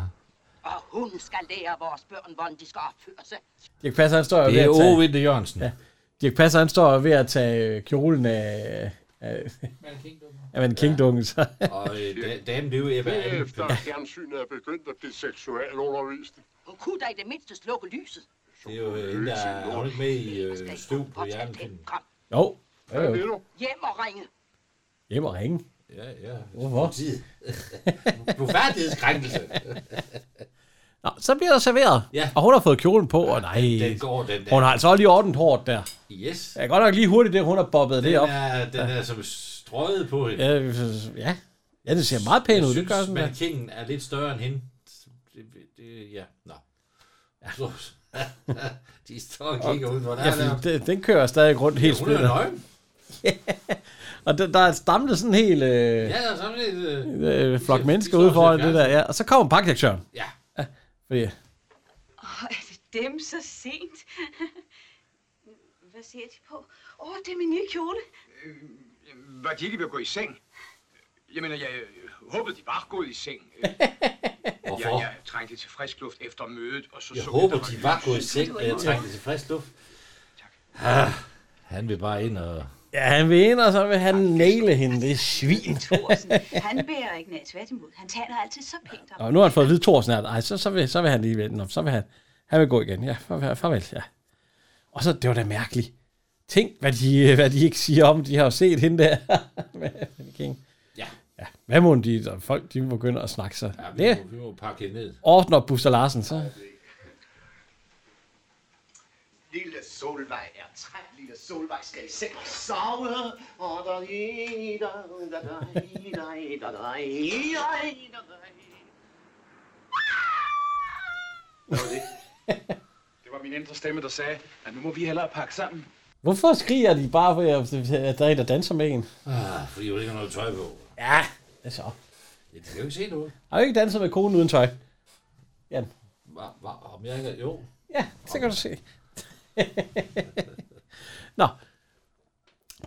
S14: Og hun skal lære vores børn, hvordan de skal opføre sig.
S2: Dirk Passer, han står jo
S3: Det
S2: ved
S3: er
S2: at tage...
S3: Ove Jørgensen.
S2: Ja. Dirk Passer, han står jo ved at tage øh, kjolen af... af af Van Kingdungen. Så.
S3: Og øh, da- damen, det er jo Ebba Anne.
S12: Derefter er fjernsynet er begyndt at blive seksualundervisning.
S14: Hun kunne da i det mindste slukke lyset.
S3: Det er jo øh, hende, der er hun ikke med i øh, støv på hjernen.
S2: *laughs* Jo. Jo,
S12: Hvad
S2: jo.
S12: vil du?
S14: Hjem og ringe.
S2: Hjem og ringe.
S3: Ja, ja.
S2: Hvorfor? *laughs*
S3: Blufærdighedskrænkelse.
S2: Nå, så bliver der serveret,
S3: Ja.
S2: og hun har fået kjolen på, og nej,
S3: den går, den der.
S2: hun har altså også lige ordent hårdt der.
S3: Yes.
S2: Jeg er godt nok lige hurtigt, det hun har bobbet
S3: Den
S2: det op.
S3: er, den er som strøget på hende.
S2: Ja, ja. ja, det ser meget pænt
S3: Jeg
S2: ud, det
S3: synes,
S2: gør sådan der.
S3: manikingen er lidt større end hende. Det, det- det, ja, nå. Så, *laughs* de står og kigger ud, hvor der
S2: Ja,
S3: er
S2: fordi den, den kører stadig rundt helt
S3: Ja, hun er
S2: splittet.
S3: nøgen.
S2: *laughs* Ja, og der, der er stamlet sådan en hel øh,
S3: Ja, der er sådan lidt...
S2: øh, flok mennesker ude foran det der. Ja. Og så kommer bankdirektøren.
S3: Ja.
S2: Fordi,
S11: Åh, er det dem så sent? *laughs* Hvad ser de på? Åh, det er min nye kjole.
S7: Var de ikke ved at gå i seng? Jeg mener, jeg øh, håbede, de var gået i seng. Øh,
S3: *laughs* Hvorfor?
S7: Jeg, jeg trængte til frisk luft efter mødet, og så
S3: Jeg
S7: så
S3: håber,
S7: der
S3: de
S7: lys.
S3: var gået i seng, og jeg trængte til frisk luft. Ah, han vil bare ind og...
S2: ja, han vil ind, og så vil han næle hende. Det er svin.
S3: *laughs*
S11: Han bærer ikke ned, tværtimod. Han taler altid så pænt om.
S2: og nu har han fået at vide to snart. Ej, så, så, vil, så vil han lige vende om. Så vil han, han vil gå igen. Ja, farvel, farvel. Ja. Og så, det var da mærkeligt. Tænk, hvad de, *laughs* hvad de ikke siger om. De har jo set hende der. *laughs* Mannequin.
S3: Ja.
S2: ja. Hvad må de, der folk, de begynder at snakke sig.
S3: Ja,
S2: det
S3: vi, må, vi må pakke hende ned.
S2: ordner Buster Larsen, så.
S18: Lille Solvej er træt. Lille Solvej skal i seng og sove. Og da i, da, da, da, i, da, i, da, da, i, da, i, da, da, i.
S10: *laughs* Det var min indre stemme, der sagde, at nu må vi hellere pakke sammen.
S2: Hvorfor skriger de bare, for at der er en, der danser med en?
S3: Ah, fordi hun ikke har noget tøj på.
S2: Ja, det så.
S3: Ja, de kan jo ikke se noget.
S2: Har du ikke danset med konen uden tøj? Jan.
S3: Hva, hva, om jeg ikke... Jo.
S2: Ja, så kan du se. Nå.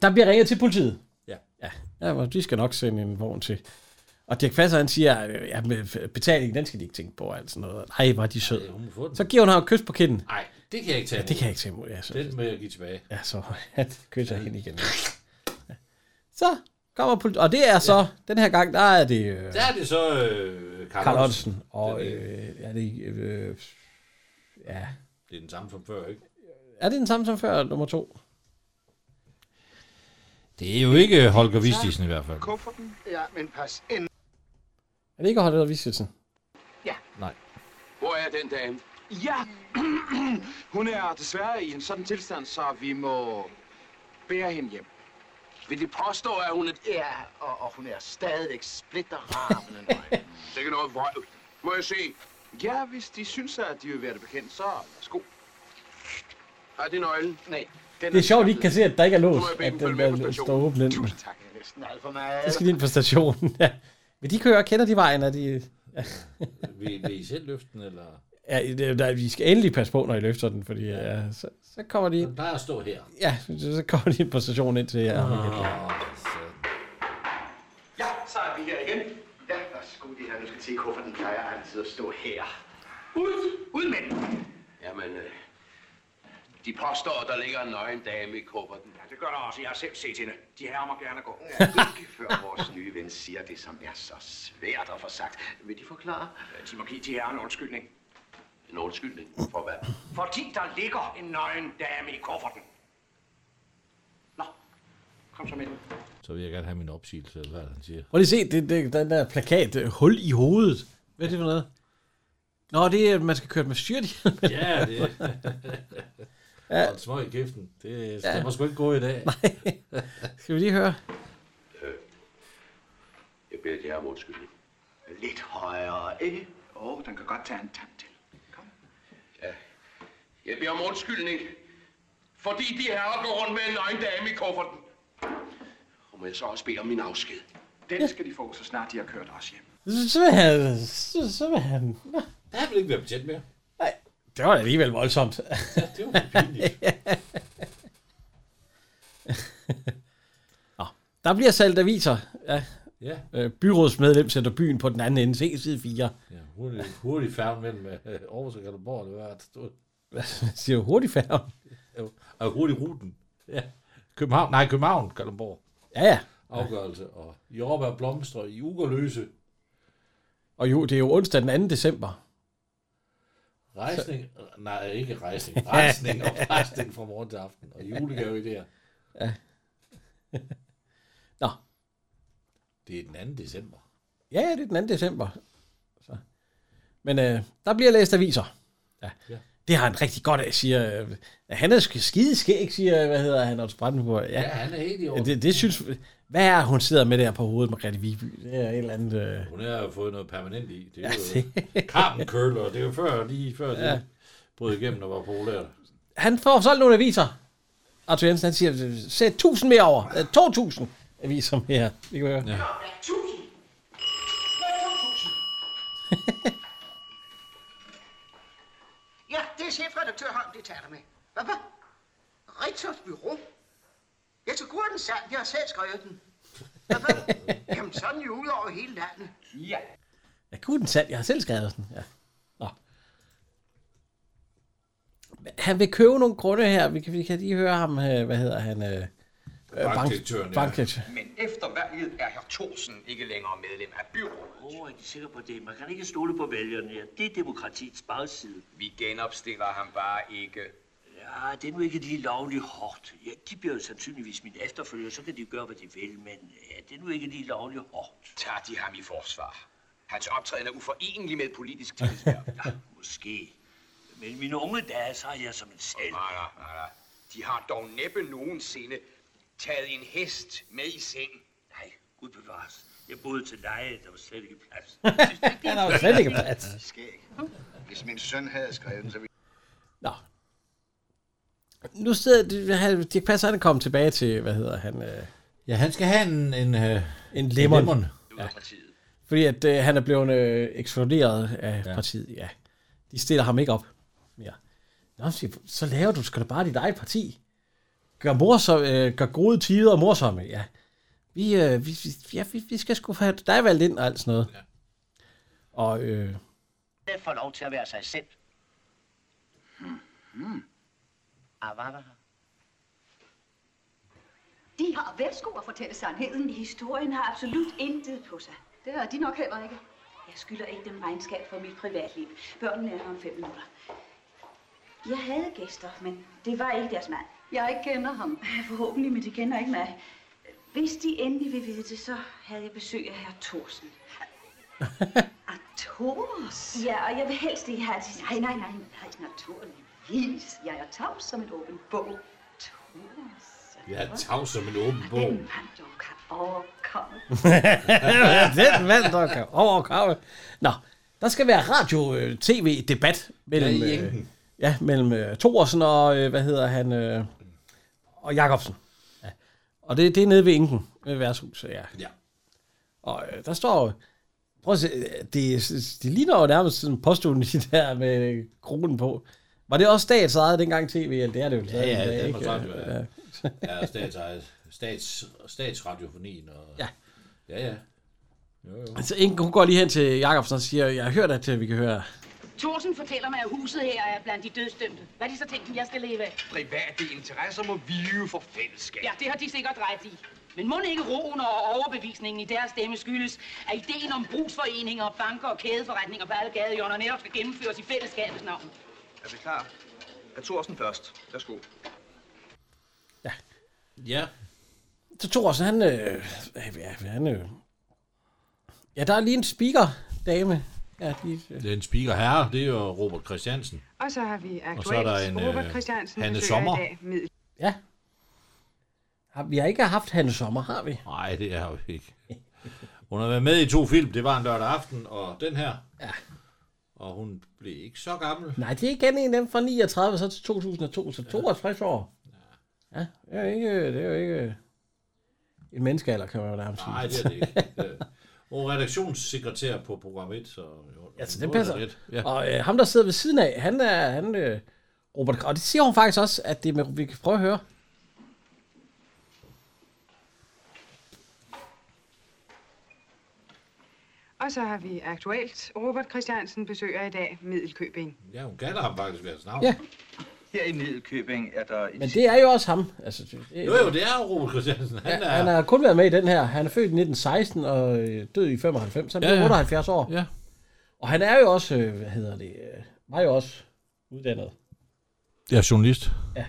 S2: Der bliver ringet til politiet.
S3: Ja.
S2: Ja, ja men de skal nok sende en vogn til. Og Dirk Passer, han siger, at betalingen, den skal de ikke tænke på, og alt sådan noget. Nej, var de søde.
S3: Ja, hun må få den.
S2: Så giver hun ham et kys på kinden.
S3: Nej, det kan jeg ikke tage
S2: Ja, det
S3: imod.
S2: kan jeg ikke tage imod. Ja, så,
S3: Den må jeg give tilbage.
S2: ja, så han kysser hende igen. Ja. Så kommer politiet. Og det er så, ja. den her gang, der er det... Øh,
S3: Der er det så øh, Carl,
S2: Carl Ottesen. Og øh, er det... Øh, ja.
S3: Det er den samme som før, ikke?
S2: Er det den samme som før, nummer to?
S3: Det er jo ikke Holger Vistisen i hvert fald.
S18: Kufferten? Ja, men pas ind.
S2: Er det ikke Holger Vistisen?
S18: Ja.
S3: Nej.
S10: Hvor er den dame? Ja, *clears throat* hun er desværre i en sådan tilstand, så vi må bære hende hjem.
S18: Vil de påstå, at hun er... Ja, og, og hun er stadigvæk splitterrabende.
S10: Det er noget vrøvl. Må jeg se? Ja, hvis de synes, at de vil være det bekendt, så værsgo. Har de nøglen? Nej. Den
S2: Det er sjovt, de ikke kan se, at der ikke er lås,
S10: Nu må jeg bede
S2: at øh,
S10: dem
S2: den
S10: følge med på
S2: der
S10: stationen.
S2: står åben den.
S10: Tak.
S18: Næsten alt for meget.
S2: Så skal de ind på stationen. *laughs* Ja. Men de kører, kender de vejen, og de... Ja.
S3: Vil, vil I selv løfte den, eller?
S2: *laughs* Ja, det- der, vi skal endelig passe på, når I løfter den, fordi ja, så, så kommer de
S3: Den plejer at stå her.
S2: ja, så så kommer de ind på stationen ind til jer.
S3: Ah,
S18: Ja, så er vi her igen. Ja, værsgo, de her. Nu skal se, hvorfor den plejer altid at stå her. Ud! Ud med den!
S9: Jamen, øh, de påstår, at der ligger en nøgen dame i kufferten.
S18: Ja, det gør der også. Jeg har selv set hende. De herrer må gerne gå. Ja, ikke før vores nye ven siger det, som er så svært at få sagt. Vil de forklare? De må give de herrer en undskyldning.
S9: En undskyldning for hvad?
S18: Fordi der ligger en nøgen dame i kufferten. Nå, kom så med den.
S3: Så vil jeg gerne have min opsigelse, eller hvad er det, han siger.
S2: Prøv lige at se, det, det, den der plakat, øh, hul i hovedet. Hvad er det for noget? Nå, det er, at man skal køre med *laughs* styrthjelm.
S3: Ja, det
S2: *laughs* Ja.
S3: ja. Og en smøg i kæften. Det stemmer ja. sgu ikke gå i dag.
S2: Nej. Skal vi lige høre?
S9: Jeg beder jer om undskyldning.
S18: Lidt højere, ikke? Åh, oh, den kan godt tage en tand til.
S12: Jeg beder om undskyldning, fordi de herrer går rundt med en nøgen dame i kufferten.
S9: Og må jeg så også bede om min afsked?
S10: Den skal de få, så snart de har kørt os hjem.
S2: Så, så vil han... Så, så vil han... Nå,
S3: Der vil ikke være betjent mere.
S2: det var alligevel voldsomt.
S3: Ja, det var pinligt.
S2: Nå, der bliver salgt aviser. Ja.
S3: Ja.
S2: Øh, byrådsmedlem sætter byen på den anden ende. Se side 4.
S3: Ja, *laughs* hurtig, hurtig færgen mellem øh, Aarhus og Kalderborg, det var der stod.
S2: Hvad siger du? Hurtig færgen?
S3: Jo, Og hurtig ruten. Ja. København, nej, København, Kalderborg.
S2: Ja, ja.
S3: Afgørelse. Og jordbær blomstrer i ugerløse.
S2: Og jo, det er jo onsdag den 2. december.
S3: Rejsning, nej, ikke
S2: *laughs*
S3: rejsning. Rejsning og rejsning fra morgen til aften. Og julegave i det her.
S2: Ja. Nå.
S3: Det er den 2. december.
S2: Ja, ja, det er den 2. december. Så. Men øh, der bliver læst aviser. Ja.
S3: Ja.
S2: ja. Det har han rigtig godt af, siger... Øh, han er sk- skide skæg, siger, øh, hvad hedder han, Otto Brandenburg.
S3: Ja, han er helt i orden.
S2: Det, det synes... Hvad er hun sidder med der på hovedet, Margrethe Viby? Det er et eller andet... Øh,
S3: Hun har jo fået noget permanent i. Det er
S2: Ja,
S3: jo Carmen Køller. Det er jo før, lige før ja. det brød igennem og var populært.
S2: han får solgt nogle aviser. Arthur Jensen, han siger, sæt 1000 mere over. Øh, 2000 aviser mere. Det kan vi høre. Ja.
S18: Tusind.
S20: Ja, det er chefredaktør Holm, de taler med. Hvad? Hvad? Ritzers Bureau? Jeg skal gå den sand, jeg har selv skrevet den. Hvad? hvad? Jamen, sådan er det jo ud over hele landet. Ja.
S2: Jeg kunne den sand, jeg har selv skrevet den. Ja. Nå. Han vil købe nogle grunde her. Vi kan, vi kan lige høre ham, øh, hvad hedder han? Øh, øh, bank-
S18: Bankdirektøren, ja.
S2: bankdirektør.
S18: Men efter valget er herr Thorsen ikke længere medlem af byrådet.
S19: Åh, oh, er de sikre på det? Man kan ikke stole på vælgerne her. Det er demokratiets bagside.
S18: Vi genopstiller ham bare ikke.
S19: Ja, det er nu ikke lige lovligt hårdt. Ja, de bliver jo sandsynligvis min efterfølger, så kan de gøre, hvad de vil, men ja, det er nu ikke lige lovligt hårdt.
S18: Tager de ham i forsvar? Hans optræden er uforenelig med et politisk tillidsværv. ja,
S19: måske. Men mine unge dage, så er jeg som en selv.
S18: Nej, nej, nej, nej. De har dog næppe nogensinde taget en hest med i seng.
S19: Nej, Gud bevares. Jeg boede til leje, der var slet ikke plads.
S2: *laughs* Han har jo slet ikke plads.
S18: Skæg. Hvis min søn havde skrevet den, så ville...
S2: Nå, Nu sidder de- han- Dirk Passer, han er kommet tilbage til, hvad hedder han? Øh,
S3: ja, han skal have en... En, øh,
S2: *laughs* en lemon.
S3: en lemon.
S2: Ja. Fordi at, øh, han er blevet øh, eksploderet af ja. partiet, ja. De stiller ham ikke op mere. Nå, siger, så laver du sgu da bare dit eget parti. Gør, morsom, øh, gør gode tider morsomme, ja. Vi, øh, vi, vi, ja, vi, vi skal sgu have dig valgt ind og alt sådan noget. Ja. Og øh,
S13: Det får lov til at være sig selv. Hmm.
S18: Ah,
S13: Avara.
S11: De har velsko at fortælle sandheden. Historien har absolut intet på sig. Det har de nok heller ikke. Jeg skylder ikke dem regnskab for mit privatliv. Børnene er her om fem minutter. Jeg havde gæster, men det var ikke deres mand. Jeg kender ham. Forhåbentlig, men det kender ikke mig. Hvis de endelig vil vide det, så havde jeg besøg af herr Thorsen. Ah, Thors? Ja, og jeg vil helst ikke have det. Nej, nej, nej, nej, naturligvis. Jeg er tavs som en åben bog. Thors.
S1: Jeg er tavs som en åben bog.
S11: Den mand, du kan overkomme.
S2: *laughs* den mand, der kan overkomme. Nå, der skal være radio-tv-debat mellem,
S3: Ja, i
S2: øh,
S3: Enken.
S2: ja, mellem øh, Thorsen og, øh, hvad hedder han, øh, og Jacobsen. Ja. Og det, det er nede ved Inken, ved værtshuset, ja.
S1: ja.
S2: Og øh, der står jo- prøv at se, øh, det, det ligner jo nærmest sådan posthunden, de der med øh, kronen på. Var det også statsejet dengang tv, eller det er det jo
S3: Ja,
S2: stadig i dag,
S3: ja, Danmarks
S2: ikke?
S3: Radio. Ja,
S2: Ja.
S3: ja statsejet. Stats, statsradiofonien. Og,
S2: ja.
S1: Ja, ja. Jo, jo.
S2: Altså, Inken, hun går lige hen til Jacobsen og siger, jeg har hørt, at øh, vi kan høre
S14: Thorsen fortæller mig, at huset her er blandt de dødsdømte. Hvad er de så tænkt, jeg skal leve af?
S9: Private interesser må vige for fællesskab.
S14: Ja, det har de sikkert ret i. Men må ikke roen og overbevisningen i deres stemme skyldes, at ideen om brugsforeninger, banker og kædeforretninger på alle gadehjørner netop skal gennemføres i fællesskabets navn?
S9: Er vi klar? Er Thorsen først? Værsgo.
S3: Ja.
S2: Så Thorsen, han... Øh, ja, han øh. ja, der er lige en speaker, dame. Ja, de, øh.
S3: Det er en speaker herre, det er jo Robert Christiansen.
S6: Og så har vi aktuelt
S3: Og så er der en, øh,
S6: Robert Christiansen,
S3: Hanne
S6: besøger
S3: Sommer.
S6: i dag middel.
S2: Ja. Har, vi har ikke haft Hanne Sommer, har vi?
S3: Nej, det er jo ikke. Hun har været med i to film. Det var en lørdag aften, og den her.
S2: Ja.
S3: Og hun blev ikke så gammel.
S2: Nej, det er igen en af dem fra 39 og så til 2002, så 62 år. Ja, det er jo ikke, øh, det er jo ikke øh, en menneskealder, kan man jo nærmest sige.
S3: Nej, det er det ikke. Det er- Hun er redaktionssekretær på program 1, så... Jo,
S2: Ja, så
S3: hun
S2: det
S3: må da
S2: passer.
S3: lidt.
S2: Ja. Og øh, ham, der sidder ved siden af, han er... Han, øh, Robert, og det siger hun faktisk også, at det er med, vi kan prøve at høre.
S6: Og så har vi aktuelt Robert Christiansen besøger i dag Middelkøbing.
S3: Ja, hun gælder ham faktisk ved hans navn.
S2: Ja.
S9: Her i Middelkøbing er der...
S2: Men det er jo også ham. Altså, det,
S3: Jo, jo, det er Robert Christiansen. Han
S2: Han,
S3: ja,
S2: er...
S3: er...
S2: han har kun været med i den her. Han er født i 1916 og øh, død i 95, så han
S3: Ja,
S2: ja, blev
S3: ja.
S2: 78 år.
S3: Ja.
S2: Og han er jo også, øh, hvad hedder det, øh, var jo også uddannet.
S3: Jeg er journalist.
S2: Ja.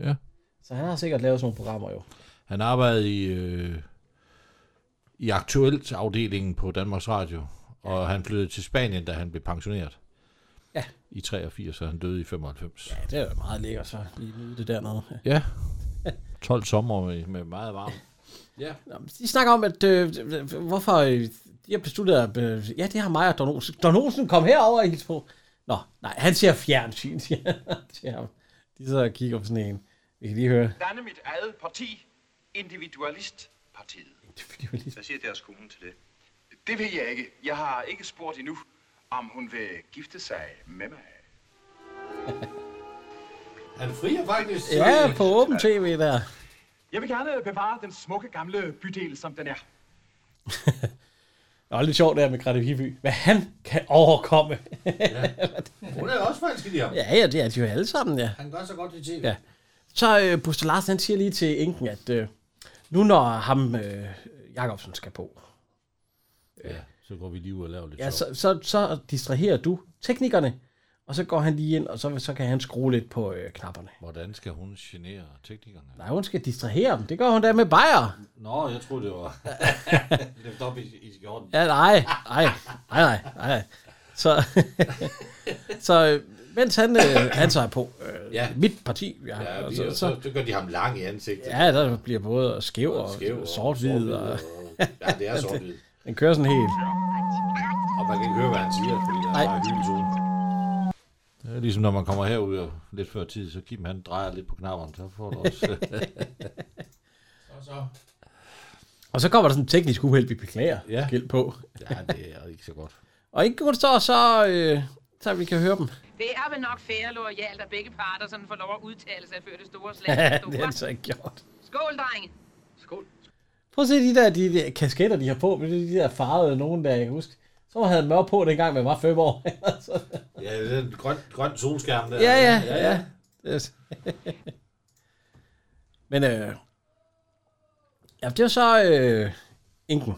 S3: Ja.
S2: Så han har sikkert lavet sådan nogle programmer jo.
S3: Han arbejdede i, øh, i aktuelt afdelingen på Danmarks Radio, og han flyttede til Spanien, da han blev pensioneret.
S2: Ja.
S3: I 83, og han døde i 95. Ja,
S2: Det er jo meget lækkert så, lige nyde det dernede.
S3: Ja. 12 sommer med, med meget varme. Ja.
S2: Nå, men De snakker om, at øh, hvorfor øh, de har besluttet, at øh, ja, det har mig og Don Olsen. Don Olsen, kom herover og hils på. Nå, nej, han ser fjernsyn, siger han *laughs* til ham. De sidder og kigger på sådan en. Vi kan lige høre.
S10: Danne mit eget parti, Individualistpartiet.
S2: Individualist.
S9: Hvad siger deres kone til det?
S10: Det ved jeg ikke. Jeg har ikke spurgt endnu, om hun vil gifte sig med
S2: *laughs*
S10: mig.
S3: Han frier faktisk.
S2: Ja, på åben tv der.
S10: Jeg vil gerne bevare den smukke gamle bydel, som den er.
S2: Det var lidt sjovt der med Grete Hiby. Hvad han kan overkomme. *laughs*
S3: Hun er også forelsket i ham.
S2: Ja, ja, det er de jo alle sammen, ja.
S3: Han gør så godt i tv.
S2: ja. Så øh, Buster Larsen, han siger lige til Inken, at øh, nu når ham øh, Jacobsen skal på,
S3: ja. Så går vi lige ud og laver lidt
S2: ja,
S3: sjov.
S2: så, så, så distraherer du teknikerne, og så går han lige ind, og så, så kan han skrue lidt på øh, knapperne.
S3: Hvordan skal hun genere teknikerne?
S2: Nej, hun skal distrahere dem. Det gør hun da med bajer.
S3: Nå, jeg troede, det
S2: *laughs*
S3: var... det var op i, i skjorten.
S2: Ja, nej, nej, nej, nej, nej. Så, *laughs* så øh, mens han, øh, han så er på, øh, ja.
S3: Ja.
S2: mit parti, ja,
S3: Ja,
S2: og
S3: vi, så, så, så, gør de ham lang i ansigtet.
S2: altså, Ja, der bliver både skæv og,
S3: Skæv
S2: og
S3: og
S2: sort-hvid. Og,
S3: sort-hvid Ja, det er sort hvid.
S2: *laughs* den kører sådan helt.
S3: Og man kan ikke høre, hvad han siger, fordi der er
S2: Nej.
S3: bare hyldezone.
S2: Det
S3: øh, ligesom når man kommer herud og lidt før tid, så Kim han drejer lidt på knapperne, så får du
S2: *laughs*
S3: også...
S2: Og så. Og så kommer der sådan en teknisk uheld, vi beklager
S3: Ja.
S2: ja. skilt på.
S3: ja, det er ikke så godt.
S2: Og ikke kun så, så, øh, så vi kan høre dem.
S16: Det er vel nok færre lojalt, at begge parter sådan får lov at udtale sig før det store
S14: *laughs*
S16: slag.
S2: *laughs* Ja,
S16: er
S2: det
S16: store.
S2: er altså ikke gjort.
S16: Skål, drenge. Skål.
S2: Prøv at se de der, de der kasketter, de har på. men Det er de der farvede nogen, der jeg kan huske. Så havde mørk på dengang, man var fem år. *laughs*
S1: Ja, det er en grøn, grøn solskærm der.
S2: ja, ja, ja. ja. *laughs* Men øh, ja, det var så øh, Inken.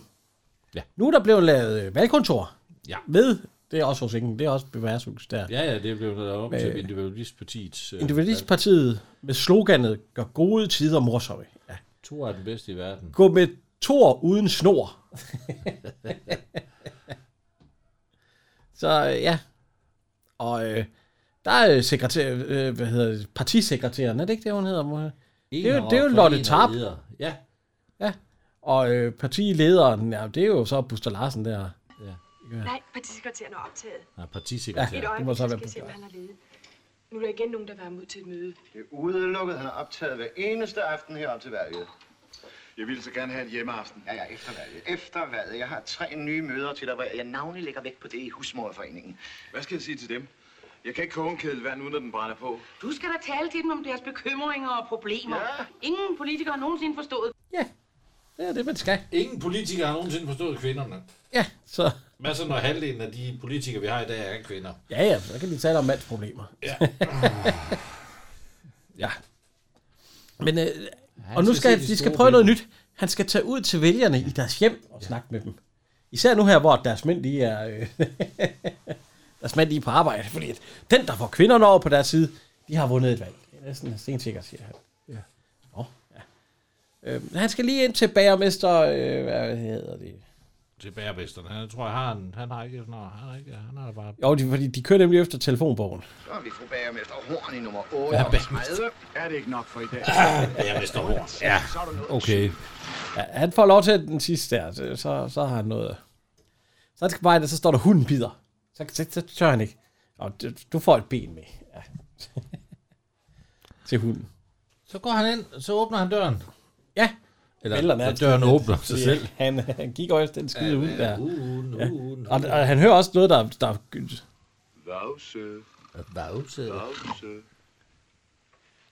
S2: Ja. Nu er der blevet lavet øh, valgkontor.
S3: Ja.
S2: Med, det er også hos Inken, det er også beværshus der.
S3: Ja, ja, det blev lavet om til
S2: Øh,
S3: Individualistpartiets... Øh,
S2: Individualistpartiet med sloganet gør gode tider morsomme. Ja.
S3: To er den bedste i verden.
S2: Gå med tor uden snor. Så øh, ja. Og øh, der er øh, sekretær, øh, hvad hedder det, partisekretæren, er det ikke det, hun hedder? må jeg- Det er jo, det er jo
S3: Ener-
S2: Lotte
S3: forener-
S2: Tarp.
S3: leder. Ja.
S2: ja. Og øh, partilederen, ja, det er jo så Buster Larsen der.
S3: Ja.
S21: Nej, partisekretæren er optaget.
S3: Nej, partisekretær.
S21: Et
S3: Ja,
S21: øjeblik,
S2: det må så være
S21: skal jeg se, hvad han har ledet. Nu er der igen nogen, der vil have ham ud til et møde.
S18: Det er udelukket. Han er optaget hver eneste aften herop til valget. Jeg ville så gerne have en hjemmeaften.
S13: Ja, ja, efter valget. Efter valget. Jeg har tre nye møder til dig, hvor jeg navnlig lægger vægt på det i husmorforeningen.
S10: Hvad skal jeg sige til dem? Jeg kan ikke koge en kedel vand, uden at den brænder på.
S14: Du skal da tale til dem om deres bekymringer og problemer.
S10: Ja.
S14: Ingen politikere har nogensinde forstået.
S2: Det er det, man skal.
S1: Ingen politikere har nogensinde forstået kvinderne.
S2: Ja, så...
S1: Hvad så, når halvdelen af de politikere, vi har i dag, er kvinder?
S2: Ja, ja, så kan de tale om mandsproblemer.
S1: Ja.
S2: ja. *laughs* Men, øh, og
S1: han skal
S2: nu
S1: se
S2: skal,
S1: de
S2: de skal
S1: store
S2: prøve noget nyt. Han skal tage ud til vælgerne i deres hjem og snakke med dem. Især nu her, hvor deres mænd lige er, øh, *laughs* deres mænd lige er på arbejde. Fordi at den, der får kvinderne over på deres side, de har vundet et valg. Det er næsten stensikkert, siger han.
S3: Ja.
S2: Nå, ja. Øh, han skal lige ind til bagermester... Øh, hvad hedder det?
S3: Til bagermesteren. Han jeg tror, jeg har en... Han har ikke... Nå, han har ikke... Han har bare...
S2: Jo, de, fordi de kører nemlig efter telefonbogen.
S13: Så er vi fru Bagermester Horn i nummer
S2: Ja, Ah,
S13: 38. Er det ikke nok for i dag?
S3: Bagermester Horn. Ja, okay.
S2: Ja, han får lov til den sidste der, så- så, så har han noget. Så han skal bare, så står der hunden bider. Så, så, så tør han ikke. Og du, du får et ben med. Ja. *laughs* til hunden.
S3: Så går han ind, og så åbner han døren.
S2: Ja.
S3: Eller,
S2: Vælter
S3: så
S2: nærmest
S3: døren
S2: lidt,
S3: åbner sig
S2: fordi
S3: selv.
S2: Han, han gik også den skide
S3: Ja,
S2: ud
S3: ja,
S2: der.
S3: hunden,
S2: Ja.
S3: hunden,
S2: Og,
S3: hunden.
S2: og, han hører også noget, der... der
S18: Vavse.
S3: Vavse.
S18: Vavse.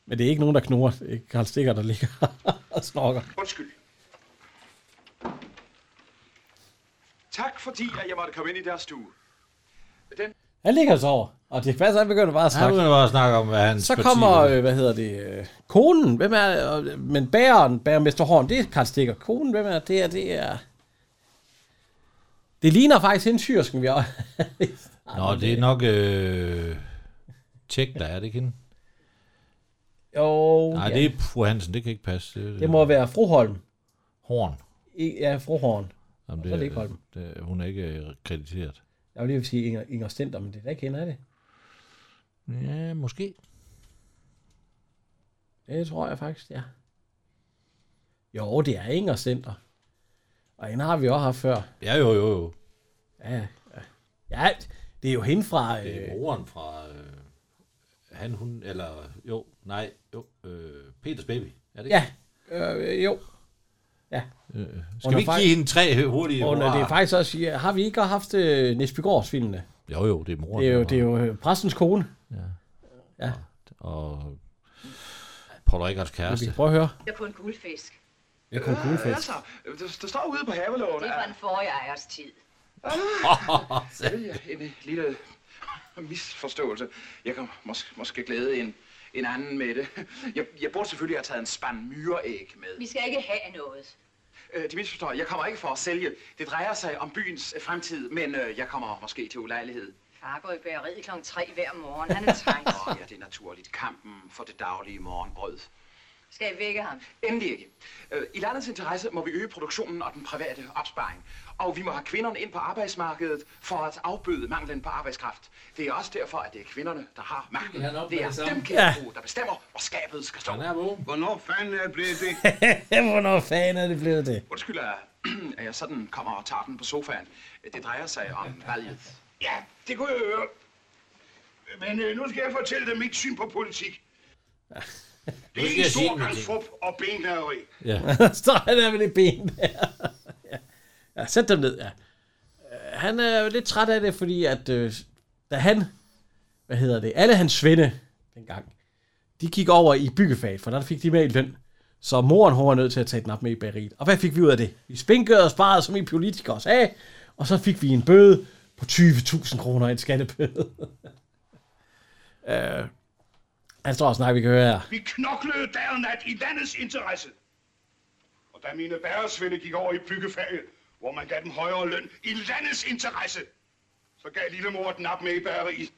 S2: men det er ikke nogen, der knurrer. Det er Karl Stikker, der ligger *laughs* og snorker.
S18: Undskyld.
S10: Tak fordi, at jeg måtte komme ind i deres stue. Den
S2: Han ligger så over. Og det er faktisk, han begynder bare at
S3: Han
S2: snakke.
S3: begynder bare at snakke om, hvad hans
S2: Så
S3: parti
S2: kommer,
S3: vil.
S2: øh, hvad hedder det, øh, konen, hvem er, og- men bæren, bærermester Horn, det er Karl Stikker. Konen, hvem er, det er, det er, det ligner faktisk hende syrsken, vi har. *laughs*
S3: Nå, det er nok... Øh... Tjek, der er det ikke hende?
S2: Jo,
S3: Nej,
S2: ja.
S3: det er fru Hansen. Det kan ikke passe. Det,
S2: det må være Froholm.
S3: Horn.
S2: I, ja, Frohorn.
S3: Jamen,
S2: så er det ikke Holm.
S3: Det, hun er ikke øh, krediteret.
S2: Jeg vil lige vil sige Inger, Inger Stenter, men det er da ikke hende, er det?
S3: Ja, måske.
S2: Det tror jeg faktisk, ja. Jo, det er Inger Stenter. Og hende har vi også haft før.
S3: Ja, jo, jo, jo.
S2: Ja, ja. ja det er jo hende fra... Øh,
S3: Det er moren fra... Øh, han, hun, eller... Jo, nej, jo. Øh, Peters baby. Er det
S2: Ja, øh, jo. Ja.
S3: Øh, skal
S2: Hun er
S3: vi ikke
S2: fak-
S3: give hende tre hurtige
S2: Hun er, det er
S3: hurraer?
S2: faktisk også, ja, har vi ikke haft øh, Nesbygårds filmene?
S3: Jo, jo, det er moren.
S2: Det er jo,
S3: der var-
S2: det er jo øh, præstens kone.
S3: Ja.
S2: Ja.
S3: Og Paul Rikkards kæreste.
S2: Okay, prøv at høre.
S11: Jeg er på en guldfisk.
S2: Jeg kom
S10: altså, der, der står ude på havelån.
S11: Det er fra en forrige ejers tid.
S10: Ah, selvfølgelig en øh, lille misforståelse. Jeg kan mås- måske glæde en, en anden med det. Jeg, jeg burde selvfølgelig have taget en spand myreæg med.
S11: Vi skal ikke have noget.
S10: Øh, de misforstår, jeg kommer ikke for at sælge. Det drejer sig om byens øh, fremtid, men øh, jeg kommer måske til ulejlighed.
S11: Far går i bageriet kl. 3 hver morgen. Han er
S14: *laughs*
S11: træt.
S10: Åh, ja, det er naturligt. Kampen for det daglige morgenbrød.
S11: Skal jeg vække ham?
S10: Endelig ikke. Øh, I landets interesse må vi øge produktionen og den private opsparing. Og vi må have kvinderne ind på arbejdsmarkedet for at afbøde manglen på arbejdskraft. Det er også derfor, at det er kvinderne, der har magten.
S18: Han er op med
S10: Det er
S18: det samme.
S10: dem,
S2: Ja.
S10: kære ja. der bestemmer, hvor skabet skal stå.
S18: Hvornår fanden er jeg blevet det?
S2: *laughs* Hvornår fanden er det blevet det?
S10: *laughs* Undskyld, *clears throat* at at jeg sådan kommer og tager den på sofaen. Det drejer sig om valget. Ja, det kunne jeg høre.
S12: Men øh, nu skal jeg fortælle dem mit syn på politik.
S2: Nu
S12: Det er
S2: skal
S12: en
S2: jeg sige
S12: stor
S2: dem det.
S12: ansrup og benlaveri.
S2: Ja. *laughs* så er der med det ben der. *laughs* ja. ja, sæt dem ned, ja. Øh, Han er jo lidt træt af det, fordi at, øh, da han, hvad hedder det, alle hans svende dengang, de gik over i byggefaget, for der fik de med i løn. Så moren, hun var nødt til at tage den op med i bageriet. Og hvad fik vi ud af det? Vi spinkede og sparede, som I politikere sagde, og så fik vi en bøde på 20.000 kroner, en skattebøde. *laughs* øh, han står og snakker, vi kan høre her.
S12: Vi knoklede dag og nat i landets interesse. Og da mine bæresvende gik over i byggefaget, hvor man gav dem højere løn i landets interesse, så gav lille mor den op med i bageriet.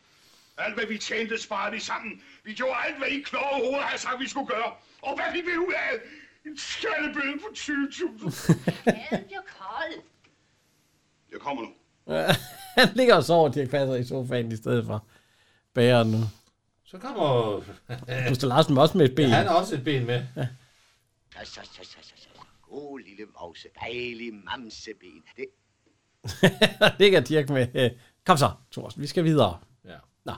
S12: Alt hvad vi tjente, sparede de sammen. Vi gjorde alt, hvad I kloge hoveder havde sagt, vi skulle gøre. Og hvad fik vi ud af? En skattebøde på 20.000.
S26: Jeg er kold.
S12: Jeg kommer nu.
S2: Ja, *laughs* han ligger og sover, Dirk Passer, i sofaen i stedet for bæren nu.
S3: Så kommer...
S2: Gustav Larsen var også med et ben.
S3: Ja, han har også et ben
S2: *laughs*
S3: med.
S2: Ja.
S27: Så, så, så, så, så, så. God lille vovse, dejlig mamseben. Det,
S2: Der ligger Dirk med. øh, Kom så, Thorsten, vi skal videre.
S3: Ja.
S2: Nå.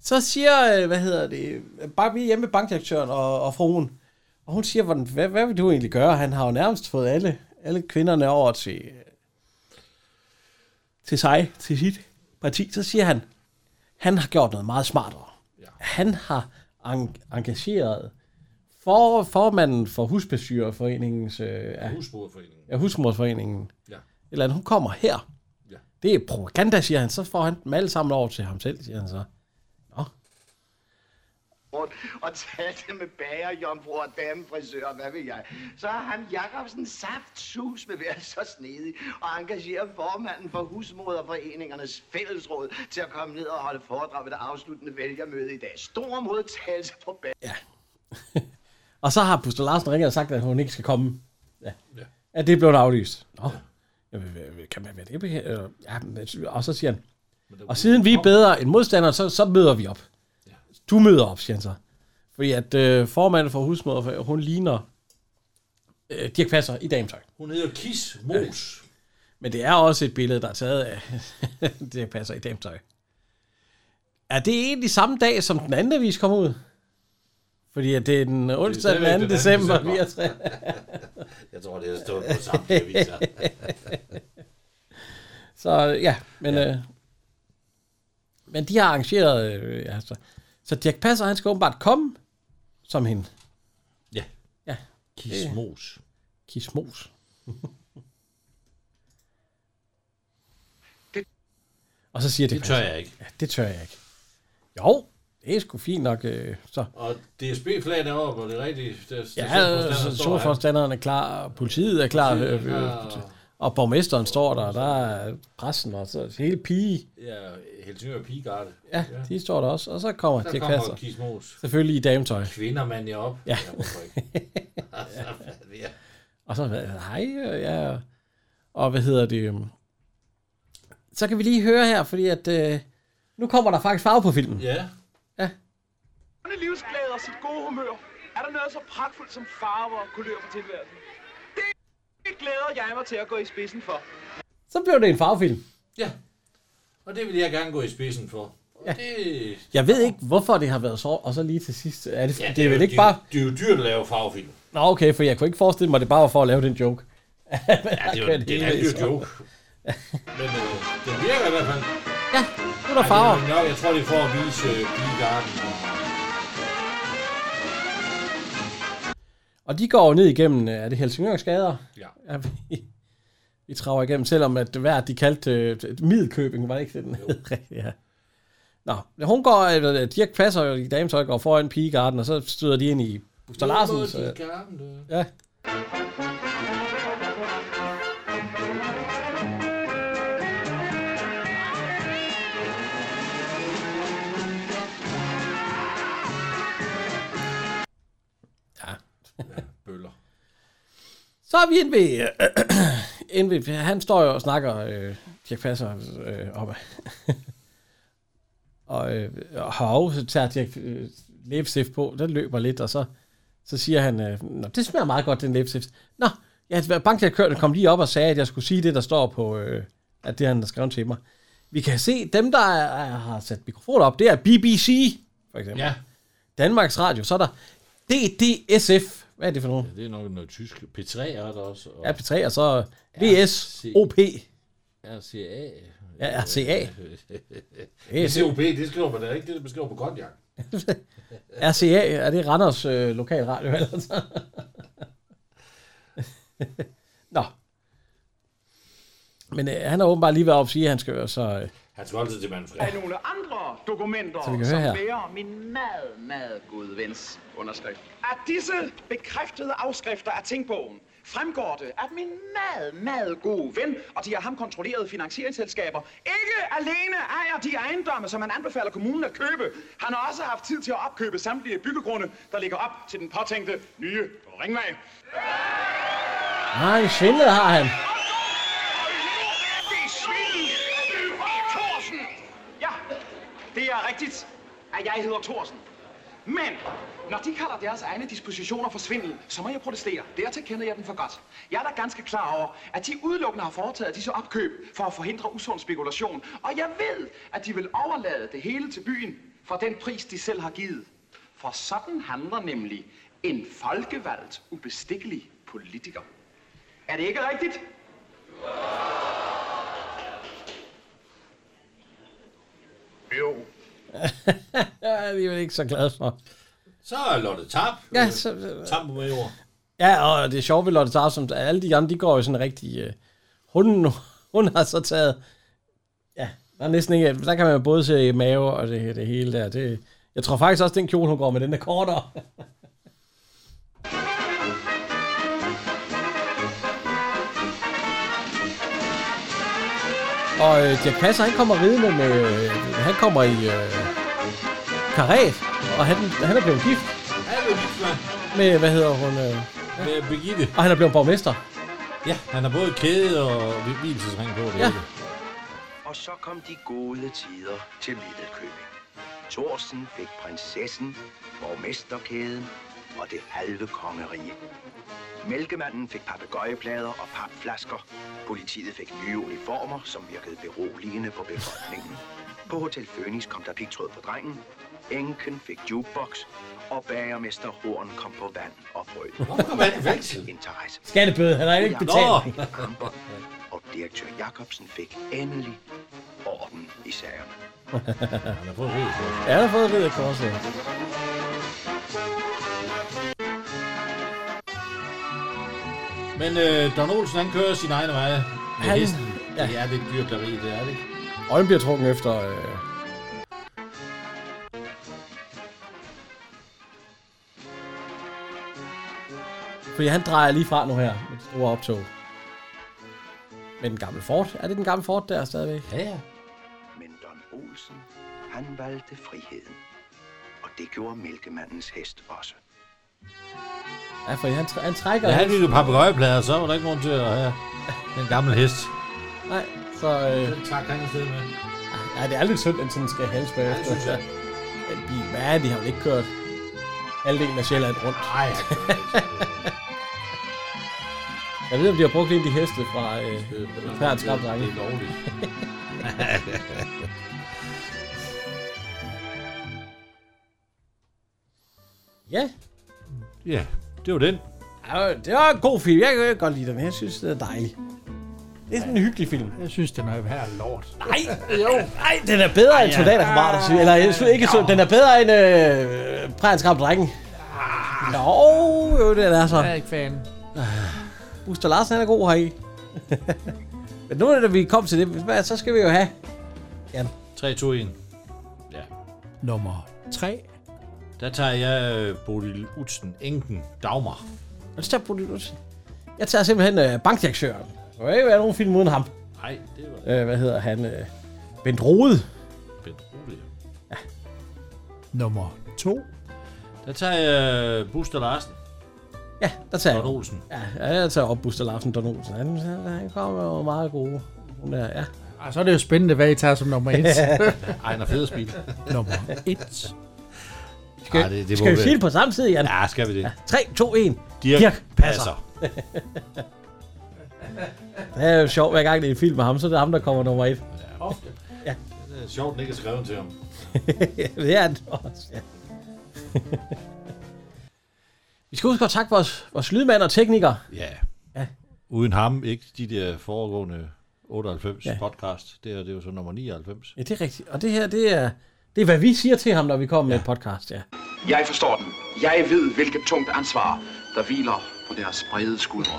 S2: Så siger, øh, hvad hedder det, bare vi er hjemme med bankdirektøren og, og fruen, og hun siger, hvordan, hvad, hvad vil du egentlig gøre? Han har jo nærmest fået alle, alle kvinderne over til, øh, til sig, til sit parti. Så siger han, han har gjort noget meget smartere. Ja. Han har en- engageret for, formanden for husbesyreforeningens... Øh, ja,
S3: Husbrugerforeningen.
S2: Ja, husmorforeningen.
S3: Ja.
S2: Eller hun kommer her.
S3: Ja.
S2: Det er propaganda, siger han. Så får han dem alle sammen over til ham selv, siger han så.
S13: rundt og talte med bager, jomfru og damefrisør, hvad ved jeg. Så har ham Jacobsen saft sus med være så snedig og engagerer formanden for husmoderforeningernes fællesråd til at komme ned og holde foredrag ved det afsluttende vælgermøde i dag. Stor modtagelse på bager.
S2: Ja. Og så har Buster Larsen ringet og sagt, at hun ikke skal komme. Ja.
S3: Ja.
S2: At det blev aflyst. Nå. Jamen, hvad- hvad- kan man være det beha- øh, Ja, men- og så siger han, og siden vi er bedre end modstandere, så, så møder vi op. Du møder op, siger han så. Fordi at øh, formanden for husmøder, hun ligner øh, Dirk Passer i dametøj.
S3: Hun hedder Kis Mos.
S2: Men det er også et billede, der er taget af, *laughs* det passer i dametøj. Er det egentlig samme dag, som den anden avis kom ud? Fordi at det er den onsdag den 2.
S3: stadigvæk
S2: Den
S3: den 2.
S2: 2. december,
S3: december.
S2: vi har tre.
S3: *laughs* Jeg tror, det er stået på samtlige aviser.
S2: *laughs* Så ja, men, ja. Øh, men de har arrangeret... Øh, ja, så, så Dirk Passer, han skal åbenbart komme som hende.
S3: Ja.
S2: Ja.
S3: Kismos.
S2: Kismos. Og så siger Dirk
S3: Det tør
S2: Passer,
S3: jeg ikke.
S2: Ja, det tør jeg ikke. Jo, det er sgu fint nok. Øh, så.
S3: Og DSB-flaget er oppe, og det er rigtigt. Der,
S2: Ja, øh, solforstanderen er klar, og politiet er klar,
S3: Politiet er
S2: øh, øh,
S3: klar.
S2: og borgmesteren står der, og der er pressen og så hele pige.
S3: Ja, Helsingør Pigegarde.
S2: Ja, de står der også, og så kommer
S3: Så
S2: Dirk
S3: kommer
S2: Passer.
S3: Kis Moos.
S2: Selvfølgelig i dametøj.
S3: Kvinder mand jer op.
S2: Ja.
S3: Ja, hvorfor
S2: *laughs*
S3: ikke? Altså, hvad er det?
S2: Og så, hvad, hej, øh, ja, og hvad hedder det? øhm, Så kan vi lige høre her, fordi at øh, nu kommer der faktisk farve på filmen.
S3: Ja.
S10: Denne livsglæde og sit gode humør, er der noget så pragtfuldt som farver og kulør på tilværelsen. Det glæder jeg mig til at gå i spidsen for.
S2: Så blev det en farvefilm.
S3: Og det vil jeg gerne gå i spidsen for. Og ja. det,
S2: Jeg ved ikke, hvorfor det har været så, og så lige til sidst. Er det,
S3: Ja,
S2: det er vel
S3: jo-
S2: ikke bare...
S3: Det er jo dyrt at lave farvefilm.
S2: Nå, okay, for jeg kunne ikke forestille mig, at det bare var for at lave den joke. ja, *laughs*
S3: det er jo- det er en dyr joke. Men øh, den virker i hvert fald.
S2: Ja, nu er der farver.
S3: Ej, det er nok, jeg tror, det er for at vise øh, Pigegarden.
S2: Og de går jo ned igennem, øh, er det Helsingørs gader?
S3: Ja.
S2: ja vi, vi traver igennem, selvom at hver de kaldte øh, Middelkøbing, var det ikke det, den hed? *laughs* ja. Nå, men hun går, øh, Dirk Passer i dametøj går foran pigegarden, og så støder de ind i Buster Larsens.
S3: Nu må
S2: Øh,
S3: de gerne det.
S2: ja.
S3: Bøller.
S2: Så er vi inde ved, *clears throat* øh, inde ved han står jo og snakker, øh, Dirk Passer, øh, op *laughs* og, øh, og hov, så tager Dirk øh, læbestift på, den løber lidt, og så, så siger han, øh, Nå, det smager meget godt, den læbestift. Nå, ja, bankdirektøren kom lige op og sagde, at jeg skulle sige det, der står på, øh, at det han har skrevet til mig. Vi kan se, dem, der er, er, har sat mikrofoner op, det er BBC, for eksempel.
S3: Ja.
S2: Danmarks Radio. Så er der DDSF. Hvad er det for nogen?
S3: Det er nok noget tysk. P3 er der også. Og
S2: Ja, P3, og så VSOP.
S3: RCA.
S2: Ja, RCA.
S3: Men COB, det skriver man da ikke. Det er, man skriver på konjak.
S2: RCA, er det Randers øh, lokal radio eller sådan? *laughs* Nå. Men øh, han har åbenbart lige været op og sige, at han skal være så... Øh,
S3: Han skal altid til mandfred.
S10: Af nogle andre dokumenter,
S2: Så vi kan høre
S10: som
S2: her.
S10: bærer min
S28: Min meget, meget gode vens underskrift.
S10: Af disse bekræftede afskrifter af Tingbogen fremgår det, at min meget, meget gode ven og de af ham kontrollerede finansieringsselskaber ikke alene ejer de ejendomme, som han anbefaler kommunen at købe. Han har også haft tid til at opkøbe samtlige byggegrunde, der ligger op til den påtænkte nye ringvej.
S2: nej, svindlet har han. *laughs*
S10: Det er svin! Du er Thorsen! Ja, det er rigtigt, at jeg hedder Thorsen. Men når de kalder deres egne dispositioner for svindel, så må jeg protestere. Dertil kender jeg den for godt. Jeg er da ganske klar over, at de udelukkende har foretaget disse opkøb for at forhindre usund spekulation. Og jeg ved, at de vil overlade det hele til byen for den pris, de selv har givet. For sådan handler nemlig en folkevalgt, ubestikkelig politiker. Er det ikke rigtigt? Jo.
S2: Jeg er alligevel ikke så glad for.
S3: Så er Lotte Tab.
S2: Ja, så,
S3: Tab med jord.
S2: Ja, og det er sjovt ved Lotte Tarp, som alle de andre, de går jo sådan rigtig... Øh, hun, *laughs* hun har så taget... Ja, der er næsten ikke... Der kan man jo både se mave og det, det hele der. Det, jeg tror faktisk også, den kjole, hun går med, den er kortere. Og øh, Dirk Passer, han kommer ridende med... Øh, han kommer i øh, karet, og han, han er blevet gift
S3: Han er jo gift, mand.
S2: med, hvad hedder hun? Øh,
S3: Med Birgitte.
S2: og han er blevet borgmester.
S3: Ja, han har både kæde og hvilelsesring på. Det
S2: Ja.
S3: ja.
S4: Og så kom de gode tider til Middelkøbing. Thorsen fik prinsessen, borgmesterkæden og det halve kongerige. Mælkemanden fik papegøjeplader og papflasker. Politiet fik nye uniformer, som virkede beroligende på befolkningen. På Hotel Fønix kom der pigtråd på drengen. Enken fik jukebox, og bagermester Horn kom på vand og brød.
S3: Hvorfor vandt væksel?
S4: Interesse.
S2: Skattebøde, han har ikke betalt.
S4: Nå. Kamper og direktør Jacobsen fik endelig orden i sagerne.
S3: han har fået rid på.
S2: Ja, han har fået ridder korset.
S3: Men øh, Don Olsen, han kører sin egen vej. Med
S2: Han-
S3: han... hesten. Ja. Det er lidt dyrplageri, det er det ikke?
S2: Øjen bliver trukket efter... Øh, fordi han drejer lige fra nu her, med det store optog. Med den gamle Ford. Er det den gamle Ford der stadigvæk?
S3: Ja, ja.
S4: Men Don Olsen, han valgte friheden. Og det gjorde mælkemandens hest også.
S2: Ja, for han, tr- han trækker...
S3: Jeg havde
S2: hans-
S3: lige et papegøjeplader, så var der ikke grund til at have den gamle hest.
S2: Nej, så... Øh,
S3: Den tak, han sted med.
S2: ja, det er lidt synd, at sådan skal hals bagefter. Ja,
S3: synes jeg.
S2: Den bil, hvad de har vel ikke kørt halvdelen af Sjælland rundt.
S3: Nej,
S2: Jeg ved, om de har brugt en af de heste fra øh, Pært Skarp Drenge.
S3: Det er lovligt.
S2: *laughs* Ja.
S3: Ja, det var den.
S2: Ja, det var en god film. Jeg kan godt lide den. Jeg synes, det er dejligt. Det er sådan en hyggelig film.
S29: Jeg synes, den er værd lort. Ah,
S2: Nej, jo. Nej, den er bedre end Soldater fra Mars. Eller jeg synes ikke, så, den er bedre end øh, Præjens Kram Drengen. Nå, jo, den er så.
S29: Jeg er Ah. ikke fan.
S2: Ah. Buster Larsen, han er god heri. Men nu er det, vi kom til det. Hvad, så skal vi jo have
S3: 3, 2, 1. Ja.
S29: Nummer 3.
S3: Der tager jeg øh, Bodil Utsen, Enken, Dagmar.
S2: Og så tager Bodil Udsen. Jeg tager simpelthen øh, bankdirektøren. Der kan ikke være nogen film uden ham.
S3: Nej, det var
S2: Øh, hvad hedder han? Øh, Bent Rode.
S3: Bent Rolig.
S29: Nummer 2.
S3: Der tager jeg øh, Buster Larsen.
S2: Ja, der tager
S3: Don
S2: jeg.
S3: Olsen.
S2: Ja, ja, jeg tager op Buster Larsen, Don Olsen. Han, han, han kommer jo meget gode. Hun er, ja.
S29: Og så er det jo spændende, hvad I tager Altså,
S3: *laughs*
S29: som nummer 1.
S3: Ej, han er fed at spille.
S29: nummer 1.
S3: Ej, det, det må
S2: Skal vi
S3: være-
S2: sige det på samme tid, Jan?
S3: Ja, skal vi det.
S2: 3, 2, 1.
S3: Dirk,
S2: Dirk
S3: passer.
S2: Det er jo sjovt, hver gang det er en film med ham, så er det ham, der kommer nummer 1. Ja.
S30: Det er sjovt, den ikke er skrevet til ham.
S2: ja, *laughs* det er det også, ja. Vi skal huske at takke vores, vores lydmand og tekniker.
S3: Ja.
S2: Ja.
S3: Uden ham, ikke de der foregående 98
S2: Ja.
S3: ja. podcast. Det, her, det er jo så nummer 99.
S2: ja, det er rigtigt. Og det her, det er, det er, hvad vi siger til ham, når vi kommer med et podcast, ja.
S10: Jeg forstår den. Jeg ved, hvilket tungt ansvar, der hviler på deres brede skuldre.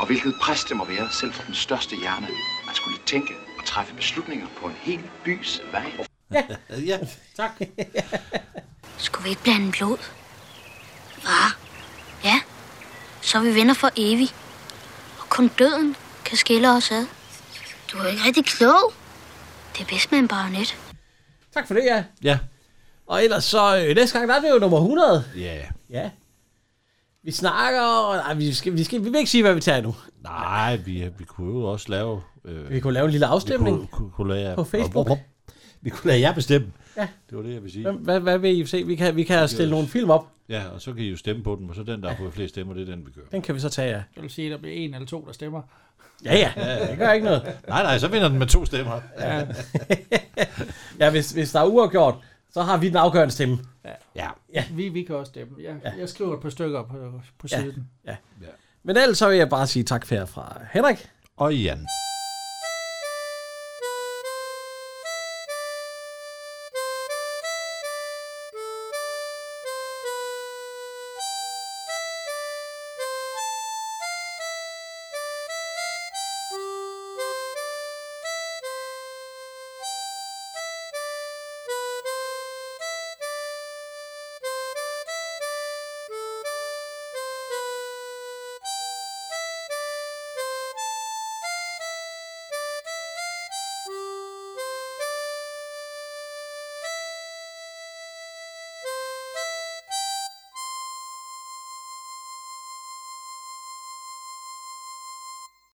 S10: Og hvilket pres det må være, selv for den største hjerne, at skulle tænke og træffe beslutninger på en hel bys vej.
S2: Ja,
S3: ja tak.
S1: Skulle vi ikke blande blod? Var? Ja. Så er vi venner for evigt. Og kun døden kan skille os ad. Du er jo ikke rigtig klog. Det er bedst med en baronet.
S2: Tak for det, ja.
S3: Ja.
S2: Og ellers så, øh, næste gang, der er det jo nummer 100.
S3: Ja.
S2: Ja. Vi snakker, nej, vi, skal, vi, skal, vi vil ikke sige, hvad vi tager nu.
S3: Nej, vi, vi kunne jo også lave... Øh,
S2: Vi kunne lave en lille afstemning
S3: vi kunne, kunne, kunne lade,
S2: på Facebook.
S3: Vi kunne lade jer bestemme.
S2: Ja.
S3: Det var det, jeg ville sige.
S2: Hvad, hvad, hvad vil I se? Vi kan, vi kan stille nogle film op.
S3: Ja, og så kan I jo stemme på den, og så den, der har fået flest stemmer, det er den, vi kører.
S2: Den kan vi så tage, ja.
S31: Det vil sige, at der bliver en eller to, der stemmer.
S2: Ja, ja. Det gør ikke noget.
S3: Nej, nej, så vinder den med to stemmer.
S2: Ja, ja hvis, hvis der er uafgjort, så har vi den afgørende stemme.
S3: Ja.
S2: ja.
S31: Vi, vi kan også stemme. Ja. ja. Jeg skriver et par stykker på, på
S2: Ja.
S31: siden.
S2: ja. Men ellers så vil jeg bare sige tak herfra. Henrik.
S3: Og Jan.